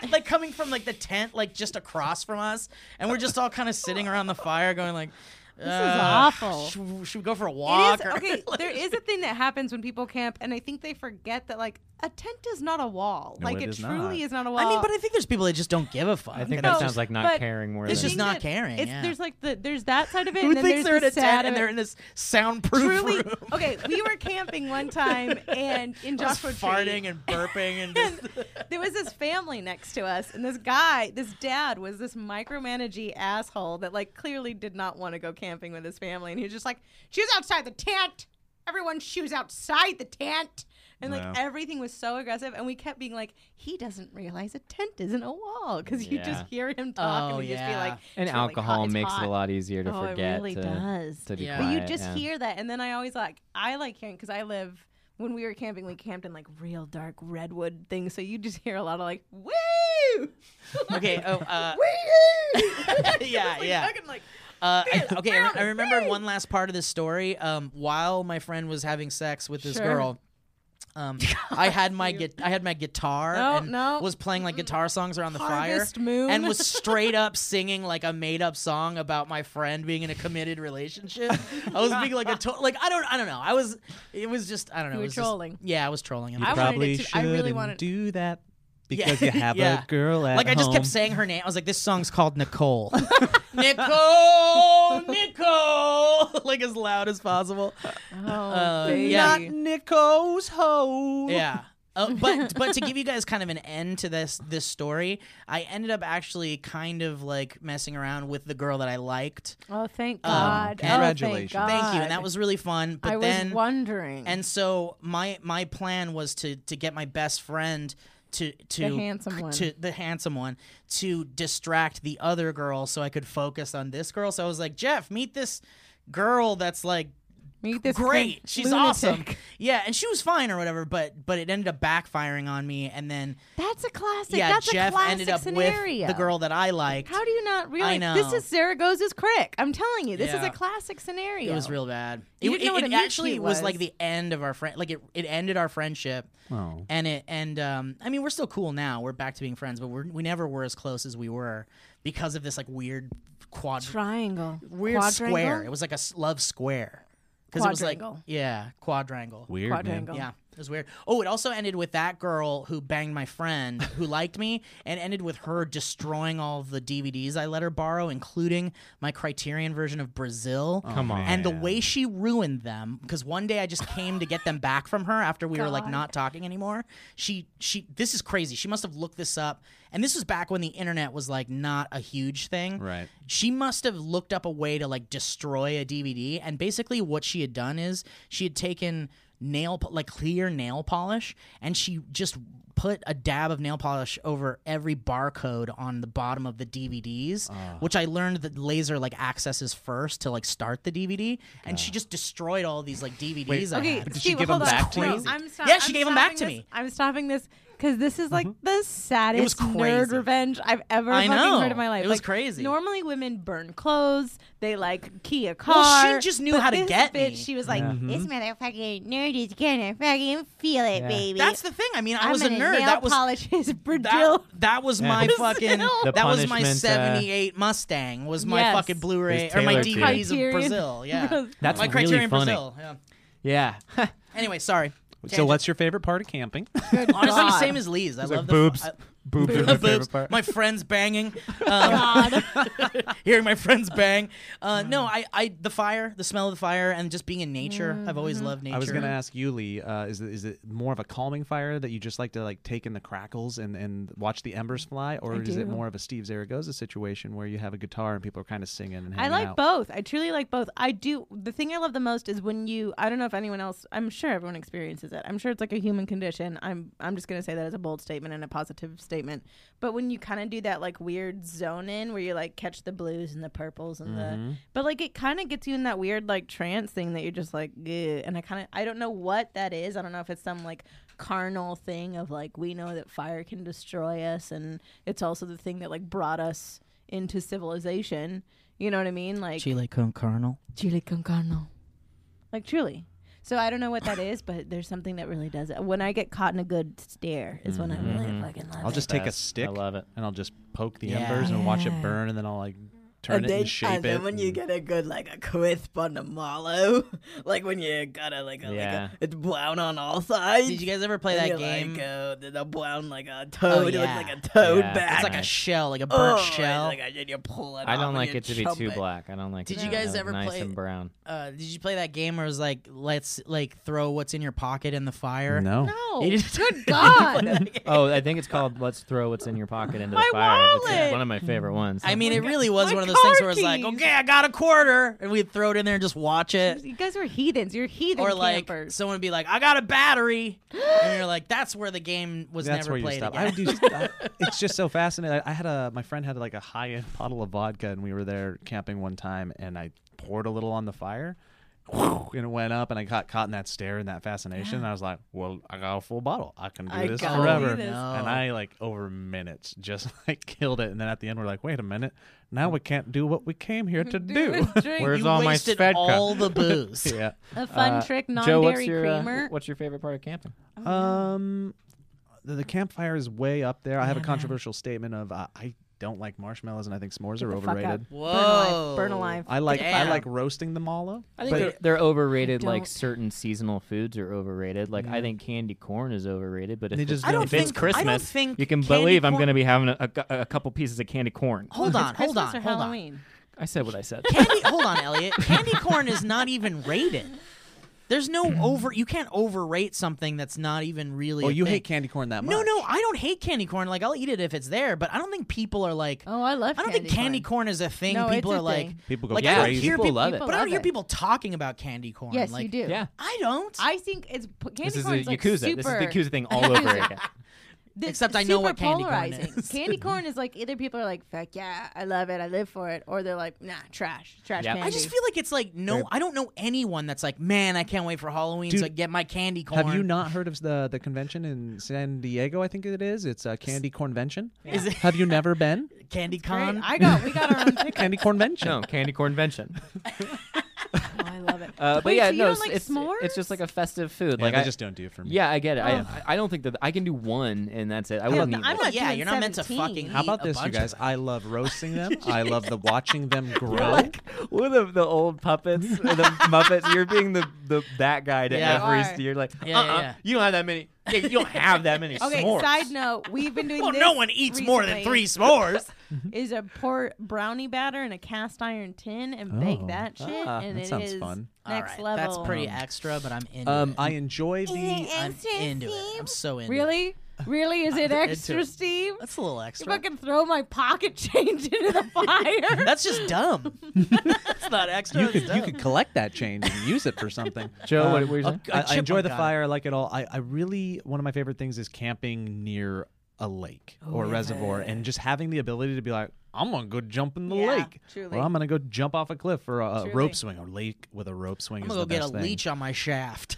[SPEAKER 5] fuck, like coming from like the tent, like just across from us, and we're just all kind of sitting around the fire, going like, "This
[SPEAKER 6] is
[SPEAKER 5] "Ah,
[SPEAKER 6] awful."
[SPEAKER 5] Should, should we go for a
[SPEAKER 6] It
[SPEAKER 5] walk?
[SPEAKER 6] is,
[SPEAKER 5] or- [LAUGHS]
[SPEAKER 6] okay, there is a thing that happens when people camp, and I think they forget that like a tent is not a wall.
[SPEAKER 9] No,
[SPEAKER 6] like
[SPEAKER 9] it
[SPEAKER 6] it,
[SPEAKER 9] is
[SPEAKER 6] truly
[SPEAKER 9] not.
[SPEAKER 6] is not a wall.
[SPEAKER 5] I mean, but I think there's people that just don't give a fuck.
[SPEAKER 8] I
[SPEAKER 5] and
[SPEAKER 8] think that
[SPEAKER 5] it's
[SPEAKER 8] sounds
[SPEAKER 5] just-
[SPEAKER 8] like not
[SPEAKER 6] but
[SPEAKER 8] caring more
[SPEAKER 5] It's
[SPEAKER 8] than
[SPEAKER 5] just
[SPEAKER 6] thing
[SPEAKER 5] not
[SPEAKER 6] that-
[SPEAKER 5] caring,
[SPEAKER 6] It's,
[SPEAKER 5] yeah.
[SPEAKER 6] There's like the there's that side of it,
[SPEAKER 5] Who
[SPEAKER 6] and then there's
[SPEAKER 5] thinks they're in
[SPEAKER 6] the
[SPEAKER 5] a
[SPEAKER 6] sad
[SPEAKER 5] tent and
[SPEAKER 6] of it.
[SPEAKER 5] they're in this soundproof
[SPEAKER 6] Truly,
[SPEAKER 5] room?
[SPEAKER 6] okay. We were camping one
[SPEAKER 5] [LAUGHS]
[SPEAKER 6] time, and in
[SPEAKER 5] Just
[SPEAKER 6] Joshua Tree,
[SPEAKER 5] farting and burping
[SPEAKER 6] [LAUGHS]
[SPEAKER 5] and just
[SPEAKER 6] there was this family next to us, and this guy, this dad, was this micromanagey asshole that like clearly did not want to go camping with his family, and he was just like, "Shoes outside the tent, everyone, shoes outside the tent." And like
[SPEAKER 9] Wow.
[SPEAKER 6] everything was so aggressive, and we kept being like, "He doesn't realize a tent isn't a wall," because you
[SPEAKER 8] Yeah.
[SPEAKER 6] just hear him talk,
[SPEAKER 5] Oh,
[SPEAKER 6] and you just be
[SPEAKER 5] yeah.
[SPEAKER 6] like,
[SPEAKER 8] And
[SPEAKER 6] "It's really
[SPEAKER 8] alcohol
[SPEAKER 6] hot, it's
[SPEAKER 8] makes it
[SPEAKER 6] hot."
[SPEAKER 8] a lot easier to
[SPEAKER 6] Oh, it
[SPEAKER 8] forget.
[SPEAKER 6] really
[SPEAKER 8] to,
[SPEAKER 6] dows.
[SPEAKER 8] to be
[SPEAKER 5] Yeah.
[SPEAKER 6] But you
[SPEAKER 8] quiet,
[SPEAKER 6] just
[SPEAKER 8] yeah.
[SPEAKER 6] hear that, and then I always like I like hearing because I live when we were camping, we camped in like real dark redwood things, so you just hear a lot of like woo,
[SPEAKER 5] [LAUGHS]
[SPEAKER 6] [LAUGHS]
[SPEAKER 5] Okay. Oh, uh,
[SPEAKER 6] [LAUGHS]
[SPEAKER 5] [LAUGHS] yeah,
[SPEAKER 6] like,
[SPEAKER 5] yeah.
[SPEAKER 6] fucking, like
[SPEAKER 5] Uh, I, okay, I, I remember one last part of this story. Um, while my friend was having sex with this
[SPEAKER 6] Sure.
[SPEAKER 5] girl, um, I
[SPEAKER 6] [LAUGHS]
[SPEAKER 5] had my gui- I had my guitar
[SPEAKER 6] No,
[SPEAKER 5] and
[SPEAKER 6] no.
[SPEAKER 5] was playing like guitar songs around the
[SPEAKER 6] Harvest
[SPEAKER 5] fire
[SPEAKER 6] Moon. [LAUGHS]
[SPEAKER 5] and was straight up singing like a made up song about my friend being in a
[SPEAKER 6] [LAUGHS]
[SPEAKER 5] committed relationship. I was being like a to- like I don't I don't know. I was it was just I don't know.
[SPEAKER 6] You
[SPEAKER 5] it
[SPEAKER 6] were
[SPEAKER 5] was just-
[SPEAKER 6] trolling.
[SPEAKER 5] yeah, I was trolling. him.
[SPEAKER 6] I wanted it
[SPEAKER 9] Probably
[SPEAKER 6] to- I really
[SPEAKER 9] shouldn't
[SPEAKER 6] wanted-
[SPEAKER 9] do that. because you have
[SPEAKER 5] yeah.
[SPEAKER 9] a girl at
[SPEAKER 5] Like I just
[SPEAKER 9] home.
[SPEAKER 5] kept saying her name. I was like, this song's called
[SPEAKER 9] [LAUGHS]
[SPEAKER 5] Nicole. Nicole, Nicole, [LAUGHS] like as loud as possible.
[SPEAKER 6] Oh,
[SPEAKER 5] Uh,
[SPEAKER 6] baby.
[SPEAKER 5] yeah.
[SPEAKER 9] Not Nicole's hoe.
[SPEAKER 5] Yeah. Uh, but but to give you guys kind of an end to this this story, I ended up actually kind of like messing around with the girl that I liked.
[SPEAKER 6] Oh, thank God. Oh, thank
[SPEAKER 9] congratulations.
[SPEAKER 6] God.
[SPEAKER 5] Thank you, and that was really fun. But
[SPEAKER 6] I was
[SPEAKER 5] then
[SPEAKER 6] wondering.
[SPEAKER 5] and so my my plan was to to get my best friend to to
[SPEAKER 6] The handsome one.
[SPEAKER 5] to the handsome one to distract the other girl so I could focus on this girl. So I was like, Jeff, meet this girl that's like
[SPEAKER 6] Meet this
[SPEAKER 5] great.
[SPEAKER 6] freak
[SPEAKER 5] She's
[SPEAKER 6] lunatic.
[SPEAKER 5] awesome. Yeah, and she was fine or whatever, but but it ended up backfiring on me and then
[SPEAKER 6] That's a classic.
[SPEAKER 5] yeah,
[SPEAKER 6] That's
[SPEAKER 5] Jeff
[SPEAKER 6] a classic
[SPEAKER 5] ended up
[SPEAKER 6] scenario.
[SPEAKER 5] with the girl that I liked.
[SPEAKER 6] How do you not realize
[SPEAKER 5] know.
[SPEAKER 6] this is Sarah Goes' crick? I'm telling you, this is
[SPEAKER 5] Yeah.
[SPEAKER 6] a classic scenario.
[SPEAKER 5] it was real bad.
[SPEAKER 6] You
[SPEAKER 5] it
[SPEAKER 6] didn't know
[SPEAKER 5] it-
[SPEAKER 6] what
[SPEAKER 5] it
[SPEAKER 6] a meat
[SPEAKER 5] actually
[SPEAKER 6] cute
[SPEAKER 5] was. like
[SPEAKER 6] was.
[SPEAKER 5] the end of our friend. Like it, it ended our friendship.
[SPEAKER 9] Oh.
[SPEAKER 5] And it and um, I mean we're still cool now. We're back to being friends, but we're, we never were as close as we were because of this like weird quad
[SPEAKER 6] triangle.
[SPEAKER 5] weird
[SPEAKER 6] Quadrangle?
[SPEAKER 5] square. It was like a s- love square because it was like
[SPEAKER 6] Quadrangle.
[SPEAKER 5] yeah quadrangle.
[SPEAKER 9] Weird,
[SPEAKER 6] Quadrangle.
[SPEAKER 5] Yeah, it was weird. Oh, it also ended with that girl who banged my friend who liked me, and ended with her destroying all of the DVDs I let her borrow, including my Criterion version of Brazil.
[SPEAKER 8] Oh, Come on.
[SPEAKER 5] And the way she ruined them, because one day I just came to get them back from her after we were like not talking anymore. She she this is crazy. She must have looked this up. And this was back when the internet was like not a huge thing.
[SPEAKER 9] Right.
[SPEAKER 5] She must have looked up a way to like destroy a DVD. And basically what she had done is she had taken nail po- like clear nail polish and she just put a dab of nail polish over every barcode on the bottom of the DVDs which I learned that laser like accesses first to like start the DVD and she just destroyed all these like DVDs I
[SPEAKER 6] Okay,
[SPEAKER 5] had.
[SPEAKER 9] But did she
[SPEAKER 6] Steve,
[SPEAKER 9] give
[SPEAKER 6] hold
[SPEAKER 9] them
[SPEAKER 6] on.
[SPEAKER 9] back to
[SPEAKER 6] No,
[SPEAKER 9] you?
[SPEAKER 6] I'm sto-
[SPEAKER 5] Yeah, she
[SPEAKER 6] I'm
[SPEAKER 5] gave them back
[SPEAKER 6] stopping
[SPEAKER 5] to
[SPEAKER 6] this-
[SPEAKER 5] me.
[SPEAKER 6] I'm stopping this because this is like the saddest nerd
[SPEAKER 5] Mm-hmm. crazy.
[SPEAKER 6] revenge I've ever
[SPEAKER 5] I
[SPEAKER 6] fucking
[SPEAKER 5] know.
[SPEAKER 6] heard in my life.
[SPEAKER 5] It was
[SPEAKER 6] Like,
[SPEAKER 5] crazy.
[SPEAKER 6] Normally, women burn clothes. They like key a car.
[SPEAKER 5] Well, she just knew
[SPEAKER 6] but
[SPEAKER 5] how to
[SPEAKER 6] this
[SPEAKER 5] get
[SPEAKER 6] bitch,
[SPEAKER 5] me.
[SPEAKER 6] She was like,
[SPEAKER 5] Mm-hmm.
[SPEAKER 2] This motherfucking nerd is gonna fucking feel it,
[SPEAKER 8] Yeah.
[SPEAKER 2] baby.
[SPEAKER 5] That's the thing. I mean, I
[SPEAKER 2] I'm
[SPEAKER 5] was a
[SPEAKER 2] gonna
[SPEAKER 5] nerd.
[SPEAKER 2] nail
[SPEAKER 5] That was
[SPEAKER 2] polish his
[SPEAKER 5] that,
[SPEAKER 2] Brazil.
[SPEAKER 5] that was
[SPEAKER 8] Yeah.
[SPEAKER 5] my
[SPEAKER 6] [LAUGHS]
[SPEAKER 8] Brazil.
[SPEAKER 5] fucking
[SPEAKER 8] The
[SPEAKER 5] that was my
[SPEAKER 8] punishment, uh,
[SPEAKER 5] 78 Mustang was my
[SPEAKER 6] Yes.
[SPEAKER 5] fucking Blu-ray
[SPEAKER 8] His
[SPEAKER 5] or my
[SPEAKER 8] Taylor
[SPEAKER 5] DVDs of
[SPEAKER 6] Criterion [LAUGHS]
[SPEAKER 5] Brazil. Yeah.
[SPEAKER 6] Brazil.
[SPEAKER 8] That's
[SPEAKER 5] my
[SPEAKER 8] really
[SPEAKER 5] Criterion
[SPEAKER 8] funny.
[SPEAKER 5] Brazil. Yeah.
[SPEAKER 8] Yeah.
[SPEAKER 5] Anyway, sorry.
[SPEAKER 9] So what's your favorite part of camping?
[SPEAKER 6] Good
[SPEAKER 5] Honestly,
[SPEAKER 6] God.
[SPEAKER 5] same as Lee's. I love the
[SPEAKER 8] boobs.
[SPEAKER 5] I-
[SPEAKER 8] Boobs
[SPEAKER 5] my boobs, my
[SPEAKER 6] [LAUGHS]
[SPEAKER 5] friends banging, um, [LAUGHS] hearing my friends bang. Uh,
[SPEAKER 6] Mm.
[SPEAKER 5] no, I, I, the fire, the smell of the fire, and just being in nature.
[SPEAKER 6] Mm,
[SPEAKER 5] I've always
[SPEAKER 6] mm-hmm.
[SPEAKER 5] loved nature.
[SPEAKER 9] I was gonna ask you, Lee. Uh, is it, is it more of a calming fire that you just like to like take in the crackles and, and watch the embers fly, or
[SPEAKER 6] I
[SPEAKER 9] is
[SPEAKER 6] do.
[SPEAKER 9] it more of a Steve Zaragoza situation where you have a guitar and people are kind of singing and
[SPEAKER 6] I
[SPEAKER 9] hanging
[SPEAKER 6] like
[SPEAKER 9] out?
[SPEAKER 6] both. I truly like both. I do. The thing I love the most is when you. I don't know if anyone else. I'm sure everyone experiences it. I'm sure it's like a human condition. I'm. I'm just gonna say that as a bold statement and a positive statement. But when you kind of do that like weird zone in where you like catch the blues and the purples and the. But like it kind of gets you in that weird like trance thing that you're just like. "Ugh," And I kind of. I don't know what that is. I don't know if it's some like carnal thing of like we know that fire can destroy us and it's also the thing that like brought us into civilization you know what I mean? Like
[SPEAKER 5] Chile con carnal.
[SPEAKER 2] Chili con carne.
[SPEAKER 6] like truly. So I don't know what that is, but there's something that really does it. When I get caught in a good stare is when I really fucking love
[SPEAKER 9] I'll
[SPEAKER 6] it.
[SPEAKER 9] just take a
[SPEAKER 8] Best.
[SPEAKER 9] stick
[SPEAKER 8] I love it.
[SPEAKER 9] and I'll just poke the
[SPEAKER 5] Yeah.
[SPEAKER 9] embers and watch it burn, and then I'll like turn it and shape it. and-
[SPEAKER 4] get a good like a crisp on the mallow, like when you gotta like a,
[SPEAKER 8] Yeah.
[SPEAKER 4] it's blown on all sides.
[SPEAKER 5] Did you guys ever play that game?
[SPEAKER 4] uh, the blown like a
[SPEAKER 5] toad. It looks yeah. like a
[SPEAKER 8] toad Yeah. back.
[SPEAKER 5] it's like a shell, like a
[SPEAKER 6] Oh,
[SPEAKER 5] burnt shell.
[SPEAKER 8] I don't like it to be too black. I don't like.
[SPEAKER 5] Did
[SPEAKER 8] it
[SPEAKER 5] you
[SPEAKER 8] to
[SPEAKER 5] guys
[SPEAKER 8] be
[SPEAKER 5] ever
[SPEAKER 8] nice
[SPEAKER 5] play-
[SPEAKER 8] and brown?
[SPEAKER 5] uh, did you play that game where it was like, let's like throw what's in your pocket in the fire?
[SPEAKER 9] No.
[SPEAKER 6] [LAUGHS] no.
[SPEAKER 5] It is-
[SPEAKER 6] Good
[SPEAKER 8] [LAUGHS]
[SPEAKER 6] God.
[SPEAKER 8] Oh, I think it's called "Let's Throw What's in Your Pocket into
[SPEAKER 6] My
[SPEAKER 8] the Fire." It's
[SPEAKER 6] wallet!
[SPEAKER 8] one of my favorite ones.
[SPEAKER 5] I mean, it really was
[SPEAKER 6] My
[SPEAKER 5] one of those things
[SPEAKER 6] car
[SPEAKER 5] where it's like,
[SPEAKER 6] keys.
[SPEAKER 5] okay, I got a quarter, and we'd throw it in there and just watch it.
[SPEAKER 6] you guys are heathens. You're heathen
[SPEAKER 5] or like
[SPEAKER 6] campers.
[SPEAKER 5] someone would be like, "I got a battery," and you're like, "That's where the game was
[SPEAKER 9] That's
[SPEAKER 5] never
[SPEAKER 9] where you
[SPEAKER 5] played
[SPEAKER 9] stop.
[SPEAKER 5] again." [LAUGHS]
[SPEAKER 9] I do. I, it's just so fascinating. I, I had a my friend had like a high end [LAUGHS] bottle of vodka, and we were there camping one time, and I poured a little on the fire, and it went up, and I got caught in that stare and that fascination. And I was like, "Well, I got a full bottle. I can do
[SPEAKER 4] I
[SPEAKER 9] this
[SPEAKER 4] gotta do
[SPEAKER 9] forever."
[SPEAKER 4] this.
[SPEAKER 5] No.
[SPEAKER 9] And I like over minutes just [LAUGHS] like killed it, and then at the end we're like, "Wait a minute, now we can't do what we
[SPEAKER 5] [LAUGHS]
[SPEAKER 9] came here to do." [LAUGHS]
[SPEAKER 8] Where's
[SPEAKER 5] you
[SPEAKER 8] all my
[SPEAKER 5] wasted
[SPEAKER 8] Svedka?
[SPEAKER 5] all the booze.
[SPEAKER 9] yeah.
[SPEAKER 6] a fun
[SPEAKER 8] Uh,
[SPEAKER 6] trick,
[SPEAKER 8] Joe,
[SPEAKER 6] non-dairy
[SPEAKER 8] what's your uh,
[SPEAKER 6] creamer.
[SPEAKER 8] what's your favorite part of camping?
[SPEAKER 9] Um, the, the campfire is way up there. I have a controversial statement of uh, I don't like marshmallows, and I think s'mores are
[SPEAKER 6] the fuck
[SPEAKER 9] overrated.
[SPEAKER 6] up. Burn alive. Burn
[SPEAKER 5] Whoa.
[SPEAKER 6] alive.
[SPEAKER 9] I like
[SPEAKER 5] Damn.
[SPEAKER 9] I like roasting them all up.
[SPEAKER 8] I think
[SPEAKER 9] but
[SPEAKER 8] they're, they're overrated. Like
[SPEAKER 6] don't-
[SPEAKER 8] certain seasonal foods are overrated. Like I think candy corn is overrated. But if,
[SPEAKER 9] They
[SPEAKER 8] it-
[SPEAKER 9] just
[SPEAKER 5] I don't
[SPEAKER 8] if it's
[SPEAKER 5] think- I don't
[SPEAKER 8] Christmas,
[SPEAKER 5] think
[SPEAKER 8] you can
[SPEAKER 5] candy
[SPEAKER 8] believe I'm
[SPEAKER 5] corn-
[SPEAKER 8] going to be having a, a cou- a couple pieces of candy corn.
[SPEAKER 5] Hold on, hold
[SPEAKER 6] Christmas
[SPEAKER 5] on,
[SPEAKER 6] or
[SPEAKER 5] hold on.
[SPEAKER 6] Halloween.
[SPEAKER 8] I said what I said.
[SPEAKER 5] Candy, hold on, Elliot. Candy corn is not even rated. There's
[SPEAKER 9] [LAUGHS]
[SPEAKER 5] no over. You can't overrate something that's not even really.
[SPEAKER 9] oh,
[SPEAKER 5] a
[SPEAKER 9] you hate
[SPEAKER 5] thing.
[SPEAKER 9] candy corn that much?
[SPEAKER 5] No, no, I don't hate candy corn. Like I'll eat it if it's there, but I don't think people are like.
[SPEAKER 6] Oh, I love.
[SPEAKER 5] I don't think candy corn. is a thing.
[SPEAKER 6] No,
[SPEAKER 5] people
[SPEAKER 6] it's
[SPEAKER 5] are
[SPEAKER 6] a
[SPEAKER 5] like.
[SPEAKER 6] thing.
[SPEAKER 9] People go
[SPEAKER 5] Like, I don't
[SPEAKER 9] crazy.
[SPEAKER 5] hear people,
[SPEAKER 8] love it.
[SPEAKER 5] but I
[SPEAKER 6] love
[SPEAKER 5] don't hear
[SPEAKER 6] it.
[SPEAKER 5] people talking about candy corn.
[SPEAKER 6] Yes,
[SPEAKER 5] like,
[SPEAKER 6] you do.
[SPEAKER 8] Yeah.
[SPEAKER 5] I don't.
[SPEAKER 6] I think it's p- candy
[SPEAKER 8] This is a
[SPEAKER 6] corn. like
[SPEAKER 8] Yakuza.
[SPEAKER 6] super,
[SPEAKER 8] This is the Yakuza thing all over
[SPEAKER 6] Yakuza.
[SPEAKER 8] again.
[SPEAKER 6] th-
[SPEAKER 5] Except I know
[SPEAKER 6] super
[SPEAKER 5] what candy corn
[SPEAKER 6] polarizing.
[SPEAKER 5] is.
[SPEAKER 6] candy corn is like either people are like, "Fuck yeah, I love it, I live for it," or they're like, "Nah, trash, trash
[SPEAKER 8] Yep. I
[SPEAKER 6] candy."
[SPEAKER 5] I just feel like it's like no. I don't know anyone that's like, man, I can't wait for Halloween
[SPEAKER 9] Dude,
[SPEAKER 5] to get my candy corn.
[SPEAKER 9] Have you not heard of the the convention in San Diego? I think it is. It's a candy cornvention.
[SPEAKER 6] [LAUGHS]
[SPEAKER 5] Is it
[SPEAKER 9] Have you
[SPEAKER 5] [LAUGHS]
[SPEAKER 9] never been?
[SPEAKER 5] candy
[SPEAKER 6] Great.
[SPEAKER 5] corn?
[SPEAKER 6] I got we
[SPEAKER 9] [LAUGHS]
[SPEAKER 6] got our own. pick.
[SPEAKER 9] Candy cornvention.
[SPEAKER 8] No, candy cornvention.
[SPEAKER 6] Oh, I love it.
[SPEAKER 8] Uh, but
[SPEAKER 6] Wait,
[SPEAKER 8] yeah,
[SPEAKER 6] so you
[SPEAKER 8] no,
[SPEAKER 6] don't
[SPEAKER 8] it's,
[SPEAKER 6] like
[SPEAKER 8] it's,
[SPEAKER 6] s'mores?
[SPEAKER 8] it's just like a festive food.
[SPEAKER 9] Yeah,
[SPEAKER 8] like
[SPEAKER 9] they
[SPEAKER 8] I
[SPEAKER 9] just don't do it for me.
[SPEAKER 8] Yeah, I get it. I I I don't think that I can do one and that's it. I wouldn't.
[SPEAKER 6] I'm
[SPEAKER 8] Even,
[SPEAKER 6] not
[SPEAKER 5] yeah,
[SPEAKER 6] doing
[SPEAKER 5] you're not meant to
[SPEAKER 6] 17.
[SPEAKER 5] fucking.
[SPEAKER 9] How about
[SPEAKER 5] eat a
[SPEAKER 9] this, you
[SPEAKER 5] bunch
[SPEAKER 9] guys?
[SPEAKER 5] of-
[SPEAKER 9] I love
[SPEAKER 5] [LAUGHS]
[SPEAKER 9] roasting them. I love the watching them grow.
[SPEAKER 8] One of the old puppets, or [LAUGHS] the Muppets. You're being the, the that guy to
[SPEAKER 5] Yeah.
[SPEAKER 8] every.
[SPEAKER 6] You
[SPEAKER 8] st- You're like,
[SPEAKER 5] Yeah,
[SPEAKER 8] uh-uh,
[SPEAKER 5] yeah, yeah.
[SPEAKER 8] you don't have that many. yeah, You don't have that many
[SPEAKER 6] [LAUGHS] Okay,
[SPEAKER 8] s'mores.
[SPEAKER 6] side note, we've been doing
[SPEAKER 5] [LAUGHS] Well,
[SPEAKER 6] this
[SPEAKER 5] no one eats more than
[SPEAKER 6] recently. [LAUGHS]
[SPEAKER 5] three s'mores.
[SPEAKER 6] is a pour brownie batter in a cast iron tin and
[SPEAKER 9] Oh.
[SPEAKER 6] bake that shit.
[SPEAKER 8] Ah,
[SPEAKER 6] and
[SPEAKER 9] that
[SPEAKER 6] it
[SPEAKER 9] sounds
[SPEAKER 6] is
[SPEAKER 9] fun.
[SPEAKER 6] Next
[SPEAKER 5] All right,
[SPEAKER 6] level.
[SPEAKER 5] That's pretty extra, but I'm into
[SPEAKER 9] Um,
[SPEAKER 5] it.
[SPEAKER 9] I
[SPEAKER 5] [LAUGHS]
[SPEAKER 9] enjoy the.
[SPEAKER 5] I'm into it. I'm so into it.
[SPEAKER 6] Really? Really?
[SPEAKER 5] [LAUGHS]
[SPEAKER 6] Is it
[SPEAKER 5] into
[SPEAKER 6] extra,
[SPEAKER 5] it.
[SPEAKER 6] Steve?
[SPEAKER 5] That's a little
[SPEAKER 6] You
[SPEAKER 5] extra.
[SPEAKER 6] fucking throw my pocket [LAUGHS] change into
[SPEAKER 5] [LAUGHS]
[SPEAKER 6] the fire.
[SPEAKER 5] That's just dumb.
[SPEAKER 6] [LAUGHS]
[SPEAKER 5] That's not extra.
[SPEAKER 9] You
[SPEAKER 5] that's
[SPEAKER 9] could
[SPEAKER 5] dumb.
[SPEAKER 9] you could collect that change and use it for something.
[SPEAKER 8] Joe, what- what were you saying?
[SPEAKER 9] I, I
[SPEAKER 5] chipmunk
[SPEAKER 9] enjoy the
[SPEAKER 5] got it.
[SPEAKER 9] fire. I like it all. I, I really one of my favorite things is camping near a lake
[SPEAKER 5] Oh,
[SPEAKER 9] or a reservoir and just having the ability to be like, I'm gonna go jump in the
[SPEAKER 6] Yeah,
[SPEAKER 9] lake,
[SPEAKER 6] truly.
[SPEAKER 9] or I'm gonna go jump off a cliff or a, a
[SPEAKER 6] Truly.
[SPEAKER 9] rope swing. A lake with a rope swing
[SPEAKER 5] I'm
[SPEAKER 9] is
[SPEAKER 5] gonna go
[SPEAKER 9] the
[SPEAKER 5] get a
[SPEAKER 9] best thing.
[SPEAKER 5] leech on my shaft.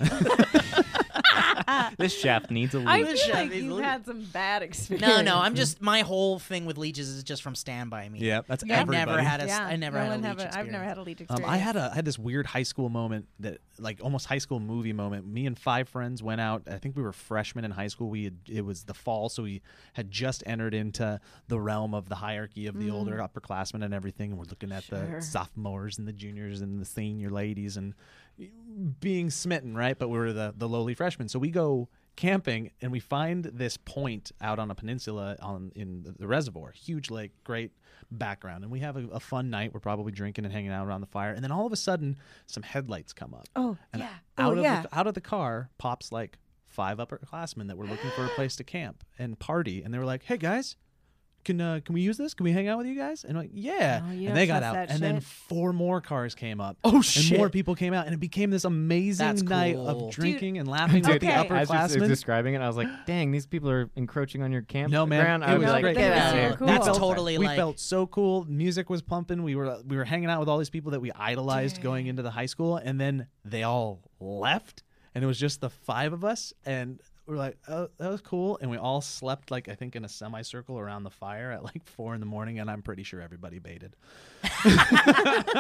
[SPEAKER 8] This shaft needs a
[SPEAKER 6] I
[SPEAKER 8] leash.
[SPEAKER 5] Leash
[SPEAKER 6] feel
[SPEAKER 5] up [LAUGHS]
[SPEAKER 6] like
[SPEAKER 5] these
[SPEAKER 6] you
[SPEAKER 5] little-
[SPEAKER 6] had some bad experience.
[SPEAKER 5] [LAUGHS] [LAUGHS] no, no. I'm just my whole thing with leeches is just from Stand By Me.
[SPEAKER 9] Yeah, that's
[SPEAKER 5] I
[SPEAKER 9] everybody.
[SPEAKER 5] never had a.
[SPEAKER 6] Yeah,
[SPEAKER 5] I never
[SPEAKER 6] no
[SPEAKER 5] had a
[SPEAKER 6] one
[SPEAKER 5] leech
[SPEAKER 6] have a- I've
[SPEAKER 5] experience.
[SPEAKER 6] never had a leech
[SPEAKER 9] Um,
[SPEAKER 6] experience.
[SPEAKER 9] I had a I had this weird high school moment that like almost high school movie moment. Me and five friends went out. I think we were freshmen in high school. We had, it was the fall, so we had just entered into the realm of the hierarchy of the older upperclassmen and everything. And we're looking at the sophomores and the juniors and the senior ladies and being smitten, right? But we were the the lowly freshmen. So we go camping and we find this point out on a peninsula on in the, the reservoir. Huge lake, great background, and we have a, a fun night. We're probably drinking and hanging out around the fire, and then all of a sudden, some headlights come up.
[SPEAKER 6] Oh,
[SPEAKER 9] and
[SPEAKER 6] yeah.
[SPEAKER 9] Out
[SPEAKER 6] Oh,
[SPEAKER 9] of
[SPEAKER 6] yeah.
[SPEAKER 9] the, out of the car pops like five upperclassmen that were looking for a place to camp and party, and they were like, "Hey guys." Can, uh, can we use this? Can we hang out with you guys? And I'm like, yeah.
[SPEAKER 6] Oh, you
[SPEAKER 9] and they
[SPEAKER 6] don't
[SPEAKER 9] got
[SPEAKER 6] trust
[SPEAKER 9] out.
[SPEAKER 6] that
[SPEAKER 9] And then
[SPEAKER 6] shit.
[SPEAKER 9] four more cars came up.
[SPEAKER 5] Oh,
[SPEAKER 9] And more
[SPEAKER 5] shit.
[SPEAKER 9] people came out, and it became this amazing
[SPEAKER 5] That's
[SPEAKER 9] night
[SPEAKER 5] cool.
[SPEAKER 9] of drinking and laughing
[SPEAKER 8] Dude,
[SPEAKER 9] with the
[SPEAKER 6] okay.
[SPEAKER 8] As you was
[SPEAKER 9] upperclassmen.
[SPEAKER 8] describing it, I was like, "Dang, these people are encroaching on your camp."
[SPEAKER 9] No man,
[SPEAKER 8] ground." I
[SPEAKER 9] it
[SPEAKER 8] was
[SPEAKER 9] was
[SPEAKER 8] like,
[SPEAKER 9] great.
[SPEAKER 6] "Get
[SPEAKER 5] Yeah,
[SPEAKER 6] out of here."
[SPEAKER 9] We
[SPEAKER 6] Oh, Cool.
[SPEAKER 5] That's
[SPEAKER 9] felt-
[SPEAKER 5] totally
[SPEAKER 9] We
[SPEAKER 5] like [LAUGHS]
[SPEAKER 9] felt so cool. Music was pumping. We were we were hanging out with all these people that we idolized going into the high school, and then they all left, and it was just the five of us, and we're like, oh, that was cool, and we all slept like I think in a semicircle around the fire at like four in the morning, and I'm pretty sure everybody baited.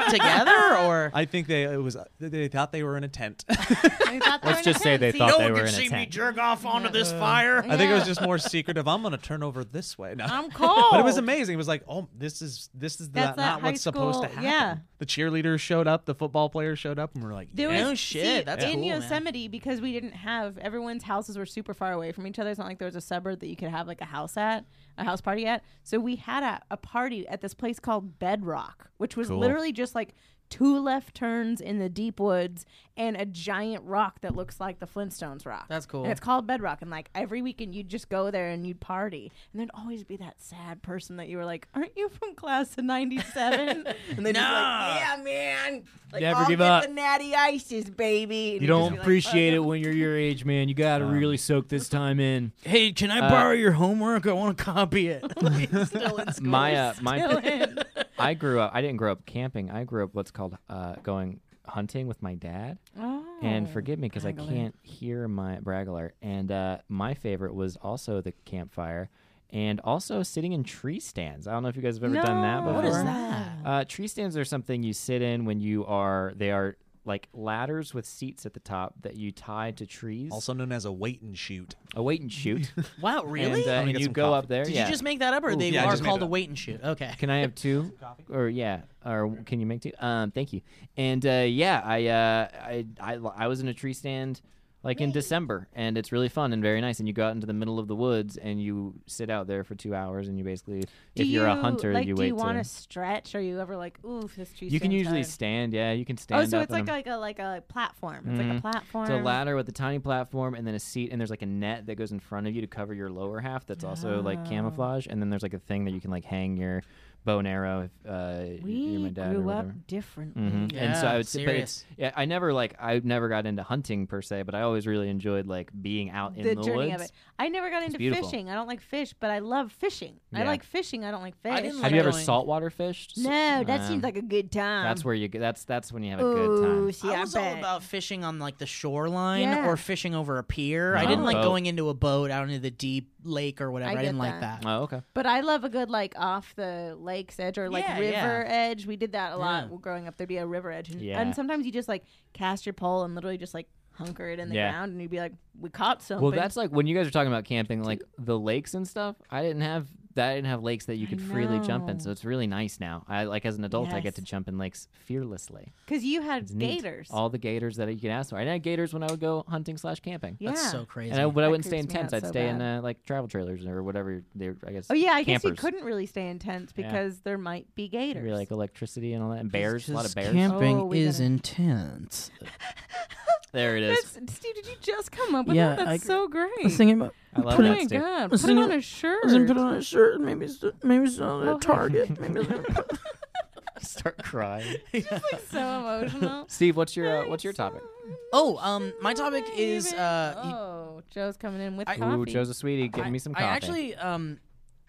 [SPEAKER 5] together or
[SPEAKER 9] [LAUGHS] I think they it was they thought they were in a tent. [LAUGHS]
[SPEAKER 8] [LAUGHS] Let's just say they thought they were in a tent.
[SPEAKER 5] jerk off onto this fire.
[SPEAKER 9] I think it was just more secretive. I'm gonna turn over this way now.
[SPEAKER 5] [LAUGHS]
[SPEAKER 6] I'm cold.
[SPEAKER 9] But it was amazing. It was like, oh, this is this is
[SPEAKER 6] That's
[SPEAKER 9] not, not
[SPEAKER 6] that high
[SPEAKER 9] what's supposed to
[SPEAKER 6] school-
[SPEAKER 9] happen.
[SPEAKER 6] yeah.
[SPEAKER 9] The cheerleaders showed up, the football players showed up, and we were like,
[SPEAKER 6] There
[SPEAKER 5] Yeah.
[SPEAKER 6] was
[SPEAKER 5] Oh, shit,
[SPEAKER 6] see,
[SPEAKER 5] that's
[SPEAKER 6] in
[SPEAKER 5] cool, man.
[SPEAKER 6] Yosemite because we didn't have everyone's houses were super far away from each other. It's not like there was a suburb that you could have like a house at a house party at. So we had a, a party at this place called Bedrock, which was literally just like two left turns in the deep woods and a giant rock that looks like the Flintstones rock.
[SPEAKER 5] That's cool.
[SPEAKER 6] And it's called Bedrock, and like every weekend you'd just go there and you'd party, and there'd always be that sad person that you were like, "Aren't you from class of
[SPEAKER 5] [LAUGHS]
[SPEAKER 6] '97?" and they'd just be
[SPEAKER 5] No.
[SPEAKER 6] like, "Yeah, man." Like,
[SPEAKER 8] Never
[SPEAKER 6] I'll
[SPEAKER 8] give
[SPEAKER 6] get
[SPEAKER 8] up.
[SPEAKER 6] the natty ices, baby. And
[SPEAKER 8] You
[SPEAKER 6] you'd just
[SPEAKER 8] don't
[SPEAKER 6] be like,
[SPEAKER 8] appreciate it when you're your age, man. You got to
[SPEAKER 9] Um,
[SPEAKER 8] really soak this time in.
[SPEAKER 5] Hey, can
[SPEAKER 9] Uh,
[SPEAKER 5] I borrow your homework? I want to copy it.
[SPEAKER 8] [LAUGHS]
[SPEAKER 5] Still in school.
[SPEAKER 8] My uh, my
[SPEAKER 5] [LAUGHS]
[SPEAKER 6] "Dylan."
[SPEAKER 8] I grew up. I didn't grow up camping. I grew up what's called uh, going hunting with my dad. And
[SPEAKER 5] Oh,
[SPEAKER 8] forgive me because I can't hear my braggalar. And uh, my favorite was also the campfire, and also sitting in tree stands. I don't know if you guys have ever done that
[SPEAKER 6] No.
[SPEAKER 8] before.
[SPEAKER 5] What is that?
[SPEAKER 8] Uh, tree stands are something you sit in when you are. They are like ladders with seats at the top that you tie to trees.
[SPEAKER 9] also known as a wait and shoot.
[SPEAKER 8] a wait and
[SPEAKER 9] [LAUGHS]
[SPEAKER 8] shoot.
[SPEAKER 5] [LAUGHS] Wow, really?
[SPEAKER 8] And, uh,
[SPEAKER 9] I'm gonna
[SPEAKER 8] and
[SPEAKER 9] get
[SPEAKER 8] you
[SPEAKER 9] some
[SPEAKER 8] go
[SPEAKER 9] coffee.
[SPEAKER 8] up there.
[SPEAKER 5] Did
[SPEAKER 8] yeah.
[SPEAKER 5] you just make that up, or
[SPEAKER 9] Ooh,
[SPEAKER 5] they
[SPEAKER 9] yeah, I
[SPEAKER 5] are
[SPEAKER 9] just made
[SPEAKER 5] called
[SPEAKER 9] it
[SPEAKER 5] a
[SPEAKER 9] up.
[SPEAKER 5] wait and shoot? Okay.
[SPEAKER 8] Can I have two? Or yeah, or can you make two? Um, thank you. And uh, yeah, I, uh, I I I was in a tree stand like in December, and it's really fun and very nice. And you go out into the middle of the woods and you sit out there for two hours, and you basically,
[SPEAKER 6] Do
[SPEAKER 8] if you're a
[SPEAKER 6] you-
[SPEAKER 8] hunter,
[SPEAKER 6] like,
[SPEAKER 8] you
[SPEAKER 6] do
[SPEAKER 8] wait.
[SPEAKER 6] you want to
[SPEAKER 8] to,
[SPEAKER 6] stretch? Are you ever like, ooh, this tree?
[SPEAKER 8] you can
[SPEAKER 6] stands
[SPEAKER 8] usually
[SPEAKER 6] tired.
[SPEAKER 8] stand. Yeah, you can stand.
[SPEAKER 6] Oh, so
[SPEAKER 8] up
[SPEAKER 6] it's
[SPEAKER 8] and
[SPEAKER 6] like
[SPEAKER 8] I'm-
[SPEAKER 6] like a like a platform. It's like
[SPEAKER 8] Mhm.
[SPEAKER 6] a platform.
[SPEAKER 8] It's a ladder with a tiny platform and then a seat, and there's like a net that goes in front of you to cover your lower half. That's also like camouflage, and then there's like a thing that you can like hang your bow and arrow if uh,
[SPEAKER 6] We
[SPEAKER 8] you're my dad or
[SPEAKER 6] grew up
[SPEAKER 8] whatever.
[SPEAKER 6] differently.
[SPEAKER 8] hmm and so
[SPEAKER 5] Yeah,
[SPEAKER 8] I would say, but it's,
[SPEAKER 5] serious.
[SPEAKER 8] yeah, I never like I never got into hunting per se, but I always really enjoyed like being out in
[SPEAKER 6] the,
[SPEAKER 8] the,
[SPEAKER 6] journey
[SPEAKER 8] woods.
[SPEAKER 6] of it. I never got into
[SPEAKER 8] beautiful.
[SPEAKER 6] fishing. I don't like fish, but I love fishing. I
[SPEAKER 8] Yeah.
[SPEAKER 6] like fishing. I don't like fish.
[SPEAKER 5] I didn't
[SPEAKER 8] Have you ever
[SPEAKER 5] Really?
[SPEAKER 8] saltwater fished?
[SPEAKER 6] no, that
[SPEAKER 8] Um,
[SPEAKER 6] seems like a good time.
[SPEAKER 8] that's where you g- that's that's when you have a good time.
[SPEAKER 6] Ooh, see,
[SPEAKER 5] I
[SPEAKER 6] I,
[SPEAKER 5] was all
[SPEAKER 6] bet.
[SPEAKER 5] about fishing on like the shoreline
[SPEAKER 6] Yeah.
[SPEAKER 5] or fishing over a pier. I
[SPEAKER 8] No.
[SPEAKER 5] didn't like
[SPEAKER 8] Oh. Boat.
[SPEAKER 5] going into a boat out into the deep lake or whatever. I,
[SPEAKER 6] I
[SPEAKER 5] didn't
[SPEAKER 6] get
[SPEAKER 5] like
[SPEAKER 6] that.
[SPEAKER 5] that.
[SPEAKER 8] Oh, okay.
[SPEAKER 6] But I love a good like off the lake's edge or like
[SPEAKER 5] Yeah,
[SPEAKER 6] river
[SPEAKER 5] yeah.
[SPEAKER 6] edge. We did that a lot
[SPEAKER 5] Yeah.
[SPEAKER 6] growing up. There'd be a river edge, and,
[SPEAKER 8] Yeah.
[SPEAKER 6] and sometimes you just like cast your pole and literally just like hunker it in the
[SPEAKER 8] Yeah.
[SPEAKER 6] ground, and you'd be like, "We caught something."
[SPEAKER 8] Well, that's like when you guys are talking about camping, like the lakes and stuff. I didn't have that. I didn't have lakes that you
[SPEAKER 6] I
[SPEAKER 8] could freely jump in,
[SPEAKER 6] know.
[SPEAKER 8] so it's really nice now. I like as an adult, I get
[SPEAKER 6] Yes.
[SPEAKER 8] to jump in lakes fearlessly.
[SPEAKER 6] because you had
[SPEAKER 8] It's neat.
[SPEAKER 6] gators.
[SPEAKER 8] all the gators that you can ask for. I didn't have gators when I would go hunting slash camping.
[SPEAKER 6] yeah.
[SPEAKER 5] That's so crazy.
[SPEAKER 8] And I, but I
[SPEAKER 6] That
[SPEAKER 8] wouldn't stay in
[SPEAKER 6] creeps me out
[SPEAKER 8] tents. I'd
[SPEAKER 6] so
[SPEAKER 8] stay in
[SPEAKER 6] bad.
[SPEAKER 8] uh, like travel trailers or whatever. They're I guess.
[SPEAKER 6] Oh yeah, I guess
[SPEAKER 8] campers.
[SPEAKER 6] you couldn't really stay in tents
[SPEAKER 8] Yeah.
[SPEAKER 6] because there might be gators.
[SPEAKER 8] Maybe, like electricity and all that, and bears. A lot of bears.
[SPEAKER 5] Camping
[SPEAKER 6] Oh, we
[SPEAKER 5] is
[SPEAKER 6] gotta-
[SPEAKER 8] [LAUGHS]
[SPEAKER 5] intense.
[SPEAKER 8] There it is.
[SPEAKER 6] That's, Steve, did you just come up with
[SPEAKER 5] Yeah,
[SPEAKER 6] that?
[SPEAKER 5] I-
[SPEAKER 6] That's so great.
[SPEAKER 5] thinking about
[SPEAKER 8] I love
[SPEAKER 6] oh
[SPEAKER 8] that.
[SPEAKER 6] my
[SPEAKER 8] Steve.
[SPEAKER 6] god,
[SPEAKER 5] was
[SPEAKER 6] put it
[SPEAKER 5] thinking-
[SPEAKER 6] on a shirt. [LAUGHS]
[SPEAKER 5] on a shirt and maybe it's, maybe it's on
[SPEAKER 8] [LAUGHS]
[SPEAKER 6] a Oh.
[SPEAKER 5] target. Maybe it's
[SPEAKER 8] Start
[SPEAKER 9] [LAUGHS]
[SPEAKER 8] crying.
[SPEAKER 6] so
[SPEAKER 8] [LAUGHS]
[SPEAKER 6] emotional.
[SPEAKER 8] Steve, what's your uh, what's your topic?
[SPEAKER 5] oh, um, my [LAUGHS] topic is uh, y-
[SPEAKER 6] oh, Joe's coming in with
[SPEAKER 5] I-
[SPEAKER 6] coffee.
[SPEAKER 8] Ooh, Joe's a sweetie. Give me some coffee.
[SPEAKER 5] I actually, um,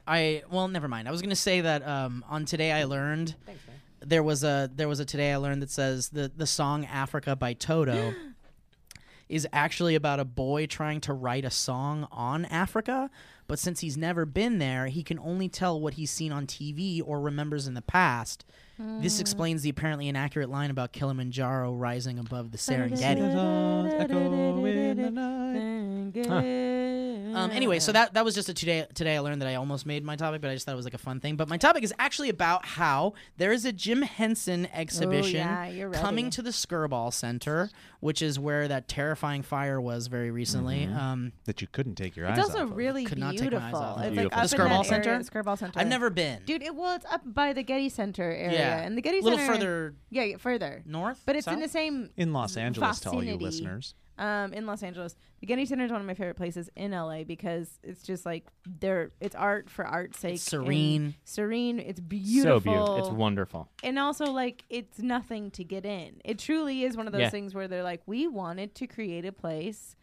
[SPEAKER 5] I well, never mind. I was gonna say that um, on today I learned there was a there was a today I learned that says the the song Africa by Toto is actually about a boy trying to write a song on Africa, but since he's never been there, he can only tell what he's seen on TV or remembers in the past. This explains the apparently inaccurate line about Kilimanjaro rising above the Serengeti.
[SPEAKER 6] [LAUGHS] Mm,
[SPEAKER 5] Um, anyway, so that that was just a today today I learned that I almost made my topic, but I just thought it was like a fun thing. But my topic is actually about how there is a Jim Henson exhibition
[SPEAKER 6] Oh, yeah, you're ready.
[SPEAKER 5] coming to the Skirball Center, which is where that terrifying fire was very recently.
[SPEAKER 9] Mm-hmm.
[SPEAKER 5] Um,
[SPEAKER 9] That you couldn't take your
[SPEAKER 6] It's
[SPEAKER 9] eyes
[SPEAKER 6] also
[SPEAKER 9] off. of.
[SPEAKER 6] really
[SPEAKER 5] Could not
[SPEAKER 6] beautiful.
[SPEAKER 5] take my eyes off of it.
[SPEAKER 6] It's
[SPEAKER 8] Beautiful.
[SPEAKER 6] like up
[SPEAKER 5] The
[SPEAKER 6] in
[SPEAKER 5] Skirball
[SPEAKER 6] that
[SPEAKER 5] Center?
[SPEAKER 6] Area, Skirball Center.
[SPEAKER 5] I've never been.
[SPEAKER 6] Dude, it, well, it's up by the Getty Center area,
[SPEAKER 5] Yeah.
[SPEAKER 6] and the Getty
[SPEAKER 5] little
[SPEAKER 6] Center
[SPEAKER 5] further
[SPEAKER 6] Yeah, yeah, further.
[SPEAKER 5] north,
[SPEAKER 6] But it's in
[SPEAKER 5] south?
[SPEAKER 6] the same
[SPEAKER 9] in Los Angeles to all you
[SPEAKER 6] vicinity.
[SPEAKER 9] listeners.
[SPEAKER 6] um, in Los Angeles. The Getty Center is one of my favorite places in LA because it's just like they're it's art for art's sake.
[SPEAKER 5] It's
[SPEAKER 6] and
[SPEAKER 5] serene.
[SPEAKER 6] serene. It's beautiful.
[SPEAKER 8] so beautiful. It's wonderful.
[SPEAKER 6] and also like it's nothing to get in. It truly is one of those
[SPEAKER 8] Yeah.
[SPEAKER 6] things where they're like, we wanted to create a place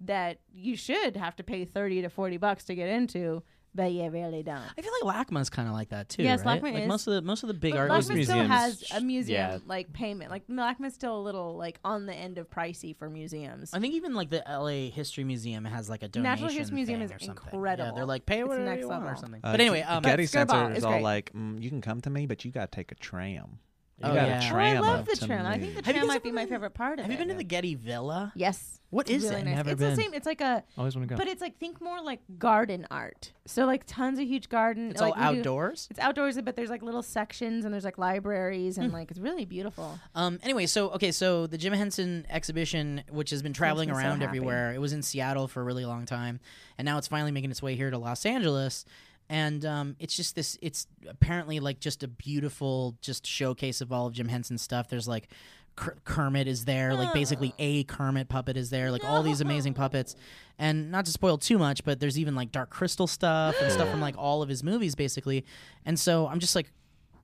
[SPEAKER 6] that you should have to pay thirty to forty bucks to get into, but you really don't.
[SPEAKER 5] I feel like LACMA's kind of like that too.
[SPEAKER 6] Yes,
[SPEAKER 5] right?
[SPEAKER 6] LACMA
[SPEAKER 5] like
[SPEAKER 6] is.
[SPEAKER 5] most of the most of the big
[SPEAKER 6] But
[SPEAKER 5] art
[SPEAKER 6] LACMA
[SPEAKER 5] museums.
[SPEAKER 6] still has a museum
[SPEAKER 8] Yeah.
[SPEAKER 6] like payment. Like LACMA's still a little like on the end of pricey for museums.
[SPEAKER 5] I think even like the LA History Museum has like a donation.
[SPEAKER 6] National History Museum
[SPEAKER 5] thing
[SPEAKER 6] is
[SPEAKER 5] or something. Yeah,
[SPEAKER 6] incredible.
[SPEAKER 5] they're like pay
[SPEAKER 6] It's
[SPEAKER 5] whatever
[SPEAKER 6] next
[SPEAKER 5] you want or
[SPEAKER 6] level.
[SPEAKER 5] something.
[SPEAKER 9] Uh,
[SPEAKER 5] but anyway,
[SPEAKER 9] G-
[SPEAKER 5] um,
[SPEAKER 9] Getty
[SPEAKER 6] But Skirball
[SPEAKER 9] Center is
[SPEAKER 6] is
[SPEAKER 9] all
[SPEAKER 6] great.
[SPEAKER 9] like, mm, you can come to me, but you got to take a tram. You
[SPEAKER 5] Oh, yeah. Oh,
[SPEAKER 9] got a
[SPEAKER 6] Oh,
[SPEAKER 5] I
[SPEAKER 6] I
[SPEAKER 9] tram.
[SPEAKER 6] love
[SPEAKER 9] up
[SPEAKER 6] the
[SPEAKER 9] to
[SPEAKER 6] tram. I
[SPEAKER 9] me.
[SPEAKER 6] think the
[SPEAKER 5] Have you
[SPEAKER 6] tram
[SPEAKER 5] guys
[SPEAKER 6] might be
[SPEAKER 5] ever
[SPEAKER 6] my
[SPEAKER 5] been-
[SPEAKER 6] favorite part of
[SPEAKER 5] have
[SPEAKER 6] it.
[SPEAKER 5] you been to the Getty Villa?
[SPEAKER 6] Yes.
[SPEAKER 5] What
[SPEAKER 6] It's
[SPEAKER 5] is
[SPEAKER 6] really
[SPEAKER 5] it?
[SPEAKER 6] nice.
[SPEAKER 5] Never
[SPEAKER 6] it's
[SPEAKER 5] been.
[SPEAKER 6] the same. It's like a,
[SPEAKER 8] Always want to go.
[SPEAKER 6] but it's like think more like garden art. So like tons of huge garden.
[SPEAKER 5] It's
[SPEAKER 6] like
[SPEAKER 5] all
[SPEAKER 6] we do-
[SPEAKER 5] outdoors.
[SPEAKER 6] it's outdoors, but there's like little sections and there's like libraries
[SPEAKER 5] Hmm.
[SPEAKER 6] and like it's really beautiful.
[SPEAKER 5] Um. Anyway, so okay, so the Jim Henson exhibition, which has been traveling
[SPEAKER 6] me so
[SPEAKER 5] around
[SPEAKER 6] happy.
[SPEAKER 5] everywhere, it was in Seattle for a really long time, and now it's finally making its way here to Los Angeles. And um, it's just this. It's apparently like just a beautiful, just showcase of all of Jim Henson's stuff. There's like Ker- Kermit is there, like basically a Kermit puppet is there, like all these amazing puppets. And not to spoil too much, but there's even like Dark Crystal stuff and stuff from like all of his movies, basically. And so I'm just like,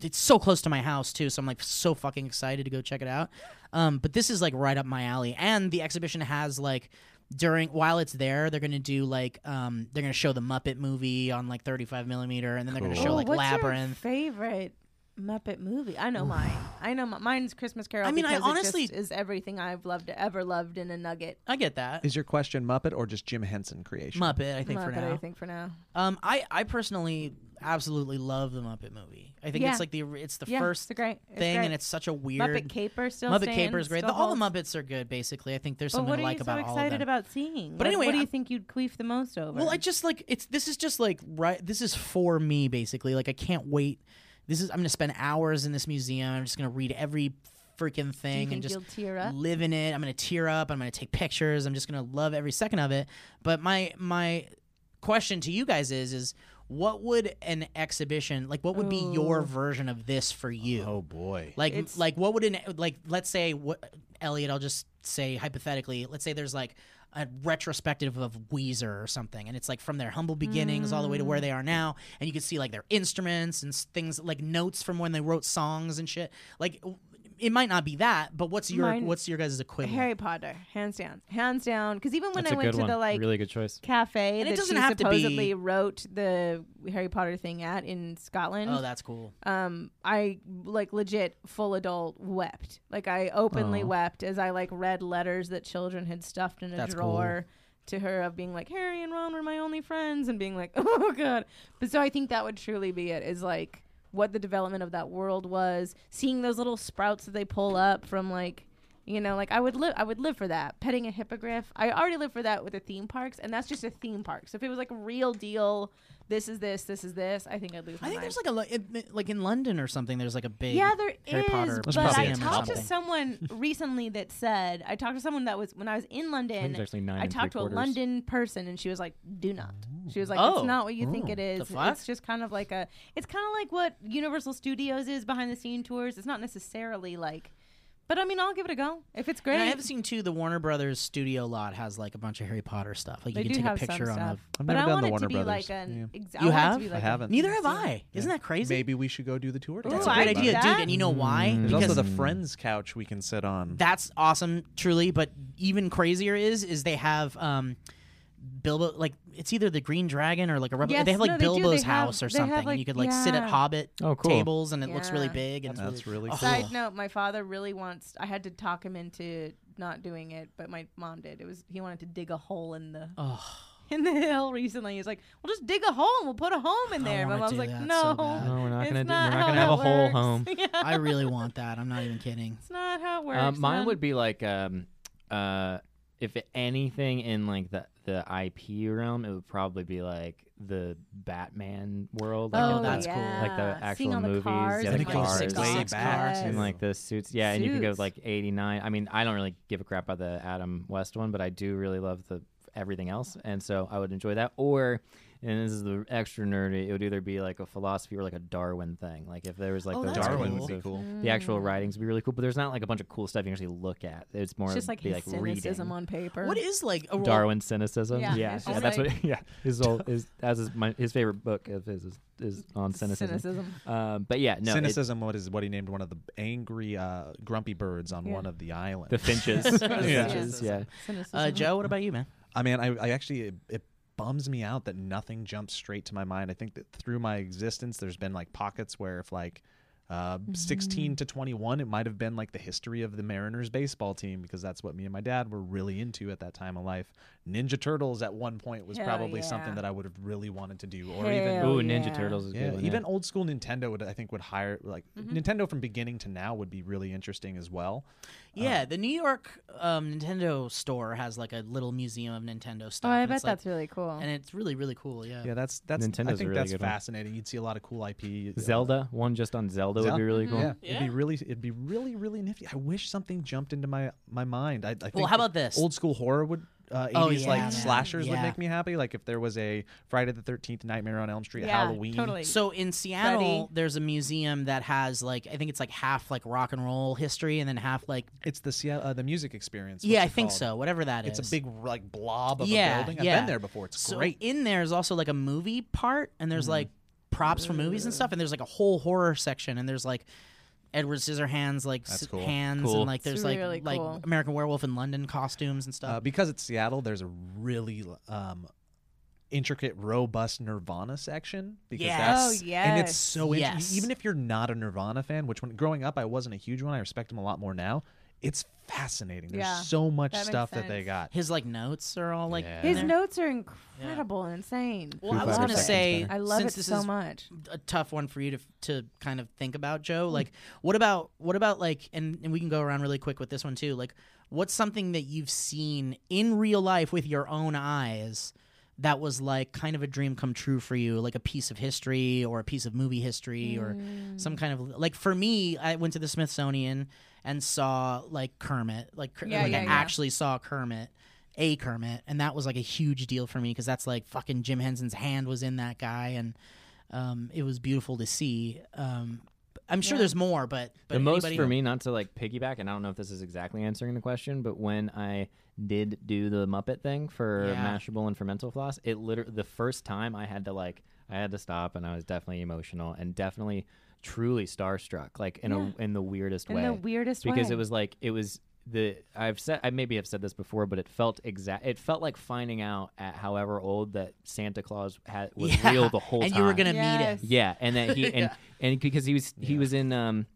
[SPEAKER 5] it's so close to my house too, so I'm like so fucking excited to go check it out. Um, but this is like right up my alley, and the exhibition has like during while it's there, they're gonna do like um, they're gonna show the Muppet movie on like 35 millimeter, and then they're gonna show
[SPEAKER 6] Oh,
[SPEAKER 5] like
[SPEAKER 6] what's
[SPEAKER 5] Labyrinth.
[SPEAKER 6] Your favorite Muppet movie. I
[SPEAKER 5] [SIGHS]
[SPEAKER 6] know mine. I know my, mine's Christmas Carol.
[SPEAKER 5] I mean, I
[SPEAKER 6] because it
[SPEAKER 5] honestly-
[SPEAKER 6] just is everything I've loved ever loved in a nugget.
[SPEAKER 5] I get that.
[SPEAKER 9] Is your question Muppet or just Jim Henson creation?
[SPEAKER 5] Muppet, I think
[SPEAKER 6] Muppet,
[SPEAKER 5] for now.
[SPEAKER 6] I think for now.
[SPEAKER 5] Um, I I personally absolutely love the Muppet movie. I think
[SPEAKER 6] Yeah.
[SPEAKER 5] it's like the it's the
[SPEAKER 6] Yeah,
[SPEAKER 5] first
[SPEAKER 6] it's great. It's
[SPEAKER 5] thing,
[SPEAKER 6] great.
[SPEAKER 5] and it's such a weird
[SPEAKER 6] Muppet Caper still.
[SPEAKER 5] Muppet
[SPEAKER 6] stands,
[SPEAKER 5] Caper's great.
[SPEAKER 6] still
[SPEAKER 5] The- all the
[SPEAKER 6] holds.
[SPEAKER 5] Muppets are good, basically. I think there's
[SPEAKER 6] But
[SPEAKER 5] something
[SPEAKER 6] what
[SPEAKER 5] to
[SPEAKER 6] are you
[SPEAKER 5] like
[SPEAKER 6] so
[SPEAKER 5] about all of
[SPEAKER 6] excited
[SPEAKER 5] them.
[SPEAKER 6] about seeing?
[SPEAKER 5] But
[SPEAKER 6] What-
[SPEAKER 5] anyway,
[SPEAKER 6] what do you
[SPEAKER 5] I'm-
[SPEAKER 6] think you'd queef the most over?
[SPEAKER 5] Well, I just like it's. This is just like right. This is for me, basically. Like I can't wait. This is. I'm gonna spend hours in this museum. I'm just gonna read every freaking
[SPEAKER 6] do you
[SPEAKER 5] thing and
[SPEAKER 6] think
[SPEAKER 5] just
[SPEAKER 6] you'll tear up?
[SPEAKER 5] live in it. I'm gonna tear up. I'm gonna take pictures. I'm just gonna love every second of it. But my my question to you guys is is what would an exhibition like? What would be your
[SPEAKER 6] Ooh.
[SPEAKER 5] version of this for you?
[SPEAKER 9] Oh boy.
[SPEAKER 5] like
[SPEAKER 6] It's-
[SPEAKER 5] like what would an like let's say what Elliot? I'll just say hypothetically. Let's say there's like a retrospective of Weezer or something, and it's like from their humble beginnings all the way to
[SPEAKER 6] Mm.
[SPEAKER 5] where they are now, and you can see like their instruments and s- things like notes from when they wrote songs and shit. Like w- it might not be that, but what's your
[SPEAKER 6] Mine-
[SPEAKER 5] what's your guys' equivalent?
[SPEAKER 6] Harry Potter, hands down, hands down. Because even when
[SPEAKER 8] That's
[SPEAKER 6] I
[SPEAKER 8] a
[SPEAKER 6] went
[SPEAKER 8] good
[SPEAKER 6] to
[SPEAKER 8] one.
[SPEAKER 6] the like
[SPEAKER 8] really good choice.
[SPEAKER 6] cafe
[SPEAKER 5] And it
[SPEAKER 6] that
[SPEAKER 5] doesn't
[SPEAKER 6] she
[SPEAKER 5] have to be-
[SPEAKER 6] supposedly wrote the Harry Potter thing at in Scotland,
[SPEAKER 5] oh, that's cool.
[SPEAKER 6] um, I like legit full adult wept. Like I openly
[SPEAKER 8] Aw.
[SPEAKER 6] wept as I like read letters that children had stuffed in a
[SPEAKER 5] That's
[SPEAKER 6] drawer to her of being like Harry and Ron were my only friends and being like [LAUGHS] oh god. But so I think that would truly be it is like what the development of that world was, seeing those little sprouts that they pull up from like you know like I would live I would live for that. Petting a hippogriff. I already live for that with the theme parks and that's just a theme park. So if it was like real deal this is this, this is this, I think I'd lose my
[SPEAKER 5] I think
[SPEAKER 6] mind.
[SPEAKER 5] there's like a lo- it- like in London or something. There's like a big
[SPEAKER 6] Yeah, there is.
[SPEAKER 5] Harry Potter
[SPEAKER 6] But
[SPEAKER 5] museum
[SPEAKER 6] I
[SPEAKER 5] or
[SPEAKER 6] talked to
[SPEAKER 5] something.
[SPEAKER 6] someone recently that said I talked to someone that was when I was in
[SPEAKER 8] I think it's
[SPEAKER 6] London.
[SPEAKER 8] actually nine
[SPEAKER 6] I
[SPEAKER 8] and three
[SPEAKER 6] talked to a
[SPEAKER 8] quarters.
[SPEAKER 6] London person and she was like, "Do not." She was like,
[SPEAKER 5] Oh.
[SPEAKER 6] "It's not what you think it is.
[SPEAKER 5] fuck?
[SPEAKER 6] It's just kind of like a. It's kind of like what Universal Studios is behind the scene tours. It's not necessarily like, but I mean, I'll give it a go if it's great.
[SPEAKER 5] And I have seen too. The Warner Brothers studio lot has like a bunch of Harry Potter stuff. Like
[SPEAKER 6] they
[SPEAKER 5] you
[SPEAKER 6] do
[SPEAKER 5] can take a
[SPEAKER 6] have
[SPEAKER 5] picture
[SPEAKER 6] some
[SPEAKER 5] on
[SPEAKER 6] stuff,
[SPEAKER 9] I've
[SPEAKER 6] but I
[SPEAKER 9] never done the
[SPEAKER 6] want it
[SPEAKER 9] Warner
[SPEAKER 6] to be
[SPEAKER 9] Brothers.
[SPEAKER 6] like an.
[SPEAKER 9] Yeah.
[SPEAKER 6] Ex-
[SPEAKER 5] You
[SPEAKER 6] I want it
[SPEAKER 5] have?
[SPEAKER 6] to be
[SPEAKER 9] I
[SPEAKER 6] like
[SPEAKER 9] haven't.
[SPEAKER 6] A,
[SPEAKER 5] a. Neither have I. Isn't
[SPEAKER 9] Yeah.
[SPEAKER 5] that crazy?
[SPEAKER 9] Maybe we should go do the tour.
[SPEAKER 5] That's
[SPEAKER 9] together.
[SPEAKER 6] Ooh,
[SPEAKER 5] a
[SPEAKER 6] I
[SPEAKER 5] great
[SPEAKER 6] do
[SPEAKER 5] idea, dude.
[SPEAKER 6] that.
[SPEAKER 5] And you know why?
[SPEAKER 9] There's
[SPEAKER 5] Because
[SPEAKER 9] also the friends couch we can sit on.
[SPEAKER 5] that's awesome, truly. But even crazier is is they have um, Bilbo. Like it's either the Green Dragon or like a repli-
[SPEAKER 6] Yes,
[SPEAKER 5] They have like
[SPEAKER 6] no, they do. They
[SPEAKER 5] Bilbo's
[SPEAKER 6] have-
[SPEAKER 5] house or
[SPEAKER 6] they have,
[SPEAKER 5] something, and
[SPEAKER 6] like-
[SPEAKER 5] you could like sit at
[SPEAKER 6] yeah.
[SPEAKER 5] Hobbit
[SPEAKER 8] Oh, cool.
[SPEAKER 5] tables, and it looks really
[SPEAKER 6] Yeah.
[SPEAKER 5] big. And
[SPEAKER 9] That's really
[SPEAKER 5] Oh.
[SPEAKER 9] cool.
[SPEAKER 5] Cool.
[SPEAKER 6] Side note: My father really wants. I had to talk him into not doing it, but my mom did. It was he wanted to dig a hole in the
[SPEAKER 5] Oh.
[SPEAKER 6] in the [LAUGHS] hill recently. He's like, "Well, just dig a hole and we'll put a home in
[SPEAKER 5] I
[SPEAKER 6] there." My
[SPEAKER 5] wanna
[SPEAKER 6] mom's
[SPEAKER 5] do
[SPEAKER 6] like,
[SPEAKER 5] that so
[SPEAKER 6] "No,
[SPEAKER 5] bad.
[SPEAKER 8] No, we're not
[SPEAKER 6] uh, it's
[SPEAKER 8] gonna do-
[SPEAKER 6] not
[SPEAKER 8] we're not
[SPEAKER 6] how
[SPEAKER 8] gonna have
[SPEAKER 6] that
[SPEAKER 8] a whole
[SPEAKER 6] works."
[SPEAKER 8] home.
[SPEAKER 6] [LAUGHS] Yeah,
[SPEAKER 5] I really want that. I'm not even kidding.
[SPEAKER 6] it's not how it works.
[SPEAKER 8] Uh, mine
[SPEAKER 6] man.
[SPEAKER 8] would be like um, uh, if anything in like the the IP realm, it would probably be like the Batman world. Like,
[SPEAKER 6] Oh,
[SPEAKER 8] if
[SPEAKER 5] that's
[SPEAKER 8] the-
[SPEAKER 5] cool.
[SPEAKER 6] yeah.
[SPEAKER 8] Like the actual
[SPEAKER 6] Seeing all the
[SPEAKER 8] movies,
[SPEAKER 6] cars
[SPEAKER 8] yeah,
[SPEAKER 9] and
[SPEAKER 8] the
[SPEAKER 9] it goes
[SPEAKER 8] cars,
[SPEAKER 9] six way back
[SPEAKER 8] and
[SPEAKER 9] too.
[SPEAKER 8] like the suits. Yeah, and you could go with
[SPEAKER 6] Suits.
[SPEAKER 8] like eighty nine. I mean, I don't really give a crap about the Adam West one, but I do really love the everything else, and so I would enjoy that. Or and this is the extra nerdy. It would either be like a philosophy or like a Darwin thing. Like if there was like
[SPEAKER 5] Oh,
[SPEAKER 8] the
[SPEAKER 5] that's
[SPEAKER 8] Darwin
[SPEAKER 5] cool.
[SPEAKER 9] would be cool.
[SPEAKER 8] the actual writings would be really cool, but there's not like a bunch of cool stuff you can actually look at. It's more
[SPEAKER 6] It's just like
[SPEAKER 8] be
[SPEAKER 6] his
[SPEAKER 8] like
[SPEAKER 6] cynicism
[SPEAKER 8] reading.
[SPEAKER 6] on paper.
[SPEAKER 5] What is like a
[SPEAKER 8] Darwin cynicism.
[SPEAKER 6] Yeah,
[SPEAKER 8] Yeah, yeah,
[SPEAKER 6] it's just
[SPEAKER 8] that's
[SPEAKER 6] like-
[SPEAKER 8] what. [LAUGHS] Yeah, his old his as his, my, his favorite book of his is, is on cynicism.
[SPEAKER 6] cynicism?
[SPEAKER 8] Um, but yeah, no, it-
[SPEAKER 9] Cynicism what is what he named one of the angry uh, grumpy birds on
[SPEAKER 6] Yeah.
[SPEAKER 9] one of the islands.
[SPEAKER 6] [LAUGHS]
[SPEAKER 8] the finches, the
[SPEAKER 9] Yeah.
[SPEAKER 8] finches, yeah.
[SPEAKER 6] Cynicism.
[SPEAKER 5] Uh, Joe, what about you, man?
[SPEAKER 9] I mean, I, I actually it, it bums me out that nothing jumps straight to my mind. I think that through my existence, there's been like pockets where if like. Uh, 16 to 21 it might have been like the history of the mariners baseball team because that's what me and my dad were really into at that time of life ninja turtles at one point was
[SPEAKER 6] Hell
[SPEAKER 9] probably
[SPEAKER 6] yeah.
[SPEAKER 9] something that i would have really wanted to do or
[SPEAKER 6] Hell
[SPEAKER 9] even
[SPEAKER 8] Ooh, Ninja
[SPEAKER 6] yeah.
[SPEAKER 8] Turtles is a
[SPEAKER 9] yeah,
[SPEAKER 8] good. One,
[SPEAKER 9] even old school nintendo would i think would hire like
[SPEAKER 5] Mm-hmm.
[SPEAKER 9] nintendo from beginning to now would be really interesting as well Uh,
[SPEAKER 5] Yeah, the New York um, Nintendo store has like a little museum of Nintendo
[SPEAKER 6] oh,
[SPEAKER 5] stuff.
[SPEAKER 6] I
[SPEAKER 5] and
[SPEAKER 6] bet
[SPEAKER 5] it's, like-
[SPEAKER 6] that's really cool.
[SPEAKER 5] and it's really really cool. Yeah.
[SPEAKER 9] yeah that's that's
[SPEAKER 8] Nintendo's
[SPEAKER 9] i
[SPEAKER 8] a
[SPEAKER 9] think
[SPEAKER 8] really
[SPEAKER 9] that's
[SPEAKER 8] good one.
[SPEAKER 9] fascinating you'd see a lot of cool ip uh,
[SPEAKER 8] Zelda one just on Zelda would be
[SPEAKER 9] Zelda?
[SPEAKER 8] really cool.
[SPEAKER 9] Yeah,
[SPEAKER 5] Yeah.
[SPEAKER 9] it'd be really, it'd be really, really nifty. I wish something jumped into my my mind. I, I think
[SPEAKER 5] how about this?
[SPEAKER 9] Old school horror would. Uh, 80s
[SPEAKER 5] Oh,
[SPEAKER 9] like
[SPEAKER 5] yeah, man.
[SPEAKER 9] slashers
[SPEAKER 5] Yeah.
[SPEAKER 9] would make me happy. Like if there was a Friday the Thirteenth, Nightmare on Elm Street,
[SPEAKER 6] yeah,
[SPEAKER 9] Halloween.
[SPEAKER 6] totally.
[SPEAKER 5] So in Seattle,
[SPEAKER 6] Freddy.
[SPEAKER 5] there's a museum that has like I think it's like half like rock and roll history and then half like
[SPEAKER 9] It's the Seattle- uh, the music experience.
[SPEAKER 5] yeah
[SPEAKER 9] what's
[SPEAKER 5] I
[SPEAKER 9] it
[SPEAKER 5] think
[SPEAKER 9] called?
[SPEAKER 5] so whatever that is.
[SPEAKER 9] It's a big like blob of
[SPEAKER 5] yeah,
[SPEAKER 9] a building.
[SPEAKER 5] Yeah.
[SPEAKER 9] I've been there before. It's
[SPEAKER 5] So
[SPEAKER 9] great. Mm-hmm.
[SPEAKER 5] In there is also like a movie part and there's like props for movies and stuff and there's like a whole horror section and there's like Edward Scissorhands like
[SPEAKER 9] That's
[SPEAKER 5] s-
[SPEAKER 9] cool.
[SPEAKER 5] hands
[SPEAKER 8] Cool.
[SPEAKER 5] and like there's
[SPEAKER 6] It's
[SPEAKER 5] like
[SPEAKER 6] really
[SPEAKER 5] like
[SPEAKER 6] cool.
[SPEAKER 5] American Werewolf in London costumes and stuff.
[SPEAKER 9] Uh, because it's Seattle, there's a really um, intricate, robust Nirvana section because
[SPEAKER 5] Yes.
[SPEAKER 9] that's
[SPEAKER 6] Oh,
[SPEAKER 9] and it's
[SPEAKER 6] yes.
[SPEAKER 9] so interesting.
[SPEAKER 5] Yes.
[SPEAKER 9] Even if you're not a Nirvana fan, which when growing up I wasn't a huge one, I respect them a lot more now. It's fascinating. There's
[SPEAKER 6] Yeah.
[SPEAKER 9] so much
[SPEAKER 6] That makes
[SPEAKER 9] stuff that they
[SPEAKER 6] sense.
[SPEAKER 9] got.
[SPEAKER 5] His like notes are all like
[SPEAKER 9] Yeah.
[SPEAKER 5] in
[SPEAKER 6] His
[SPEAKER 5] there.
[SPEAKER 6] notes are incredible and insane.
[SPEAKER 5] Well, I
[SPEAKER 9] Foo
[SPEAKER 5] was
[SPEAKER 9] Fighters
[SPEAKER 5] gonna
[SPEAKER 9] section's
[SPEAKER 5] say,
[SPEAKER 9] better.
[SPEAKER 6] I love
[SPEAKER 5] since
[SPEAKER 6] it
[SPEAKER 5] this
[SPEAKER 6] so
[SPEAKER 5] is
[SPEAKER 6] much.
[SPEAKER 5] a tough one for you to to kind of think about, Joe. Like, what about what about like, and and we can go around really quick with this one too. Like, what's something that you've seen in real life with your own eyes that was like kind of a dream come true for you, like a piece of history or a piece of movie history or
[SPEAKER 6] Mm.
[SPEAKER 5] some kind of like. For me, I went to the Smithsonian and saw like Kermit, like, Ker-
[SPEAKER 6] Yeah,
[SPEAKER 5] like I
[SPEAKER 6] yeah, yeah.
[SPEAKER 5] actually saw Kermit. A Kermit, and that was like a huge deal for me because that's like fucking Jim Henson's hand was in that guy, and um, it was beautiful to see. Um, I'm sure there's more, but, but
[SPEAKER 8] the most
[SPEAKER 5] anybody-
[SPEAKER 8] for me, not to like piggyback, and I don't know if this is exactly answering the question, but when I did do the Muppet thing for
[SPEAKER 5] Yeah.
[SPEAKER 8] Mashable and for Mental Floss, it literally the first time I had to like I had to stop, and I was definitely emotional and definitely truly starstruck, like in a in the weirdest
[SPEAKER 6] In
[SPEAKER 8] way,
[SPEAKER 6] the weirdest
[SPEAKER 8] because
[SPEAKER 6] way.
[SPEAKER 8] it was like it was the I've said I maybe have said this before, but it felt exact. It felt like finding out at however old that Santa Claus had was
[SPEAKER 5] [LAUGHS] Yeah,
[SPEAKER 8] real the whole
[SPEAKER 5] and
[SPEAKER 8] time.
[SPEAKER 5] you were gonna
[SPEAKER 6] Yes.
[SPEAKER 5] meet him.
[SPEAKER 8] Yeah, and
[SPEAKER 6] [LAUGHS]
[SPEAKER 8] that he and and because he was he was in um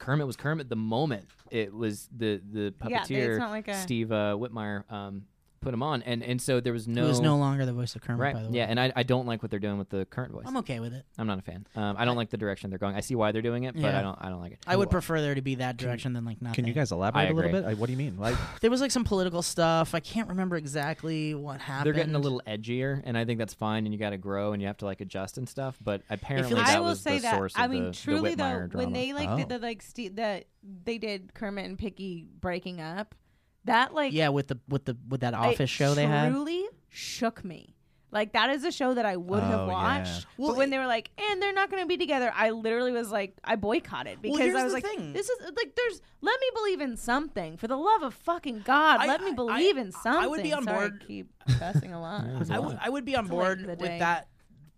[SPEAKER 8] Kermit was Kermit the moment it was the the
[SPEAKER 6] Yeah, it's
[SPEAKER 8] puppeteer
[SPEAKER 6] not like a-
[SPEAKER 8] Steve uh, Whitmire um put him on and and so there was no
[SPEAKER 5] Who is no longer the voice of Kermit,
[SPEAKER 8] right
[SPEAKER 5] by the way.
[SPEAKER 8] yeah and I, I don't like what they're doing with the current voice
[SPEAKER 6] Oh
[SPEAKER 5] I'm okay with it.
[SPEAKER 8] I'm not a fan um I don't like the direction they're going I see why they're doing it but
[SPEAKER 5] Yeah.
[SPEAKER 8] I don't I don't like it
[SPEAKER 5] I would prefer there to be that direction than like nothing.
[SPEAKER 9] Can you guys elaborate a little
[SPEAKER 8] agree.
[SPEAKER 9] bit? Like, what do you mean? Like,
[SPEAKER 5] There was like some political stuff. I can't remember exactly what happened.
[SPEAKER 8] they're getting a little edgier and I think that's fine and you got to grow and you have to like adjust and stuff but apparently
[SPEAKER 5] like-
[SPEAKER 8] that
[SPEAKER 6] I will
[SPEAKER 8] was
[SPEAKER 6] say
[SPEAKER 8] the
[SPEAKER 6] that.
[SPEAKER 8] source
[SPEAKER 6] I
[SPEAKER 8] of
[SPEAKER 6] mean,
[SPEAKER 8] the,
[SPEAKER 6] truly
[SPEAKER 8] the
[SPEAKER 6] though,
[SPEAKER 8] Whitmire
[SPEAKER 6] when
[SPEAKER 8] drama. Oh.
[SPEAKER 6] they like did the like Steve, that they did Kermit and Picky breaking up, that like
[SPEAKER 5] yeah with the with the with that
[SPEAKER 6] it
[SPEAKER 5] office show they had.
[SPEAKER 6] truly shook me. Like that is a show that I would
[SPEAKER 9] Oh,
[SPEAKER 6] have
[SPEAKER 9] yeah.
[SPEAKER 6] watched,
[SPEAKER 5] Well,
[SPEAKER 6] but when they were like, "And they're not going to be together," I literally was like, I boycotted because
[SPEAKER 5] here's
[SPEAKER 6] I was
[SPEAKER 5] the
[SPEAKER 6] like,
[SPEAKER 5] thing.
[SPEAKER 6] "This is like, there's let me believe in something for the love of fucking God,
[SPEAKER 5] I-
[SPEAKER 6] let me
[SPEAKER 5] I-
[SPEAKER 6] believe in
[SPEAKER 5] I-
[SPEAKER 6] something."
[SPEAKER 5] I would be on
[SPEAKER 6] Sorry,
[SPEAKER 5] board-
[SPEAKER 6] I keep cussing a lot.
[SPEAKER 5] I would- I would be on
[SPEAKER 6] late
[SPEAKER 5] board
[SPEAKER 6] in the
[SPEAKER 5] with
[SPEAKER 6] day.
[SPEAKER 5] that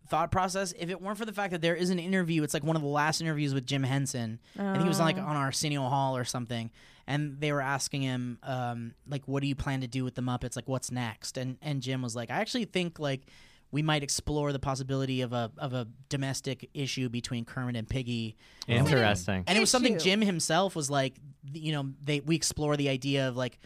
[SPEAKER 5] thought process if it weren't for the fact that there is an interview. It's like one of the last interviews with Jim Henson. I think it was on, like
[SPEAKER 6] Oh.
[SPEAKER 5] on Arsenio Hall or something, and they were asking him um, like, "What do you plan to do with the Muppets? Like, what's next?" And and Jim was like, "I actually think like." We might explore the possibility of a of a domestic issue between Kermit and Piggy,
[SPEAKER 8] interesting
[SPEAKER 5] and it was something
[SPEAKER 6] issue.
[SPEAKER 5] Jim himself was like, you know, they we explore the idea of like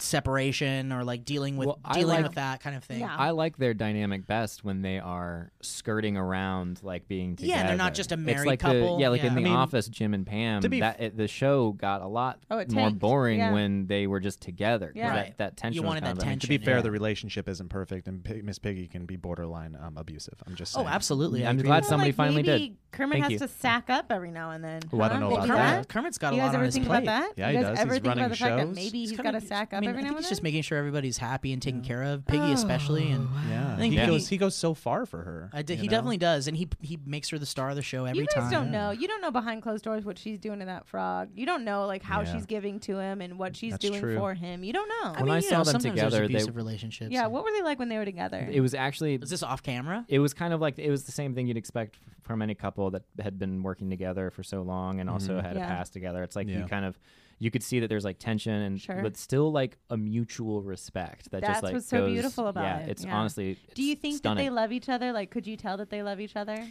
[SPEAKER 5] separation or like dealing with
[SPEAKER 8] Well, I
[SPEAKER 5] dealing
[SPEAKER 8] like-
[SPEAKER 5] with that kind of thing.
[SPEAKER 6] Yeah.
[SPEAKER 8] I like their dynamic best when they are skirting around like being together.
[SPEAKER 5] Yeah, they're not just a married
[SPEAKER 8] it's like
[SPEAKER 5] couple.
[SPEAKER 8] The, yeah, like
[SPEAKER 5] Yeah.
[SPEAKER 8] in
[SPEAKER 5] I
[SPEAKER 8] the
[SPEAKER 5] mean,
[SPEAKER 8] office, Jim and Pam.
[SPEAKER 9] to be
[SPEAKER 8] that, it, the show got a lot
[SPEAKER 6] Oh, it
[SPEAKER 8] more
[SPEAKER 6] tanked.
[SPEAKER 8] boring
[SPEAKER 6] Yeah.
[SPEAKER 8] when they were just together. 'cause
[SPEAKER 6] Yeah.
[SPEAKER 8] that, that tension. was
[SPEAKER 5] wanted
[SPEAKER 8] kind
[SPEAKER 5] that
[SPEAKER 8] of- I mean,
[SPEAKER 9] to be
[SPEAKER 5] Yeah.
[SPEAKER 9] fair, the relationship isn't perfect, and Pig- Miss Piggy can be borderline um, abusive. I'm just saying.
[SPEAKER 5] Oh, absolutely. I
[SPEAKER 8] I'm
[SPEAKER 5] agree
[SPEAKER 8] glad
[SPEAKER 5] with
[SPEAKER 8] somebody
[SPEAKER 6] like,
[SPEAKER 8] finally
[SPEAKER 6] maybe
[SPEAKER 8] did.
[SPEAKER 6] Kermit
[SPEAKER 8] Thank
[SPEAKER 6] has
[SPEAKER 8] you.
[SPEAKER 6] to sack up every now and then.
[SPEAKER 9] Ooh, I don't
[SPEAKER 6] huh?
[SPEAKER 9] know
[SPEAKER 6] They
[SPEAKER 9] about
[SPEAKER 6] do
[SPEAKER 9] that.
[SPEAKER 5] Kermit, Kermit's got
[SPEAKER 6] you
[SPEAKER 5] a
[SPEAKER 6] guys
[SPEAKER 5] lot on
[SPEAKER 6] ever
[SPEAKER 5] his
[SPEAKER 6] think
[SPEAKER 5] plate.
[SPEAKER 6] about that?
[SPEAKER 9] Yeah,
[SPEAKER 6] you
[SPEAKER 9] he
[SPEAKER 6] guys
[SPEAKER 9] does.
[SPEAKER 6] ever
[SPEAKER 9] He's
[SPEAKER 6] think about
[SPEAKER 9] running
[SPEAKER 6] the fact that
[SPEAKER 9] shows.
[SPEAKER 6] maybe
[SPEAKER 5] It's
[SPEAKER 6] he's
[SPEAKER 5] kinda-
[SPEAKER 6] got to sack up
[SPEAKER 5] I mean,
[SPEAKER 6] every
[SPEAKER 5] I
[SPEAKER 6] now
[SPEAKER 5] think
[SPEAKER 6] and
[SPEAKER 5] he's
[SPEAKER 6] then? Oh.
[SPEAKER 5] just making sure everybody's happy and taken care of. Piggy especially, and
[SPEAKER 9] Yeah,
[SPEAKER 5] I think
[SPEAKER 9] he
[SPEAKER 5] he-
[SPEAKER 9] goes. He goes so far for her.
[SPEAKER 5] I did,
[SPEAKER 9] you
[SPEAKER 5] he
[SPEAKER 9] know?
[SPEAKER 5] definitely does, and he he makes her the star of the show every
[SPEAKER 6] you guys
[SPEAKER 5] time.
[SPEAKER 6] don't know. You don't know behind closed doors what she's doing to that frog. You don't know like how
[SPEAKER 9] Yeah.
[SPEAKER 6] she's giving to him and what she's
[SPEAKER 9] That's
[SPEAKER 6] doing
[SPEAKER 9] true.
[SPEAKER 6] for him. You don't know.
[SPEAKER 5] I mean,
[SPEAKER 8] When I
[SPEAKER 5] you
[SPEAKER 8] saw
[SPEAKER 5] know,
[SPEAKER 8] them
[SPEAKER 5] sometimes there's
[SPEAKER 8] together, they-
[SPEAKER 5] abusive relationships.
[SPEAKER 6] yeah,
[SPEAKER 5] and-
[SPEAKER 6] what were they like when they were together?
[SPEAKER 8] It was actually.
[SPEAKER 5] is this off camera?
[SPEAKER 8] It was kind of like it was the same thing you'd expect f- from any couple that had been working together for so long and also had
[SPEAKER 6] Yeah.
[SPEAKER 8] a past together. It's like
[SPEAKER 9] Yeah.
[SPEAKER 8] you kind of you could see that there's like tension and
[SPEAKER 6] Sure.
[SPEAKER 8] but still like a mutual respect that
[SPEAKER 6] That's
[SPEAKER 8] just like
[SPEAKER 6] what's so
[SPEAKER 8] goes-
[SPEAKER 6] beautiful about
[SPEAKER 8] yeah,
[SPEAKER 6] it.
[SPEAKER 8] It's
[SPEAKER 6] Yeah.
[SPEAKER 8] honestly.
[SPEAKER 6] Do you
[SPEAKER 8] it's
[SPEAKER 6] think
[SPEAKER 8] stunning.
[SPEAKER 6] that they love each other? Like, could you tell that they love each other?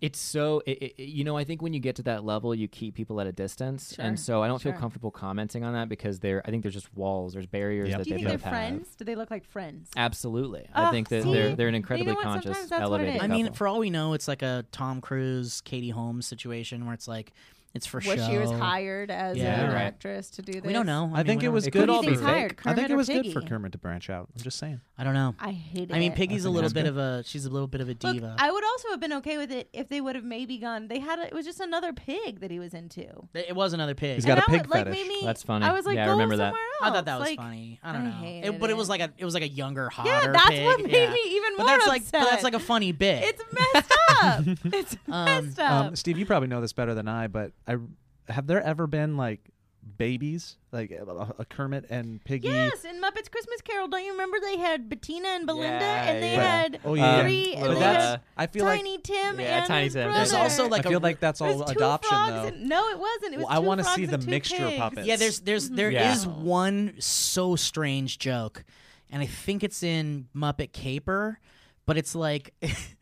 [SPEAKER 8] It's so it, it, it- you know. I think when you get to that level, you keep people at a distance, and
[SPEAKER 6] Sure,
[SPEAKER 8] so I don't
[SPEAKER 6] sure.
[SPEAKER 8] feel comfortable commenting on that because there. I think there's just walls, there's barriers
[SPEAKER 9] Yep.
[SPEAKER 8] that
[SPEAKER 6] Do you
[SPEAKER 8] they
[SPEAKER 6] think they're
[SPEAKER 8] both have.
[SPEAKER 6] friends? Do they look like friends?
[SPEAKER 8] Absolutely, I
[SPEAKER 6] Ugh,
[SPEAKER 8] think that
[SPEAKER 6] see?
[SPEAKER 8] they're they're an
[SPEAKER 6] You know
[SPEAKER 8] incredibly
[SPEAKER 6] what?
[SPEAKER 8] conscious,
[SPEAKER 6] Sometimes that's what it
[SPEAKER 8] elevated.
[SPEAKER 6] is.
[SPEAKER 5] I mean,
[SPEAKER 8] couple.
[SPEAKER 5] for all we know, it's like a Tom Cruise, Katie Holmes situation where it's like it's for
[SPEAKER 6] Was
[SPEAKER 5] show.
[SPEAKER 6] she was hired as
[SPEAKER 5] Yeah,
[SPEAKER 6] an
[SPEAKER 8] right.
[SPEAKER 6] actress to do this?
[SPEAKER 5] We don't know.
[SPEAKER 9] I,
[SPEAKER 5] mean,
[SPEAKER 9] think
[SPEAKER 5] we
[SPEAKER 9] it
[SPEAKER 5] don't-
[SPEAKER 9] was
[SPEAKER 8] could
[SPEAKER 9] good.
[SPEAKER 8] all
[SPEAKER 9] All
[SPEAKER 8] be
[SPEAKER 9] be
[SPEAKER 8] fake.
[SPEAKER 6] hired,
[SPEAKER 9] I think
[SPEAKER 6] Kermit
[SPEAKER 9] it
[SPEAKER 6] or
[SPEAKER 9] was good for
[SPEAKER 6] Piggy?
[SPEAKER 9] Kermit to branch out. I'm just saying.
[SPEAKER 5] I don't know.
[SPEAKER 6] I hate it.
[SPEAKER 5] I mean, Piggy's a
[SPEAKER 9] think
[SPEAKER 5] little
[SPEAKER 9] that's
[SPEAKER 5] bit
[SPEAKER 9] good.
[SPEAKER 5] of a she's a little bit of a
[SPEAKER 6] Look,
[SPEAKER 5] diva.
[SPEAKER 6] I would also have been okay with it if they would have maybe gone. They had a, it was just another pig that he was into.
[SPEAKER 5] it was another pig.
[SPEAKER 9] He's got
[SPEAKER 6] and
[SPEAKER 9] a
[SPEAKER 6] I
[SPEAKER 9] pig
[SPEAKER 6] would, like,
[SPEAKER 9] fetish.
[SPEAKER 6] made me-
[SPEAKER 8] That's funny.
[SPEAKER 6] I was like,
[SPEAKER 8] Yeah, I
[SPEAKER 6] go
[SPEAKER 8] remember that.
[SPEAKER 6] somewhere
[SPEAKER 5] I
[SPEAKER 6] else.
[SPEAKER 5] thought that was
[SPEAKER 6] Oh, Like,
[SPEAKER 5] funny. I don't
[SPEAKER 6] I
[SPEAKER 5] know.
[SPEAKER 6] hated
[SPEAKER 5] but it.
[SPEAKER 6] it.
[SPEAKER 5] was like a it was like a younger, hotter.
[SPEAKER 6] Yeah, that's
[SPEAKER 5] pig.
[SPEAKER 6] what made
[SPEAKER 5] Yeah.
[SPEAKER 6] me even
[SPEAKER 5] But
[SPEAKER 6] more
[SPEAKER 5] that's
[SPEAKER 6] upset.
[SPEAKER 5] like but that's like a funny bit.
[SPEAKER 6] It's messed up. it's messed up.
[SPEAKER 9] Um, Steve, you probably know this better than I, but I have there ever been like babies, like a, a Kermit and Piggy?
[SPEAKER 6] yes, in Muppets Christmas Carol, don't you remember they had Bettina and Belinda,
[SPEAKER 8] Yeah,
[SPEAKER 6] and they
[SPEAKER 8] yeah.
[SPEAKER 6] had
[SPEAKER 9] Oh, yeah.
[SPEAKER 6] three, and
[SPEAKER 8] But
[SPEAKER 6] they
[SPEAKER 8] that's-
[SPEAKER 6] had
[SPEAKER 9] I feel like
[SPEAKER 6] Tiny Tim
[SPEAKER 8] Yeah,
[SPEAKER 6] and
[SPEAKER 8] Tiny
[SPEAKER 6] his
[SPEAKER 8] Tim.
[SPEAKER 6] brother.
[SPEAKER 5] There's also like
[SPEAKER 9] I
[SPEAKER 5] a
[SPEAKER 9] feel like that's
[SPEAKER 6] It was
[SPEAKER 9] all
[SPEAKER 6] two
[SPEAKER 9] adoption
[SPEAKER 6] frogs
[SPEAKER 9] though.
[SPEAKER 6] and- no, it wasn't. It was
[SPEAKER 9] Well, I
[SPEAKER 6] want
[SPEAKER 9] wanna
[SPEAKER 6] to
[SPEAKER 9] see the mixture of
[SPEAKER 6] pigs.
[SPEAKER 9] puppets.
[SPEAKER 5] yeah. There's there's
[SPEAKER 6] Mm-hmm.
[SPEAKER 5] there is
[SPEAKER 8] Yeah.
[SPEAKER 5] one so strange joke, and I think it's in Muppet Caper. but it's like [LAUGHS]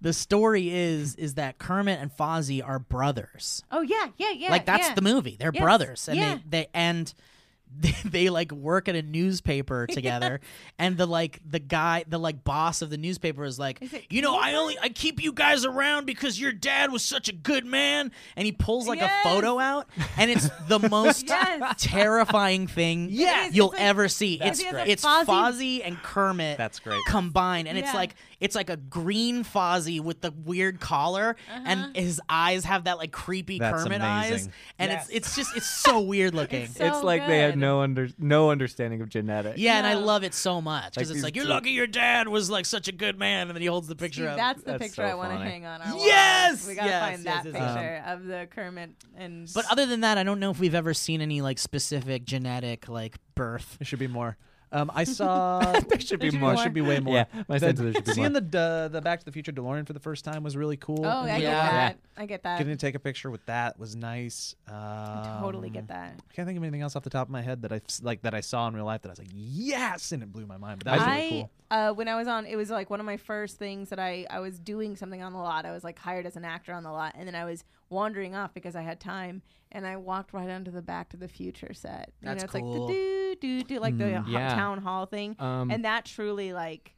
[SPEAKER 5] the story is is that Kermit and Fozzie are brothers.
[SPEAKER 6] Oh yeah, yeah, yeah.
[SPEAKER 5] like that's
[SPEAKER 6] yeah.
[SPEAKER 5] the movie. They're
[SPEAKER 6] Yes,
[SPEAKER 5] brothers, and
[SPEAKER 6] yeah.
[SPEAKER 5] they, they and [LAUGHS] they, they like work at
[SPEAKER 6] [LAUGHS]
[SPEAKER 5] a newspaper together. And the like the guy, the like boss of the newspaper is like,
[SPEAKER 6] Is it
[SPEAKER 5] you know, I only I keep you guys around because your dad was such a good man. And he pulls like
[SPEAKER 6] Yes.
[SPEAKER 5] a photo out, and it's
[SPEAKER 6] [LAUGHS]
[SPEAKER 5] the most
[SPEAKER 6] Yes.
[SPEAKER 5] terrifying thing
[SPEAKER 6] Yes. is.
[SPEAKER 5] you'll
[SPEAKER 6] It's like-
[SPEAKER 5] ever see. It's
[SPEAKER 6] That's great.
[SPEAKER 5] it's
[SPEAKER 6] Fozzie-
[SPEAKER 5] Fozzie and Kermit.
[SPEAKER 9] That's
[SPEAKER 6] [LAUGHS]
[SPEAKER 9] great.
[SPEAKER 5] Combined, and it's
[SPEAKER 6] Yeah.
[SPEAKER 5] like it's like a green Fozzie with the weird collar,
[SPEAKER 6] Uh-huh.
[SPEAKER 5] and his eyes have that like creepy
[SPEAKER 9] That's
[SPEAKER 5] Kermit eyes,
[SPEAKER 9] amazing.
[SPEAKER 5] and it's it's just it's
[SPEAKER 6] [LAUGHS]
[SPEAKER 5] so weird looking.
[SPEAKER 6] It's so
[SPEAKER 8] it's like they have
[SPEAKER 6] good.
[SPEAKER 8] no under no understanding of genetics.
[SPEAKER 5] yeah, and I
[SPEAKER 6] Yeah.
[SPEAKER 5] love it so much because
[SPEAKER 8] Like
[SPEAKER 5] it's
[SPEAKER 8] these
[SPEAKER 5] like you're
[SPEAKER 8] two-
[SPEAKER 5] lucky your dad was like such a good man, and then he holds the picture
[SPEAKER 6] Dude,
[SPEAKER 5] up.
[SPEAKER 6] that's the
[SPEAKER 8] That's
[SPEAKER 6] picture
[SPEAKER 8] so
[SPEAKER 6] I want to
[SPEAKER 8] funny.
[SPEAKER 6] hang on. Our wall.
[SPEAKER 5] Yes!
[SPEAKER 6] we gotta
[SPEAKER 5] Yes,
[SPEAKER 6] find
[SPEAKER 5] yes,
[SPEAKER 6] that
[SPEAKER 5] yes,
[SPEAKER 9] yes.
[SPEAKER 6] picture of the Kermit and.
[SPEAKER 5] But other than that, I don't know if we've ever seen any like specific genetic like birth.
[SPEAKER 9] There should be more. Um,
[SPEAKER 6] [LAUGHS]
[SPEAKER 9] I saw.
[SPEAKER 8] there should be
[SPEAKER 6] should be
[SPEAKER 8] more.
[SPEAKER 6] more.
[SPEAKER 9] should be way more.
[SPEAKER 8] Yeah, my
[SPEAKER 9] The-
[SPEAKER 8] sense of there should be
[SPEAKER 9] seeing
[SPEAKER 8] more.
[SPEAKER 9] the uh, the Back to the Future DeLorean for the first time was really cool.
[SPEAKER 6] oh, I
[SPEAKER 5] Yeah.
[SPEAKER 6] get
[SPEAKER 5] Yeah.
[SPEAKER 6] that. I get that.
[SPEAKER 9] Getting to take a picture with that was nice. Um,
[SPEAKER 6] I totally get that.
[SPEAKER 9] I can't think of anything else off the top of my head that I s- like that I saw in real life that I was like, yes, and it blew my mind. But that was
[SPEAKER 6] I
[SPEAKER 9] really cool.
[SPEAKER 6] uh, when I was on, it was like one of my first things that I I was doing something on the lot. I was like hired as an actor on the lot, and then I was wandering off because I had time, and I walked right onto the Back to the Future set. You
[SPEAKER 5] That's
[SPEAKER 6] know, it's
[SPEAKER 5] cool.
[SPEAKER 6] like the do do do, like
[SPEAKER 9] Mm,
[SPEAKER 6] the ho-
[SPEAKER 8] yeah.
[SPEAKER 6] town hall thing,
[SPEAKER 8] Um,
[SPEAKER 6] and that truly like,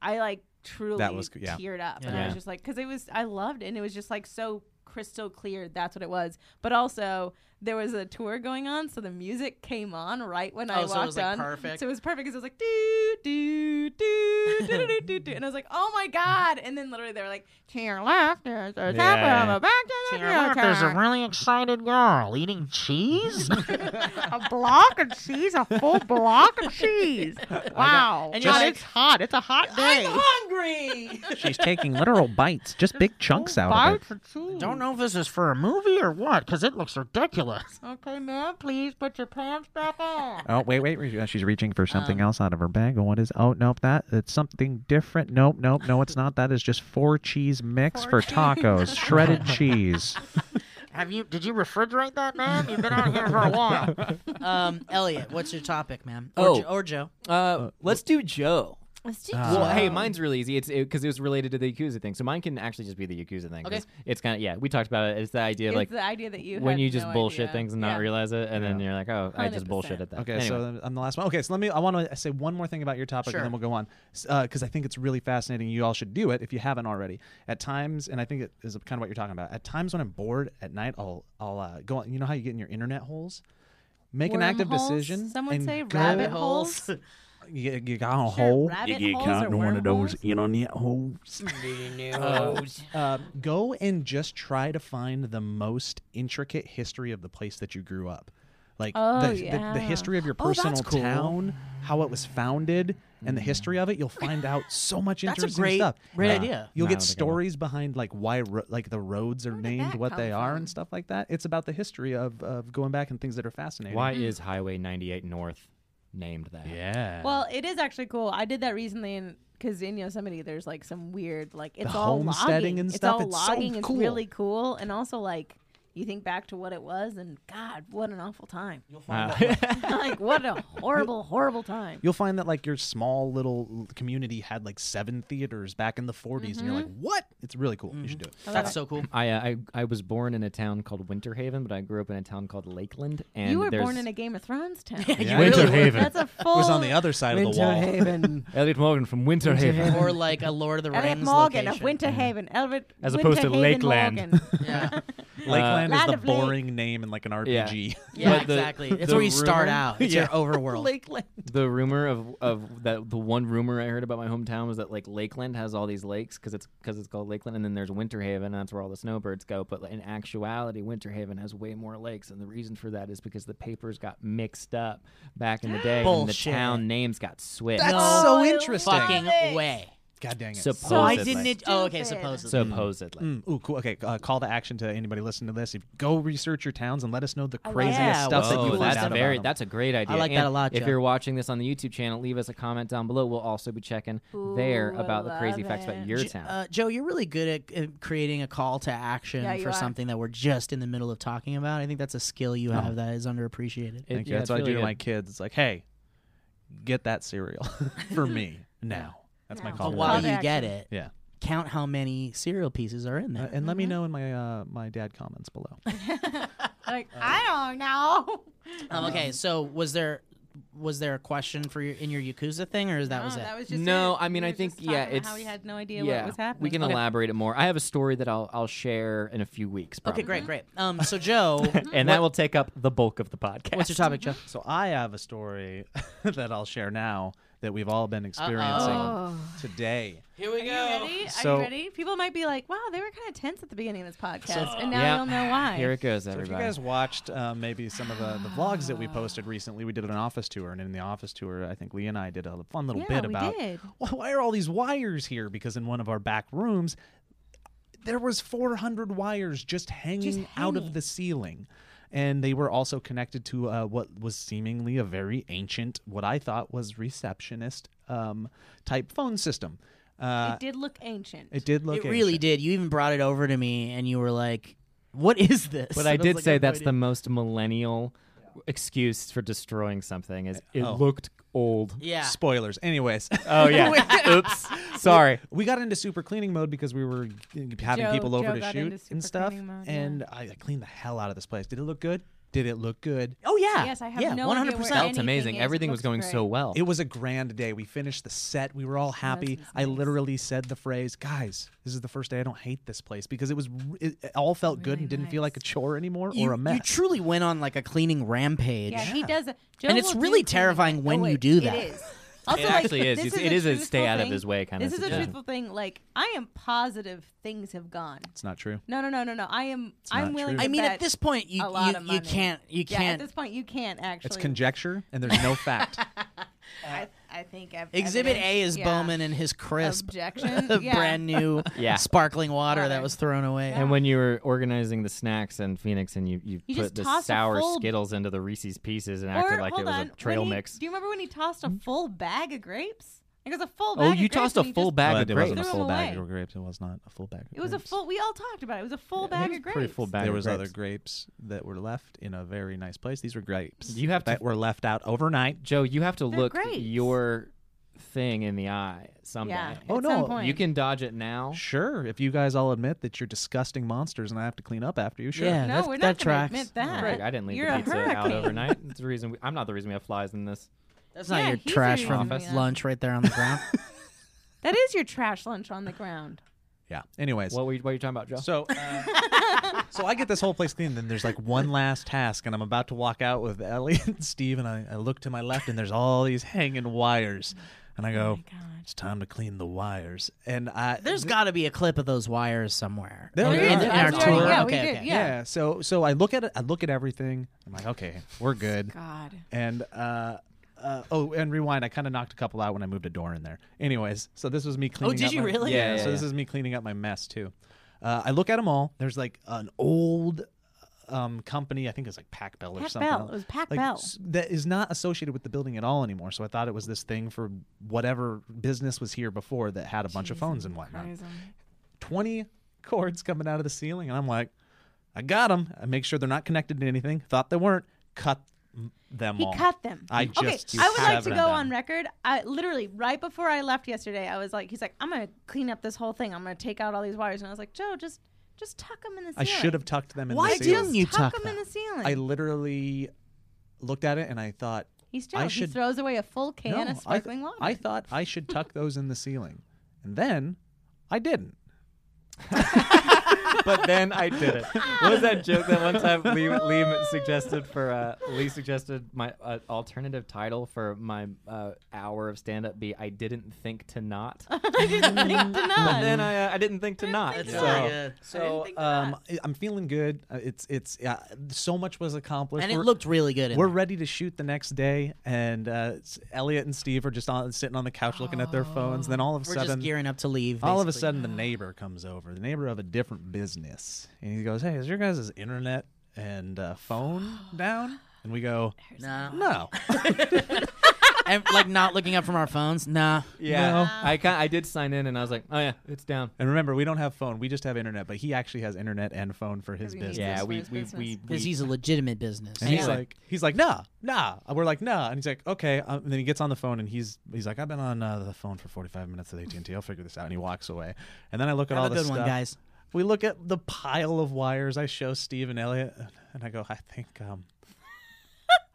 [SPEAKER 6] I like truly
[SPEAKER 9] was co- yeah.
[SPEAKER 6] teared up, and I
[SPEAKER 8] Yeah.
[SPEAKER 6] was just like, because it was I loved, it, and it was just like so crystal clear. That's what it was, but also. There was a tour going on, so the music came on right when I
[SPEAKER 5] Oh,
[SPEAKER 6] walked
[SPEAKER 5] so it was, like,
[SPEAKER 6] on.
[SPEAKER 5] perfect.
[SPEAKER 6] So it was perfect because it was like do do do do do do do do, and I was like, oh my god! And then literally they were like,
[SPEAKER 2] To your left, there's a
[SPEAKER 8] Yeah, yeah.
[SPEAKER 2] yeah. back to the future.
[SPEAKER 5] really excited girl eating cheese.
[SPEAKER 2] a block of cheese, a full block of
[SPEAKER 6] [LAUGHS]
[SPEAKER 2] cheese. Wow.
[SPEAKER 5] and you're
[SPEAKER 2] God,
[SPEAKER 5] like-
[SPEAKER 2] it's hot. It's a hot day.
[SPEAKER 5] Hungry.
[SPEAKER 9] She's taking literal bites, just
[SPEAKER 6] [LAUGHS]
[SPEAKER 9] big chunks out of it.
[SPEAKER 2] Bites of cheese.
[SPEAKER 5] don't know if this is for a movie or what because it looks ridiculous.
[SPEAKER 2] Okay, ma'am, please put your pants back on.
[SPEAKER 9] Oh wait, wait, re- uh, she's reaching for something
[SPEAKER 5] Um,
[SPEAKER 9] else out of her bag. And what is? Oh nope, that it's something different. Nope, nope, no, it's not. That is just four cheese mix for tacos, shredded cheese.
[SPEAKER 5] Have you? Did you refrigerate that, man? You've been out here for a while. um, Elliot, what's your topic, ma'am? Or,
[SPEAKER 8] Oh.
[SPEAKER 5] Jo- or Joe?
[SPEAKER 8] Uh, Uh-huh. let's do Joe.
[SPEAKER 6] let's do
[SPEAKER 8] Well, hey, mine's really easy. It's because it, was related to the Yakuza thing, so mine can actually just be the Yakuza thing. 'cause
[SPEAKER 5] Okay.
[SPEAKER 8] It's kind of yeah. We talked about it. It's the idea of
[SPEAKER 6] it's
[SPEAKER 8] like
[SPEAKER 6] the idea that you
[SPEAKER 8] when
[SPEAKER 6] had
[SPEAKER 8] you just
[SPEAKER 6] no
[SPEAKER 8] bullshit
[SPEAKER 6] idea.
[SPEAKER 8] things and not
[SPEAKER 6] Yeah.
[SPEAKER 8] realize it, and then
[SPEAKER 9] Yeah.
[SPEAKER 8] you're like, oh, I just
[SPEAKER 6] 100%.
[SPEAKER 8] bullshit at that.
[SPEAKER 9] Okay,
[SPEAKER 8] Anyway.
[SPEAKER 9] so I'm the last one. Okay, so let me. I want to say one more thing about your topic,
[SPEAKER 5] Sure.
[SPEAKER 9] and then we'll go on, because I think it's really fascinating. You all should do it if you haven't already. At times, and I think it is kind of what you're talking about. At times when I'm bored at night, I'll I'll uh, go. On, you know how you get in your internet holes. Make an active
[SPEAKER 6] Wormholes?
[SPEAKER 9] decision.
[SPEAKER 6] Some would
[SPEAKER 9] and
[SPEAKER 6] say
[SPEAKER 9] go-
[SPEAKER 6] rabbit holes. [LAUGHS]
[SPEAKER 9] You, you got a
[SPEAKER 6] Sure,
[SPEAKER 9] hole.
[SPEAKER 6] rabbit
[SPEAKER 10] You
[SPEAKER 6] holes
[SPEAKER 10] get caught
[SPEAKER 6] or
[SPEAKER 10] in one of
[SPEAKER 6] wormholes?
[SPEAKER 10] those internet holes.
[SPEAKER 9] Uh, go and just try to find the most intricate history of the place that you grew up. Like
[SPEAKER 6] Oh,
[SPEAKER 9] the, the,
[SPEAKER 6] yeah.
[SPEAKER 9] the history of your
[SPEAKER 5] Oh, that's
[SPEAKER 9] personal
[SPEAKER 5] cool. Mm.
[SPEAKER 9] town, how it was founded, and the history of it,
[SPEAKER 5] [LAUGHS]
[SPEAKER 9] you'll find out so much
[SPEAKER 5] That's a
[SPEAKER 9] interesting
[SPEAKER 5] great-
[SPEAKER 9] stuff.
[SPEAKER 5] great
[SPEAKER 9] Uh,
[SPEAKER 5] idea.
[SPEAKER 9] You'll
[SPEAKER 8] No, I
[SPEAKER 9] get
[SPEAKER 8] don't think I will.
[SPEAKER 9] stories behind like why ro- like the roads are
[SPEAKER 6] did
[SPEAKER 9] named
[SPEAKER 6] that
[SPEAKER 9] what they
[SPEAKER 6] come
[SPEAKER 9] are
[SPEAKER 6] from?
[SPEAKER 9] and stuff like that. It's about the history of, of going back and things that are fascinating.
[SPEAKER 8] Why is Highway 98 North named that? Uh,
[SPEAKER 9] Yeah.
[SPEAKER 6] Well, it is actually cool. I did that recently in because in Yosemite there's like some weird like it's
[SPEAKER 9] The
[SPEAKER 6] all
[SPEAKER 9] homesteading
[SPEAKER 6] logging
[SPEAKER 9] and
[SPEAKER 6] it's
[SPEAKER 9] stuff,
[SPEAKER 6] all
[SPEAKER 9] it's so
[SPEAKER 6] logging.
[SPEAKER 9] cool.
[SPEAKER 6] It's really cool, and also like you think back to what it was, and God, what an awful time! [LAUGHS]
[SPEAKER 8] Uh,
[SPEAKER 6] like
[SPEAKER 9] [LAUGHS]
[SPEAKER 6] what a horrible, horrible time.
[SPEAKER 9] You'll find that like your small little community had like seven theaters back in the 40s, and you're like,
[SPEAKER 6] Mm-hmm.
[SPEAKER 9] what? It's really cool. You should do it.
[SPEAKER 5] That's so cool.
[SPEAKER 8] [LAUGHS] I, uh, I I was born in a town called Winter Haven, but I grew up in a town called Lakeland. And
[SPEAKER 6] you were
[SPEAKER 8] there's-
[SPEAKER 6] born in a Game of Thrones town.
[SPEAKER 5] You
[SPEAKER 8] Winter
[SPEAKER 5] really would.
[SPEAKER 6] That's a full.
[SPEAKER 9] It was on the other side of the wall.
[SPEAKER 8] Haven. [LAUGHS] Elliot Morgan from Winter Haven.
[SPEAKER 5] Or like a Lord of the
[SPEAKER 6] Elliot
[SPEAKER 5] Rings
[SPEAKER 6] Morgan of
[SPEAKER 5] location.
[SPEAKER 6] Winter
[SPEAKER 9] Mm-hmm.
[SPEAKER 6] Haven. Elliot
[SPEAKER 8] As
[SPEAKER 6] Winter
[SPEAKER 8] opposed to
[SPEAKER 6] Haven
[SPEAKER 8] Lakeland.
[SPEAKER 6] Morgan.
[SPEAKER 5] Yeah,
[SPEAKER 9] Lakeland
[SPEAKER 6] Uh,
[SPEAKER 9] is
[SPEAKER 6] Land
[SPEAKER 9] the
[SPEAKER 6] of Lake.
[SPEAKER 9] boring name in like an RPG.
[SPEAKER 5] yeah
[SPEAKER 8] But the-
[SPEAKER 5] exactly. That's
[SPEAKER 8] the
[SPEAKER 5] where you start
[SPEAKER 8] rumor-
[SPEAKER 5] out. It's your overworld.
[SPEAKER 9] [LAUGHS] Lakeland.
[SPEAKER 8] the rumor of of that the one rumor I heard about my hometown was that like Lakeland has all these lakes because it's because it's called Lakeland, and then there's Winter Haven, and that's where all the snowbirds go. But in actuality, Winter Haven has way more lakes, and the reason for that is because the papers got mixed up back in the day, and the
[SPEAKER 5] Bullshit.
[SPEAKER 8] town names got switched.
[SPEAKER 9] That's
[SPEAKER 5] No
[SPEAKER 9] [LAUGHS] so
[SPEAKER 5] Oh,
[SPEAKER 9] interesting.
[SPEAKER 5] Fucking
[SPEAKER 6] it.
[SPEAKER 5] way.
[SPEAKER 9] God dang it.
[SPEAKER 8] supposedly.
[SPEAKER 5] Why didn't it? Oh, okay.
[SPEAKER 6] Stupid.
[SPEAKER 5] Supposedly.
[SPEAKER 8] supposedly?
[SPEAKER 9] Mm, ooh, cool. Okay, uh, call to action to anybody listening to this. If, go research your towns and let us know the craziest
[SPEAKER 5] Oh, yeah,
[SPEAKER 9] stuff
[SPEAKER 5] what's
[SPEAKER 9] that you
[SPEAKER 5] cool
[SPEAKER 9] find
[SPEAKER 8] that's
[SPEAKER 9] out
[SPEAKER 8] a
[SPEAKER 9] about
[SPEAKER 8] very
[SPEAKER 9] 'em.
[SPEAKER 8] that's a great idea.
[SPEAKER 5] like that
[SPEAKER 8] And
[SPEAKER 5] a lot,
[SPEAKER 8] If
[SPEAKER 5] Joe.
[SPEAKER 8] you're watching this on the YouTube channel, leave us a comment down below. We'll also be checking there
[SPEAKER 6] Ooh, I
[SPEAKER 8] about the crazy
[SPEAKER 6] love
[SPEAKER 8] facts about
[SPEAKER 6] it.
[SPEAKER 8] your
[SPEAKER 5] Jo-
[SPEAKER 8] town.
[SPEAKER 5] Uh, Joe, you're really good at uh, creating a call to action
[SPEAKER 6] Yeah, you
[SPEAKER 5] for
[SPEAKER 6] are.
[SPEAKER 5] something that we're just in the middle of talking about. I think that's a skill you have that is underappreciated.
[SPEAKER 8] It-
[SPEAKER 9] Thank you.
[SPEAKER 8] yeah,
[SPEAKER 9] that's
[SPEAKER 8] it's
[SPEAKER 9] what I
[SPEAKER 8] really
[SPEAKER 9] do to
[SPEAKER 5] [LAUGHS]
[SPEAKER 8] good.
[SPEAKER 9] [LAUGHS] my kids. It's like, hey, get that cereal for me now. That's my
[SPEAKER 2] No.
[SPEAKER 9] call.
[SPEAKER 5] But
[SPEAKER 9] to
[SPEAKER 5] while
[SPEAKER 9] action.
[SPEAKER 5] you get it,
[SPEAKER 9] Yeah.
[SPEAKER 5] count how many cereal pieces are in
[SPEAKER 9] Uh,
[SPEAKER 5] there.
[SPEAKER 9] and let me know in my uh, my dad comments below.
[SPEAKER 6] Like I don't know.
[SPEAKER 9] [LAUGHS]
[SPEAKER 5] Um, okay, so was there was there a question for your in your yakuza thing, or is that was it?
[SPEAKER 6] Ah, was just
[SPEAKER 8] No,
[SPEAKER 6] it.
[SPEAKER 8] I mean,
[SPEAKER 6] We
[SPEAKER 8] I
[SPEAKER 6] were
[SPEAKER 8] think,
[SPEAKER 6] just talking
[SPEAKER 8] yeah,
[SPEAKER 6] about how
[SPEAKER 8] it's-
[SPEAKER 6] we had no idea
[SPEAKER 8] yeah,
[SPEAKER 6] what was happening.
[SPEAKER 8] we can elaborate it more. I have a story that I'll I'll share in a few weeks.
[SPEAKER 5] okay,
[SPEAKER 8] Probably.
[SPEAKER 5] great, great. Um, so Joe,
[SPEAKER 8] and that will take up the bulk of the podcast.
[SPEAKER 5] what's your topic, Joe?
[SPEAKER 9] So I have a story [LAUGHS] that I'll share now that we've all been experiencing
[SPEAKER 6] Oh.
[SPEAKER 9] today.
[SPEAKER 5] Here we
[SPEAKER 6] Are you ready? Are
[SPEAKER 9] So-
[SPEAKER 6] you ready? People might be like, "Wow, they were kind of tense at the beginning of this podcast," and now
[SPEAKER 8] Yeah.
[SPEAKER 6] you'll know why.
[SPEAKER 8] Here it goes,
[SPEAKER 9] So if
[SPEAKER 8] everybody.
[SPEAKER 9] you guys watched uh, maybe some of the, the vlogs that we posted recently, we did an office tour, and in the office tour, I think Lee and I did a fun little
[SPEAKER 6] Yeah,
[SPEAKER 9] bit
[SPEAKER 6] we
[SPEAKER 9] about
[SPEAKER 6] did.
[SPEAKER 9] "Why- why are all these wires here? Because in one of our back rooms, there was 400 wires just hanging, out of the ceiling. And they were also connected to uh, what was seemingly a very ancient, what I thought was receptionist um, type phone system. Uh,
[SPEAKER 6] it did look ancient.
[SPEAKER 9] it did look
[SPEAKER 5] It really
[SPEAKER 9] ancient.
[SPEAKER 5] did. You even brought it over to me, and you were like, "What is this?" [LAUGHS]
[SPEAKER 8] But
[SPEAKER 5] And
[SPEAKER 8] I
[SPEAKER 5] was
[SPEAKER 8] did
[SPEAKER 5] like,
[SPEAKER 8] say
[SPEAKER 5] "I've no
[SPEAKER 8] that's
[SPEAKER 5] idea."
[SPEAKER 8] the most millennial excuse for destroying something is it
[SPEAKER 9] Oh.
[SPEAKER 8] looked old.
[SPEAKER 5] Yeah.
[SPEAKER 9] Spoilers. Anyways. [LAUGHS]
[SPEAKER 6] [LAUGHS]
[SPEAKER 8] Oh yeah. Oops. Sorry.
[SPEAKER 9] We got into super cleaning mode because we were uh, having
[SPEAKER 6] Joe-
[SPEAKER 9] people
[SPEAKER 6] Joe
[SPEAKER 9] over to
[SPEAKER 6] got
[SPEAKER 9] shoot
[SPEAKER 6] into super
[SPEAKER 9] and stuff.
[SPEAKER 6] cleaning mode, yeah.
[SPEAKER 9] and I I cleaned the hell out of this place. Did it look good? Did it look good?
[SPEAKER 5] Oh yeah.
[SPEAKER 6] Yes, I have
[SPEAKER 5] yeah,
[SPEAKER 6] no idea where
[SPEAKER 5] 100%.
[SPEAKER 6] any-
[SPEAKER 8] Felt amazing.
[SPEAKER 6] is. It
[SPEAKER 8] Everything was
[SPEAKER 6] looks
[SPEAKER 8] going so
[SPEAKER 6] great.
[SPEAKER 8] well.
[SPEAKER 9] It was a grand day. We finished the set. We were all happy. I literally said the phrase, "Guys, this is the first day I don't hate this place" because it was r- it, it all felt good and didn't feel like a chore anymore
[SPEAKER 5] You,
[SPEAKER 9] or a mess.
[SPEAKER 5] you truly went on like a cleaning rampage.
[SPEAKER 6] Yeah, he does. it. Joe
[SPEAKER 5] And it's
[SPEAKER 6] will do
[SPEAKER 5] really
[SPEAKER 6] cleaning.
[SPEAKER 5] terrifying
[SPEAKER 6] Oh,
[SPEAKER 5] when you
[SPEAKER 6] wait,
[SPEAKER 5] do
[SPEAKER 6] It
[SPEAKER 5] that.
[SPEAKER 6] is. Also,
[SPEAKER 8] It
[SPEAKER 6] like,
[SPEAKER 8] actually is.
[SPEAKER 6] this
[SPEAKER 8] It's- it is a
[SPEAKER 6] truthful
[SPEAKER 8] stay out of
[SPEAKER 6] thing.
[SPEAKER 8] his way kind of
[SPEAKER 6] This is a
[SPEAKER 8] situation.
[SPEAKER 6] truthful thing. Like I am positive things have gone.
[SPEAKER 9] it's not true.
[SPEAKER 6] No, no, no, no, no. I am. I'm
[SPEAKER 9] not
[SPEAKER 6] willing.
[SPEAKER 9] true.
[SPEAKER 6] To
[SPEAKER 5] I mean, at
[SPEAKER 6] bet
[SPEAKER 5] this point, you
[SPEAKER 6] a lot
[SPEAKER 5] you,
[SPEAKER 6] of
[SPEAKER 5] you
[SPEAKER 6] money.
[SPEAKER 5] can't you
[SPEAKER 6] Yeah, at
[SPEAKER 5] can't
[SPEAKER 6] this point, you can't actually.
[SPEAKER 9] It's conjecture and there's
[SPEAKER 6] [LAUGHS]
[SPEAKER 9] no fact.
[SPEAKER 6] I, I think ev-
[SPEAKER 5] Exhibit A
[SPEAKER 6] evidence-
[SPEAKER 5] is
[SPEAKER 6] yeah.
[SPEAKER 5] Bowman and his crisp,
[SPEAKER 6] Objection. Yeah.
[SPEAKER 5] [LAUGHS] brand new
[SPEAKER 8] Yeah.
[SPEAKER 5] sparkling water
[SPEAKER 6] Water.
[SPEAKER 5] that was thrown away.
[SPEAKER 8] And when you were organizing the snacks in Phoenix and you, you,
[SPEAKER 6] You
[SPEAKER 8] put
[SPEAKER 6] just
[SPEAKER 8] the
[SPEAKER 6] toss a
[SPEAKER 8] sour
[SPEAKER 6] full-
[SPEAKER 8] Skittles into the Reese's pieces and
[SPEAKER 6] Or
[SPEAKER 8] acted like
[SPEAKER 6] hold
[SPEAKER 8] it was
[SPEAKER 6] on,
[SPEAKER 8] a trail
[SPEAKER 6] when he-
[SPEAKER 8] mix.
[SPEAKER 6] Do you remember when he tossed a full bag of grapes? It was a full.
[SPEAKER 8] Oh,
[SPEAKER 6] bag
[SPEAKER 8] you
[SPEAKER 6] of grapes
[SPEAKER 8] tossed a
[SPEAKER 6] and he
[SPEAKER 8] full
[SPEAKER 6] just-
[SPEAKER 8] bag of
[SPEAKER 9] it wasn't a
[SPEAKER 8] grapes.
[SPEAKER 6] Threw
[SPEAKER 9] full
[SPEAKER 6] them
[SPEAKER 9] bag
[SPEAKER 6] away.
[SPEAKER 9] of grapes. It was not a full bag. Of
[SPEAKER 6] It was a
[SPEAKER 9] grapes.
[SPEAKER 6] full. We all talked about it. It was a full
[SPEAKER 8] It
[SPEAKER 6] bag
[SPEAKER 8] was
[SPEAKER 6] of
[SPEAKER 8] a
[SPEAKER 6] grapes.
[SPEAKER 8] pretty full bag
[SPEAKER 9] there
[SPEAKER 8] of
[SPEAKER 9] was other
[SPEAKER 8] grapes.
[SPEAKER 9] grapes that were left in a very nice place. These were grapes
[SPEAKER 8] You have to-
[SPEAKER 9] that were left out overnight.
[SPEAKER 8] Joe, you have to
[SPEAKER 6] They're
[SPEAKER 8] look
[SPEAKER 6] grapes.
[SPEAKER 8] your thing in the eye someday.
[SPEAKER 6] Yeah.
[SPEAKER 9] Oh,
[SPEAKER 6] at
[SPEAKER 9] no,
[SPEAKER 6] Some point.
[SPEAKER 8] You can dodge it now.
[SPEAKER 9] Sure, if you guys all admit that you're disgusting monsters and I have to clean up after you, sure.
[SPEAKER 5] Yeah.
[SPEAKER 6] No,
[SPEAKER 5] that-
[SPEAKER 6] we're
[SPEAKER 5] that
[SPEAKER 6] not going
[SPEAKER 5] tracks.
[SPEAKER 6] to admit that.
[SPEAKER 8] Greg, I didn't leave
[SPEAKER 6] You're
[SPEAKER 8] the
[SPEAKER 6] a
[SPEAKER 8] pizza out
[SPEAKER 6] hurricane.
[SPEAKER 8] overnight. It's the reason we, I'm not the reason we have flies in this.
[SPEAKER 5] That's not
[SPEAKER 6] Yeah,
[SPEAKER 5] your
[SPEAKER 6] he's
[SPEAKER 5] trash
[SPEAKER 6] the
[SPEAKER 5] from
[SPEAKER 6] reason we-
[SPEAKER 5] lunch right there on the
[SPEAKER 6] [LAUGHS]
[SPEAKER 5] ground.
[SPEAKER 6] That is your trash lunch on the
[SPEAKER 8] [LAUGHS]
[SPEAKER 6] ground.
[SPEAKER 9] Yeah. Anyways,
[SPEAKER 8] What were you, what were you talking about, Joe?
[SPEAKER 9] so uh,
[SPEAKER 5] [LAUGHS]
[SPEAKER 9] so I get this whole place clean. Then there's like one last task, and I'm about to walk out with Ellie and Steve, and I, I look to my left, and there's all these hanging wires, and I go, "It's time to clean the wires." And I
[SPEAKER 5] Oh There's got to be a clip of those wires somewhere.
[SPEAKER 9] There
[SPEAKER 5] In-
[SPEAKER 9] is.
[SPEAKER 5] in- in
[SPEAKER 9] Yeah,
[SPEAKER 5] our
[SPEAKER 9] we
[SPEAKER 5] tour.
[SPEAKER 9] already- yeah,
[SPEAKER 6] we
[SPEAKER 5] okay,
[SPEAKER 6] did,
[SPEAKER 5] okay.
[SPEAKER 9] yeah. So so I look at it. I look at everything. I'm like, okay, we're good.
[SPEAKER 6] God.
[SPEAKER 9] and uh, uh, oh, and rewind. I kind of knocked a couple out when I moved a door in there. Anyways, so this was me
[SPEAKER 6] Oh,
[SPEAKER 9] cleaning.
[SPEAKER 5] did
[SPEAKER 9] up
[SPEAKER 5] you
[SPEAKER 9] my-
[SPEAKER 5] really?
[SPEAKER 9] Yeah.
[SPEAKER 8] Yeah,
[SPEAKER 9] so
[SPEAKER 8] yeah,
[SPEAKER 9] this
[SPEAKER 8] yeah.
[SPEAKER 9] is me cleaning up my mess too. Uh, I look at them all. There's like an old um, company. I think it's like Pac Bell or
[SPEAKER 6] Pac
[SPEAKER 9] something.
[SPEAKER 6] Bell. It was Pac
[SPEAKER 9] like,
[SPEAKER 6] Bell.
[SPEAKER 9] s- That is not associated with the building at all anymore. So I thought it was this thing for whatever business was here before that had a bunch of phones and whatnot. 20 cords coming out of the ceiling and i'm like i got them i make sure they're not connected to anything thought they weren't cut m- them
[SPEAKER 6] He
[SPEAKER 9] all
[SPEAKER 6] cut them.
[SPEAKER 9] I just
[SPEAKER 6] okay. I would like to
[SPEAKER 9] severed
[SPEAKER 6] go
[SPEAKER 9] them.
[SPEAKER 6] on record. I literally right before I left yesterday, I was like, he's like, I'm gonna clean up this whole thing. I'm gonna take out all these wires, and I was like, Joe, just just tuck them in the. Ceiling.
[SPEAKER 9] i should have tucked them in
[SPEAKER 5] Why
[SPEAKER 9] the ceiling
[SPEAKER 5] didn't you
[SPEAKER 6] tuck
[SPEAKER 5] tuck
[SPEAKER 6] them in
[SPEAKER 5] them?
[SPEAKER 6] the ceiling.
[SPEAKER 9] i literally looked at it and i thought
[SPEAKER 6] he still
[SPEAKER 9] I
[SPEAKER 6] he
[SPEAKER 9] should-
[SPEAKER 6] throws away a full can
[SPEAKER 9] no,
[SPEAKER 6] of
[SPEAKER 9] I, th-
[SPEAKER 6] sparkling water.
[SPEAKER 9] I thought i
[SPEAKER 5] [LAUGHS]
[SPEAKER 9] should tuck those in the ceiling and then i didn't
[SPEAKER 8] but then I did it. What was that joke that one time Lee, Lee suggested for uh, Lee suggested my uh, alternative title for my uh, hour of stand up be I didn't think to not.
[SPEAKER 6] [LAUGHS] I didn't think to
[SPEAKER 8] But
[SPEAKER 6] not.
[SPEAKER 8] then I, uh, I didn't think to not.
[SPEAKER 6] think to
[SPEAKER 8] so.
[SPEAKER 6] not.
[SPEAKER 9] so um, I- i'm feeling good Uh, it's it's uh, so much was accomplished
[SPEAKER 5] And it
[SPEAKER 9] We're-
[SPEAKER 5] looked really good. In
[SPEAKER 9] We're
[SPEAKER 5] there.
[SPEAKER 9] ready to shoot the next day, and uh, s- Elliot and Steve are just on, sitting on the couch looking at their phones. Then all of a
[SPEAKER 5] Oh. We're
[SPEAKER 9] sudden,
[SPEAKER 5] just gearing up to leave.
[SPEAKER 9] all of a
[SPEAKER 5] basically.
[SPEAKER 9] sudden, the neighbor comes over, the neighbor of a different business, and he goes, "Hey, is your guys' internet
[SPEAKER 5] [GASPS]
[SPEAKER 9] and uh, phone down?" And we go,
[SPEAKER 5] No.
[SPEAKER 9] "No."
[SPEAKER 5] [LAUGHS] and like not looking up from our phones. Nah.
[SPEAKER 8] Yeah, I kind I did sign in and I was like, oh yeah, it's down.
[SPEAKER 9] And remember, we don't have phone; we just have internet. But he actually has internet and phone for his
[SPEAKER 6] Because he needs
[SPEAKER 9] business.
[SPEAKER 8] Yeah,
[SPEAKER 6] this
[SPEAKER 8] we
[SPEAKER 6] for
[SPEAKER 8] we,
[SPEAKER 6] his
[SPEAKER 8] we we
[SPEAKER 5] Because he's a legitimate business.
[SPEAKER 9] And he's
[SPEAKER 5] Anyway.
[SPEAKER 9] like, he's like, nah, nah. And We're like, nah. And he's like, okay. Um, and then he gets on the phone and he's he's like, I've been on uh, the phone for 45 minutes at AT&T. I'll figure this out. And he walks away. And then I look at all
[SPEAKER 5] have a
[SPEAKER 9] this
[SPEAKER 5] good one,
[SPEAKER 9] stuff.
[SPEAKER 5] guys.
[SPEAKER 9] We look at the pile of wires. I show Steve and Elliot, and I go, I think, um,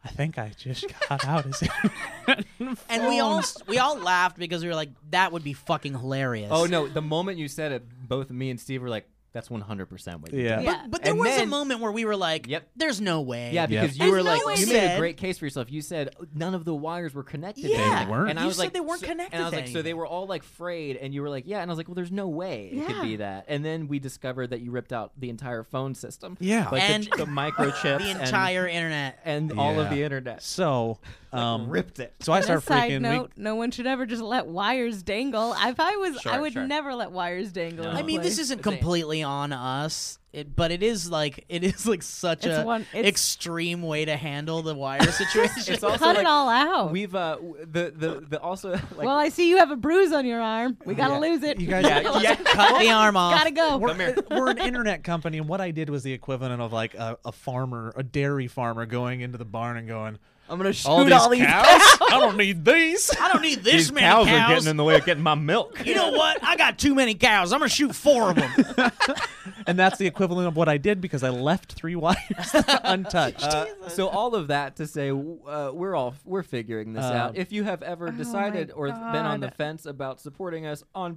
[SPEAKER 9] I think I just got out.
[SPEAKER 8] [LAUGHS]
[SPEAKER 9] Is it?
[SPEAKER 5] And we all we all laughed because we were like, that would be fucking hilarious.
[SPEAKER 8] Oh no! The moment you said it, both me and Steve were like, "That's one hundred percent what you
[SPEAKER 9] Yeah.
[SPEAKER 8] did."
[SPEAKER 6] Yeah.
[SPEAKER 5] But there
[SPEAKER 8] And
[SPEAKER 5] was a
[SPEAKER 8] then-
[SPEAKER 5] moment where we were like,
[SPEAKER 8] Yep.
[SPEAKER 5] there's no way.
[SPEAKER 8] Yeah,
[SPEAKER 9] Yeah.
[SPEAKER 8] because
[SPEAKER 5] There's
[SPEAKER 8] you were
[SPEAKER 5] no
[SPEAKER 8] like,
[SPEAKER 5] way.
[SPEAKER 8] you made
[SPEAKER 5] Said-
[SPEAKER 8] a great case for yourself. You said "Oh, none of the wires were connected.
[SPEAKER 5] Yeah.
[SPEAKER 8] to
[SPEAKER 5] They
[SPEAKER 8] anything."
[SPEAKER 9] weren't.
[SPEAKER 8] And I
[SPEAKER 5] You
[SPEAKER 8] was
[SPEAKER 5] said
[SPEAKER 8] like,
[SPEAKER 5] they weren't
[SPEAKER 8] so-
[SPEAKER 5] connected
[SPEAKER 8] And I was
[SPEAKER 5] to
[SPEAKER 8] like, so they
[SPEAKER 5] anything.
[SPEAKER 8] were all like frayed, and you were like, yeah. And I was like, well, there's no way it could
[SPEAKER 6] Yeah.
[SPEAKER 8] be that. And then we discovered that you ripped out the entire phone system.
[SPEAKER 9] Yeah.
[SPEAKER 8] like
[SPEAKER 5] And-
[SPEAKER 8] the, the
[SPEAKER 5] [LAUGHS]
[SPEAKER 8] microchip,
[SPEAKER 5] The entire internet.
[SPEAKER 8] and, all of
[SPEAKER 9] Yeah.
[SPEAKER 8] the internet.
[SPEAKER 9] [LAUGHS] So, um,
[SPEAKER 8] ripped it.
[SPEAKER 9] So I
[SPEAKER 6] On a
[SPEAKER 9] start
[SPEAKER 6] side
[SPEAKER 9] freaking.
[SPEAKER 6] note, no one should ever just let wires dangle. If I was, I
[SPEAKER 8] Sure,
[SPEAKER 6] would
[SPEAKER 8] sure.
[SPEAKER 6] never let wires dangle.
[SPEAKER 8] No.
[SPEAKER 6] in
[SPEAKER 5] I
[SPEAKER 6] a
[SPEAKER 5] mean, this
[SPEAKER 6] place.
[SPEAKER 5] isn't completely on us, it, but it is like it is like such
[SPEAKER 6] It's
[SPEAKER 5] a
[SPEAKER 6] one- it's-
[SPEAKER 5] extreme way to handle the wire [LAUGHS] situation.
[SPEAKER 8] It's also
[SPEAKER 6] Cut
[SPEAKER 8] like
[SPEAKER 6] it all out.
[SPEAKER 8] we've uh w- the the the also [LAUGHS] like
[SPEAKER 6] well, I see you have a bruise on your arm. We gotta lose it.
[SPEAKER 9] You
[SPEAKER 8] [LAUGHS]
[SPEAKER 9] guys,
[SPEAKER 8] yeah yeah
[SPEAKER 5] cut the arm off.
[SPEAKER 6] gotta go.
[SPEAKER 9] We're, we're an internet company, and what I did was the equivalent of like a, a farmer, a dairy farmer, going into the barn and going,
[SPEAKER 8] I'm gonna shoot
[SPEAKER 9] "All these cows? I don't need these.
[SPEAKER 5] I don't need this many cows.
[SPEAKER 8] the way of getting my milk.
[SPEAKER 5] you know what? I got too many cows. I'm gonna shoot four of them.
[SPEAKER 9] And that's the equivalent of what I did because I left three wires [LAUGHS] untouched.
[SPEAKER 8] Uh, so all of that to say, w- uh, we're all we're figuring this
[SPEAKER 9] Uh,
[SPEAKER 8] out. If you have
[SPEAKER 5] Oh
[SPEAKER 8] ever decided or th- been on the
[SPEAKER 6] God.
[SPEAKER 8] fence about supporting us on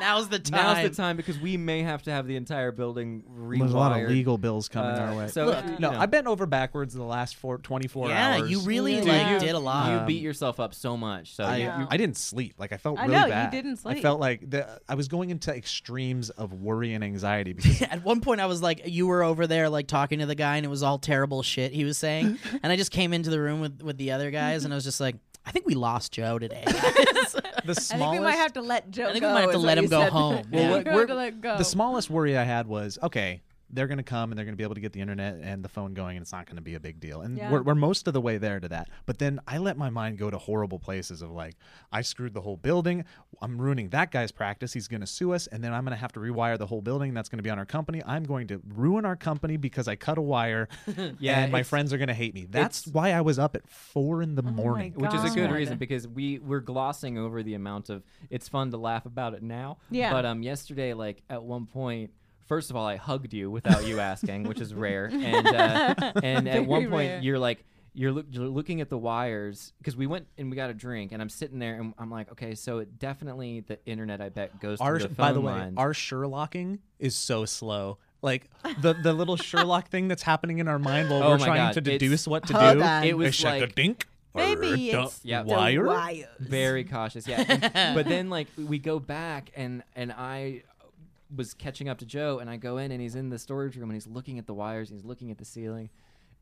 [SPEAKER 5] [LAUGHS] [LAUGHS] Now's the time.
[SPEAKER 8] now's the time because we may have to have the entire building rewired.
[SPEAKER 9] There's a lot of legal bills coming
[SPEAKER 8] Uh,
[SPEAKER 9] our way.
[SPEAKER 8] So
[SPEAKER 5] Look,
[SPEAKER 8] you
[SPEAKER 9] no,
[SPEAKER 8] know,
[SPEAKER 9] I bent over backwards in the last four, 24
[SPEAKER 5] yeah,
[SPEAKER 9] hours.
[SPEAKER 5] you really
[SPEAKER 6] Dude,
[SPEAKER 5] like
[SPEAKER 6] you-
[SPEAKER 5] did a lot.
[SPEAKER 8] you
[SPEAKER 9] um,
[SPEAKER 8] beat yourself up so much. So
[SPEAKER 9] I,
[SPEAKER 8] you-
[SPEAKER 6] Yeah.
[SPEAKER 8] you-
[SPEAKER 9] I didn't sleep. Like I felt
[SPEAKER 6] I
[SPEAKER 9] really
[SPEAKER 6] know, you
[SPEAKER 9] bad.
[SPEAKER 6] didn't
[SPEAKER 9] I
[SPEAKER 6] sleep.
[SPEAKER 9] felt like the, I was going into extremes of worry and
[SPEAKER 6] [LAUGHS]
[SPEAKER 9] anxiety because
[SPEAKER 5] at one point I was like, you were over there like talking to the guy, and it was all terrible shit he was
[SPEAKER 9] [LAUGHS]
[SPEAKER 5] saying. and I just came into the room with with the other guys, and I was just like, I think we lost Joe
[SPEAKER 9] [LAUGHS]
[SPEAKER 5] today.
[SPEAKER 9] the
[SPEAKER 6] I think
[SPEAKER 9] smallest
[SPEAKER 6] we might have to let Joe.
[SPEAKER 5] I think we might have to let him go
[SPEAKER 6] [LAUGHS]
[SPEAKER 5] home.
[SPEAKER 8] Well,
[SPEAKER 5] Yeah.
[SPEAKER 8] what-
[SPEAKER 6] We're
[SPEAKER 8] we're-
[SPEAKER 6] to let go.
[SPEAKER 9] the smallest worry I had was okay, they're going to come and they're going to be able to get the internet and the phone going, and it's not going to be a big deal. And
[SPEAKER 6] Yeah.
[SPEAKER 9] we're, we're most of the way there to that. But then I let my mind go to horrible places of like, I screwed the whole building. I'm ruining that guy's practice. He's going to sue us, and then I'm going to have to rewire the whole building. That's going to be on our company. I'm going to ruin our company because I cut a wire.
[SPEAKER 8] Yeah,
[SPEAKER 9] and my
[SPEAKER 8] it's-
[SPEAKER 9] friends are going to hate me. That's
[SPEAKER 8] it's-
[SPEAKER 9] why I was up at four
[SPEAKER 6] Oh
[SPEAKER 9] in the morning.
[SPEAKER 6] God.
[SPEAKER 8] which is a good
[SPEAKER 6] God.
[SPEAKER 8] reason because we we're glossing over the amount of it's fun to laugh about it now.
[SPEAKER 6] Yeah.
[SPEAKER 8] But um, yesterday, like at one point, first of all, I hugged you without you asking, which is rare.
[SPEAKER 6] [LAUGHS]
[SPEAKER 8] And uh, and at one
[SPEAKER 6] Very
[SPEAKER 8] point,
[SPEAKER 6] rare.
[SPEAKER 8] you're like. You're, look, you're looking at the wires because we went and we got a drink, and I'm sitting there and I'm like, okay, so it definitely the internet, I bet, goes
[SPEAKER 9] our
[SPEAKER 8] through the phone
[SPEAKER 9] by the way,
[SPEAKER 8] lines.
[SPEAKER 9] our Sherlocking is so slow. Like the
[SPEAKER 8] [LAUGHS]
[SPEAKER 9] the little Sherlock thing that's happening in our mind while
[SPEAKER 8] Oh
[SPEAKER 9] we're
[SPEAKER 8] my
[SPEAKER 9] trying
[SPEAKER 8] God,
[SPEAKER 9] to
[SPEAKER 8] it's-
[SPEAKER 9] deduce what to
[SPEAKER 4] Hold
[SPEAKER 9] do.
[SPEAKER 4] on.
[SPEAKER 8] It was
[SPEAKER 9] Shaka
[SPEAKER 8] like-
[SPEAKER 9] dink.
[SPEAKER 6] Maybe
[SPEAKER 9] Erda
[SPEAKER 6] it's
[SPEAKER 8] Yep. the
[SPEAKER 9] wire.
[SPEAKER 4] Wires.
[SPEAKER 5] [LAUGHS]
[SPEAKER 8] very cautious yeah And- but then like we go back and and i was catching up to joe and i go in and he's in the storage room and he's looking at the wires he's looking at the ceiling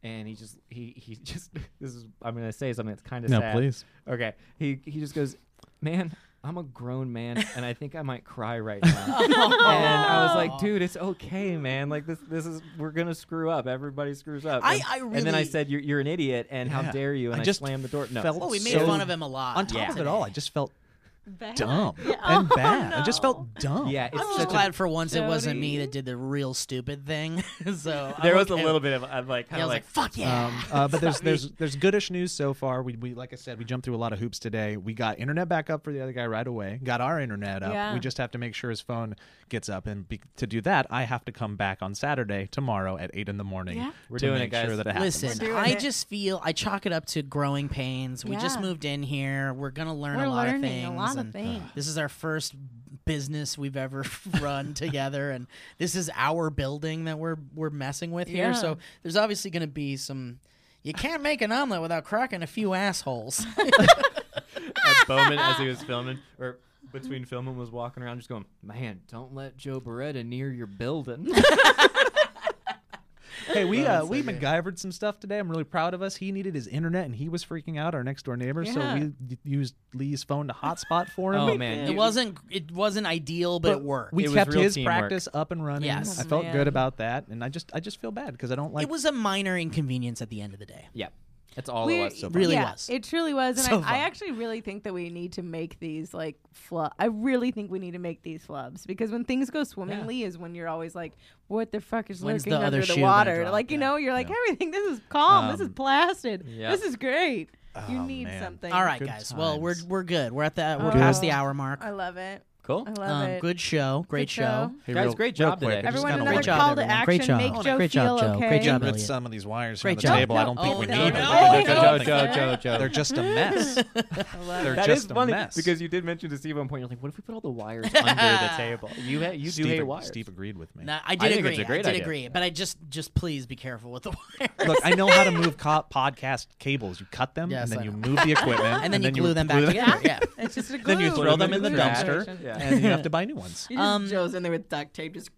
[SPEAKER 8] and he just he he [LAUGHS] just this is i'm gonna say something that's kind of
[SPEAKER 9] No,
[SPEAKER 8] sad
[SPEAKER 9] please.
[SPEAKER 8] okay he he just goes man I'm a grown man, and I think I might cry
[SPEAKER 5] [LAUGHS]
[SPEAKER 8] right now. and I was like, "Dude, it's okay, man. Like this, this is we're gonna screw up. Everybody screws up."
[SPEAKER 5] I-
[SPEAKER 8] and,
[SPEAKER 5] I
[SPEAKER 8] and then I
[SPEAKER 5] really-
[SPEAKER 8] said, "You're, you're an idiot, and how
[SPEAKER 9] Yeah.
[SPEAKER 8] dare you?" And I,
[SPEAKER 9] just
[SPEAKER 8] slammed the door. No,
[SPEAKER 9] felt
[SPEAKER 5] Well, we made
[SPEAKER 9] so-
[SPEAKER 5] fun of him a lot.
[SPEAKER 9] On top of it
[SPEAKER 5] today.
[SPEAKER 9] all, I just felt
[SPEAKER 6] bad.
[SPEAKER 9] dumb
[SPEAKER 6] [LAUGHS] Yeah.
[SPEAKER 9] and
[SPEAKER 6] Oh,
[SPEAKER 9] bad. I just
[SPEAKER 6] no.
[SPEAKER 9] felt dumb.
[SPEAKER 8] yeah, it's
[SPEAKER 5] Oh, I'm
[SPEAKER 8] such
[SPEAKER 5] just
[SPEAKER 8] a
[SPEAKER 5] glad for once it wasn't
[SPEAKER 6] Jody.
[SPEAKER 5] me that did the real stupid thing. [LAUGHS] so I'm
[SPEAKER 8] there was a
[SPEAKER 5] okay.
[SPEAKER 8] little bit of, of like
[SPEAKER 5] Yeah,
[SPEAKER 8] kind
[SPEAKER 5] I
[SPEAKER 8] of
[SPEAKER 5] was like,
[SPEAKER 8] like,
[SPEAKER 5] fuck yeah.
[SPEAKER 9] Um, uh, but there's there's there's goodish news so far. We, we like I said, we jumped through a lot of hoops today. We got internet back up for the other guy right away. Got our internet up.
[SPEAKER 6] Yeah.
[SPEAKER 9] We just have to make sure his phone gets up. And be, to do that, I have to come back on Saturday tomorrow at eight in the morning.
[SPEAKER 6] Yeah.
[SPEAKER 8] We're
[SPEAKER 9] to
[SPEAKER 8] doing it,
[SPEAKER 9] make
[SPEAKER 8] guys.
[SPEAKER 9] Sure that it happens.
[SPEAKER 5] Listen,
[SPEAKER 6] doing
[SPEAKER 5] I
[SPEAKER 6] it.
[SPEAKER 5] just feel I chalk it up to growing pains. We just
[SPEAKER 6] Yeah.
[SPEAKER 5] moved in here. We're gonna learn
[SPEAKER 6] We're
[SPEAKER 5] a lot of
[SPEAKER 6] learning
[SPEAKER 5] things.
[SPEAKER 6] a lot of
[SPEAKER 5] and
[SPEAKER 6] things.
[SPEAKER 5] This is our first business we've ever [LAUGHS] run together, and this is our building that we're we're messing with here.
[SPEAKER 6] Yeah.
[SPEAKER 5] So there's obviously gonna be some. You can't make an omelet without cracking a
[SPEAKER 6] [LAUGHS]
[SPEAKER 5] few assholes.
[SPEAKER 8] at Bowman as
[SPEAKER 9] [LAUGHS]
[SPEAKER 8] he was filming or between filming was walking around just going, man, don't let Joe Beretta near your
[SPEAKER 9] [LAUGHS]
[SPEAKER 8] building.
[SPEAKER 9] Hey, we uh, we MacGyvered some stuff today. I'm really proud of us. He needed his internet, and he was freaking out. Our next door neighbor, so
[SPEAKER 6] Yeah.
[SPEAKER 9] we d- used Lee's phone to hotspot for him.
[SPEAKER 8] oh man,
[SPEAKER 5] it wasn't it wasn't ideal, but, it worked.
[SPEAKER 9] We
[SPEAKER 8] It was
[SPEAKER 9] kept
[SPEAKER 8] real
[SPEAKER 9] his
[SPEAKER 8] teamwork.
[SPEAKER 9] practice up and running.
[SPEAKER 5] Yes.
[SPEAKER 9] I felt
[SPEAKER 6] man.
[SPEAKER 9] good about that, and I just I just feel bad because I don't like.
[SPEAKER 5] it was a minor inconvenience at the end of the day.
[SPEAKER 8] Yeah. That's all
[SPEAKER 6] We-
[SPEAKER 8] it was. So far.
[SPEAKER 5] really
[SPEAKER 6] yeah,
[SPEAKER 5] was.
[SPEAKER 6] It truly was, and I,
[SPEAKER 5] So
[SPEAKER 6] I
[SPEAKER 5] far.
[SPEAKER 6] actually really think that we need to make these like flub. I really think we need to make these flubs because when things go swimmingly is when you're always like, "What the fuck is
[SPEAKER 5] When's the
[SPEAKER 6] lurking
[SPEAKER 5] other
[SPEAKER 6] under
[SPEAKER 5] shoe
[SPEAKER 6] the
[SPEAKER 5] gonna
[SPEAKER 6] water?"
[SPEAKER 5] drop?
[SPEAKER 6] Like you
[SPEAKER 5] Yeah,
[SPEAKER 6] know, you're like
[SPEAKER 5] yeah.
[SPEAKER 6] everything. This is calm. this is placid.
[SPEAKER 8] Yeah.
[SPEAKER 6] This is great. you
[SPEAKER 9] Oh,
[SPEAKER 6] need
[SPEAKER 9] man.
[SPEAKER 6] something.
[SPEAKER 5] All right,
[SPEAKER 9] Good
[SPEAKER 5] guys. Well, we're
[SPEAKER 9] times.
[SPEAKER 5] we're good. We're at the we're
[SPEAKER 6] Good.
[SPEAKER 5] past the hour mark.
[SPEAKER 6] I love it.
[SPEAKER 8] Cool.
[SPEAKER 6] I Oh. love
[SPEAKER 5] Um,
[SPEAKER 6] it.
[SPEAKER 5] good show. Great
[SPEAKER 6] Good
[SPEAKER 5] show.
[SPEAKER 6] show.
[SPEAKER 9] Hey,
[SPEAKER 8] Guys,
[SPEAKER 9] real-
[SPEAKER 8] great
[SPEAKER 9] real
[SPEAKER 8] job
[SPEAKER 9] quick,
[SPEAKER 8] today.
[SPEAKER 9] I just
[SPEAKER 6] Everyone,
[SPEAKER 9] kinda
[SPEAKER 6] another
[SPEAKER 9] wanna
[SPEAKER 5] Great job,
[SPEAKER 6] call to
[SPEAKER 5] everyone. Great
[SPEAKER 6] action.
[SPEAKER 5] job.
[SPEAKER 6] Make Joe
[SPEAKER 5] Great
[SPEAKER 6] feel
[SPEAKER 5] job, Joe.
[SPEAKER 6] okay.
[SPEAKER 5] Great job,
[SPEAKER 9] rid
[SPEAKER 5] Elliot.
[SPEAKER 9] some of these wires
[SPEAKER 5] Great
[SPEAKER 9] from the
[SPEAKER 5] job.
[SPEAKER 9] table. I don't
[SPEAKER 5] No,
[SPEAKER 9] think
[SPEAKER 5] oh,
[SPEAKER 9] we
[SPEAKER 5] no,
[SPEAKER 9] need
[SPEAKER 5] no,
[SPEAKER 9] them.
[SPEAKER 5] no,
[SPEAKER 9] They're
[SPEAKER 5] no,
[SPEAKER 9] just-
[SPEAKER 5] no.
[SPEAKER 9] They're just
[SPEAKER 5] [LAUGHS]
[SPEAKER 9] a mess. They're
[SPEAKER 8] That is
[SPEAKER 9] just a
[SPEAKER 8] funny
[SPEAKER 9] mess.
[SPEAKER 8] because you did mention to Steve at one point. You're like, "What if we put all the
[SPEAKER 9] [LAUGHS]
[SPEAKER 8] wires under the table?" You ha- you
[SPEAKER 9] Steve,
[SPEAKER 8] do hate
[SPEAKER 9] ag-
[SPEAKER 8] wires.
[SPEAKER 9] Steve agreed with me.
[SPEAKER 5] No, uh, I did
[SPEAKER 8] think
[SPEAKER 5] agree.
[SPEAKER 8] it's a great
[SPEAKER 5] I did
[SPEAKER 8] idea.
[SPEAKER 5] agree. But I just just please be careful with the wire.
[SPEAKER 9] Look, I know how to move co- podcast cables. You cut them,
[SPEAKER 5] Yes,
[SPEAKER 9] and then
[SPEAKER 5] I
[SPEAKER 9] you
[SPEAKER 5] know.
[SPEAKER 9] move the
[SPEAKER 5] [LAUGHS]
[SPEAKER 9] equipment,
[SPEAKER 5] and then you glue them back
[SPEAKER 9] glue
[SPEAKER 5] together. Yeah.
[SPEAKER 6] It's just a glue.
[SPEAKER 9] Then you throw them in the
[SPEAKER 6] glue
[SPEAKER 9] dumpster,
[SPEAKER 6] situation.
[SPEAKER 8] Yeah.
[SPEAKER 9] [LAUGHS] and you have
[SPEAKER 5] [LAUGHS]
[SPEAKER 9] to buy new ones.
[SPEAKER 4] You just
[SPEAKER 5] Um,
[SPEAKER 4] Joe's in there with duct tape, just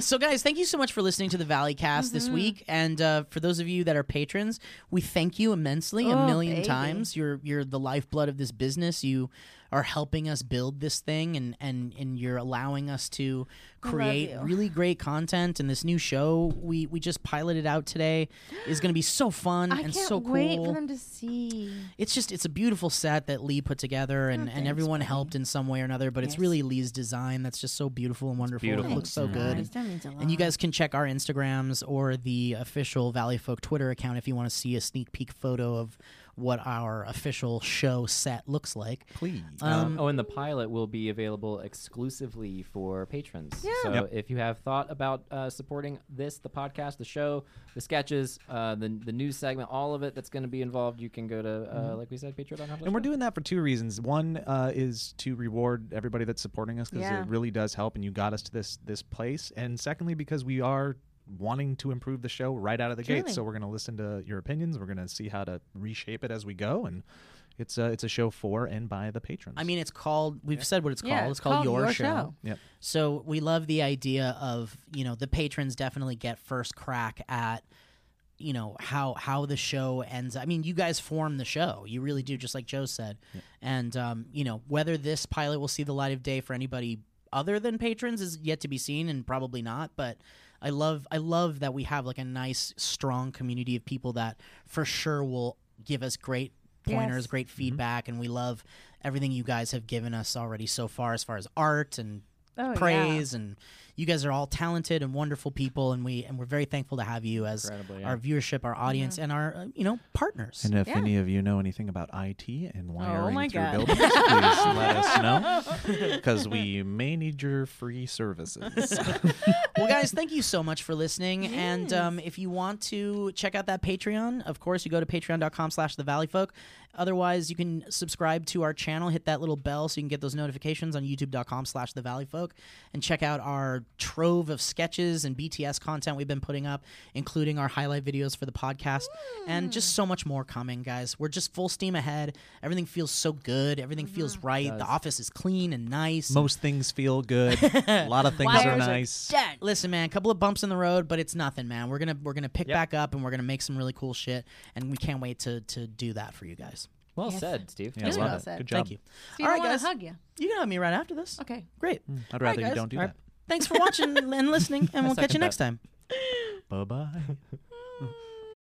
[SPEAKER 5] So, guys, thank you so much for listening to the Valley Cast this week, and uh, for those of you that are patrons, we thank you immensely a
[SPEAKER 6] Oh,
[SPEAKER 5] million
[SPEAKER 6] baby.
[SPEAKER 5] times. You're you're the lifeblood of this business. You are helping us build this thing, and and and you're allowing us to create
[SPEAKER 6] you.
[SPEAKER 5] really great content. And this new show we we just piloted out today is going to be so fun
[SPEAKER 6] I
[SPEAKER 5] and
[SPEAKER 6] can't
[SPEAKER 5] so cool
[SPEAKER 6] wait for them to see.
[SPEAKER 5] it's just it's a beautiful set that Lee put together, and, and everyone helped in some way or another. But it's really Lee's design that's just so beautiful and wonderful.
[SPEAKER 8] beautiful.
[SPEAKER 5] It looks so good.
[SPEAKER 6] Guys, that means a
[SPEAKER 5] And you guys can check our Instagrams or the official Valley Folk Twitter account if you want to see a sneak peek photo of what our official show set looks like.
[SPEAKER 9] Please.
[SPEAKER 5] Um,
[SPEAKER 8] oh, and the pilot will be available exclusively for patrons. So
[SPEAKER 9] Yep.
[SPEAKER 8] if you have thought about uh, supporting this, the podcast, the show, the sketches, uh, the the news segment, all of it that's going to be involved, you can go to uh, like we said, patreon.com.
[SPEAKER 9] And we're doing that for two reasons. One uh, is to reward everybody that's supporting us because
[SPEAKER 6] Yeah.
[SPEAKER 9] it really does help, and you got us to this this place. And secondly, because we are wanting to improve the show right out of the gate,
[SPEAKER 6] Truly.
[SPEAKER 9] so we're going to listen to your opinions. We're going to see how to reshape it as we go, and it's a it's a show for and by the patrons.
[SPEAKER 5] I mean, it's called. We've said what it's called.
[SPEAKER 6] Yeah,
[SPEAKER 5] it's called, Your, show.
[SPEAKER 9] Yep.
[SPEAKER 5] So we love the idea of you know the patrons definitely get first crack at you know how how the show ends. I mean, you guys form the show. You really do, just like Joe said. And um, you know whether this pilot will see the light of day for anybody other than patrons is yet to be seen, and probably not. But I love I love that we have like a nice strong community of people that for sure will give us great pointers,
[SPEAKER 6] Yes.
[SPEAKER 5] great feedback, and we love everything you guys have given us already so far as far as art and
[SPEAKER 6] Oh, yeah.
[SPEAKER 5] praise and you guys are all talented and wonderful people and we and we're very thankful to have you as
[SPEAKER 8] Incredible, yeah.
[SPEAKER 5] our viewership, our audience and our uh, you know partners.
[SPEAKER 9] And if
[SPEAKER 6] Yeah. Oh
[SPEAKER 9] any of you know anything about IT and wiring
[SPEAKER 6] my
[SPEAKER 9] through
[SPEAKER 6] God. [LAUGHS]
[SPEAKER 9] buildings, please let us know because we may need your
[SPEAKER 6] [LAUGHS]
[SPEAKER 9] free services.
[SPEAKER 5] well guys, thank you so much for listening and um, if you want to check out that Patreon, of course you go to patreon.com slash the valley folk. Otherwise you can subscribe to our channel, hit that little bell so you can get those notifications on youtube.com slash the valley folk and check out our trove of sketches and BTS content we've been putting up, including our highlight videos for the podcast and just so much more coming, guys. We're just full steam ahead. Everything feels so good. Everything feels right. The office is clean and nice.
[SPEAKER 9] Most things feel good. A lot of things are
[SPEAKER 6] Wires are
[SPEAKER 9] nice.
[SPEAKER 5] Listen, man, a couple of bumps in the road, but it's nothing, man. We're gonna we're gonna pick
[SPEAKER 8] Yep.
[SPEAKER 5] back up and we're gonna make some really cool shit, and we can't wait to to do that for you guys.
[SPEAKER 8] Well said, Steve.
[SPEAKER 9] Yeah, I
[SPEAKER 6] Really
[SPEAKER 9] love
[SPEAKER 6] well
[SPEAKER 9] it.
[SPEAKER 6] said.
[SPEAKER 9] Good job.
[SPEAKER 5] Thank you.
[SPEAKER 6] Steve,
[SPEAKER 5] All
[SPEAKER 6] I
[SPEAKER 5] right,
[SPEAKER 6] wanna
[SPEAKER 5] guys,
[SPEAKER 6] hug you.
[SPEAKER 5] you can hug me right after this.
[SPEAKER 6] Okay.
[SPEAKER 5] Great.
[SPEAKER 9] I'd rather
[SPEAKER 5] guys.
[SPEAKER 9] you don't do
[SPEAKER 8] All
[SPEAKER 9] that.
[SPEAKER 8] right.
[SPEAKER 9] [LAUGHS]
[SPEAKER 5] Thanks for watching and listening, and we'll catch you
[SPEAKER 8] second that.
[SPEAKER 5] next time.
[SPEAKER 9] Bye bye.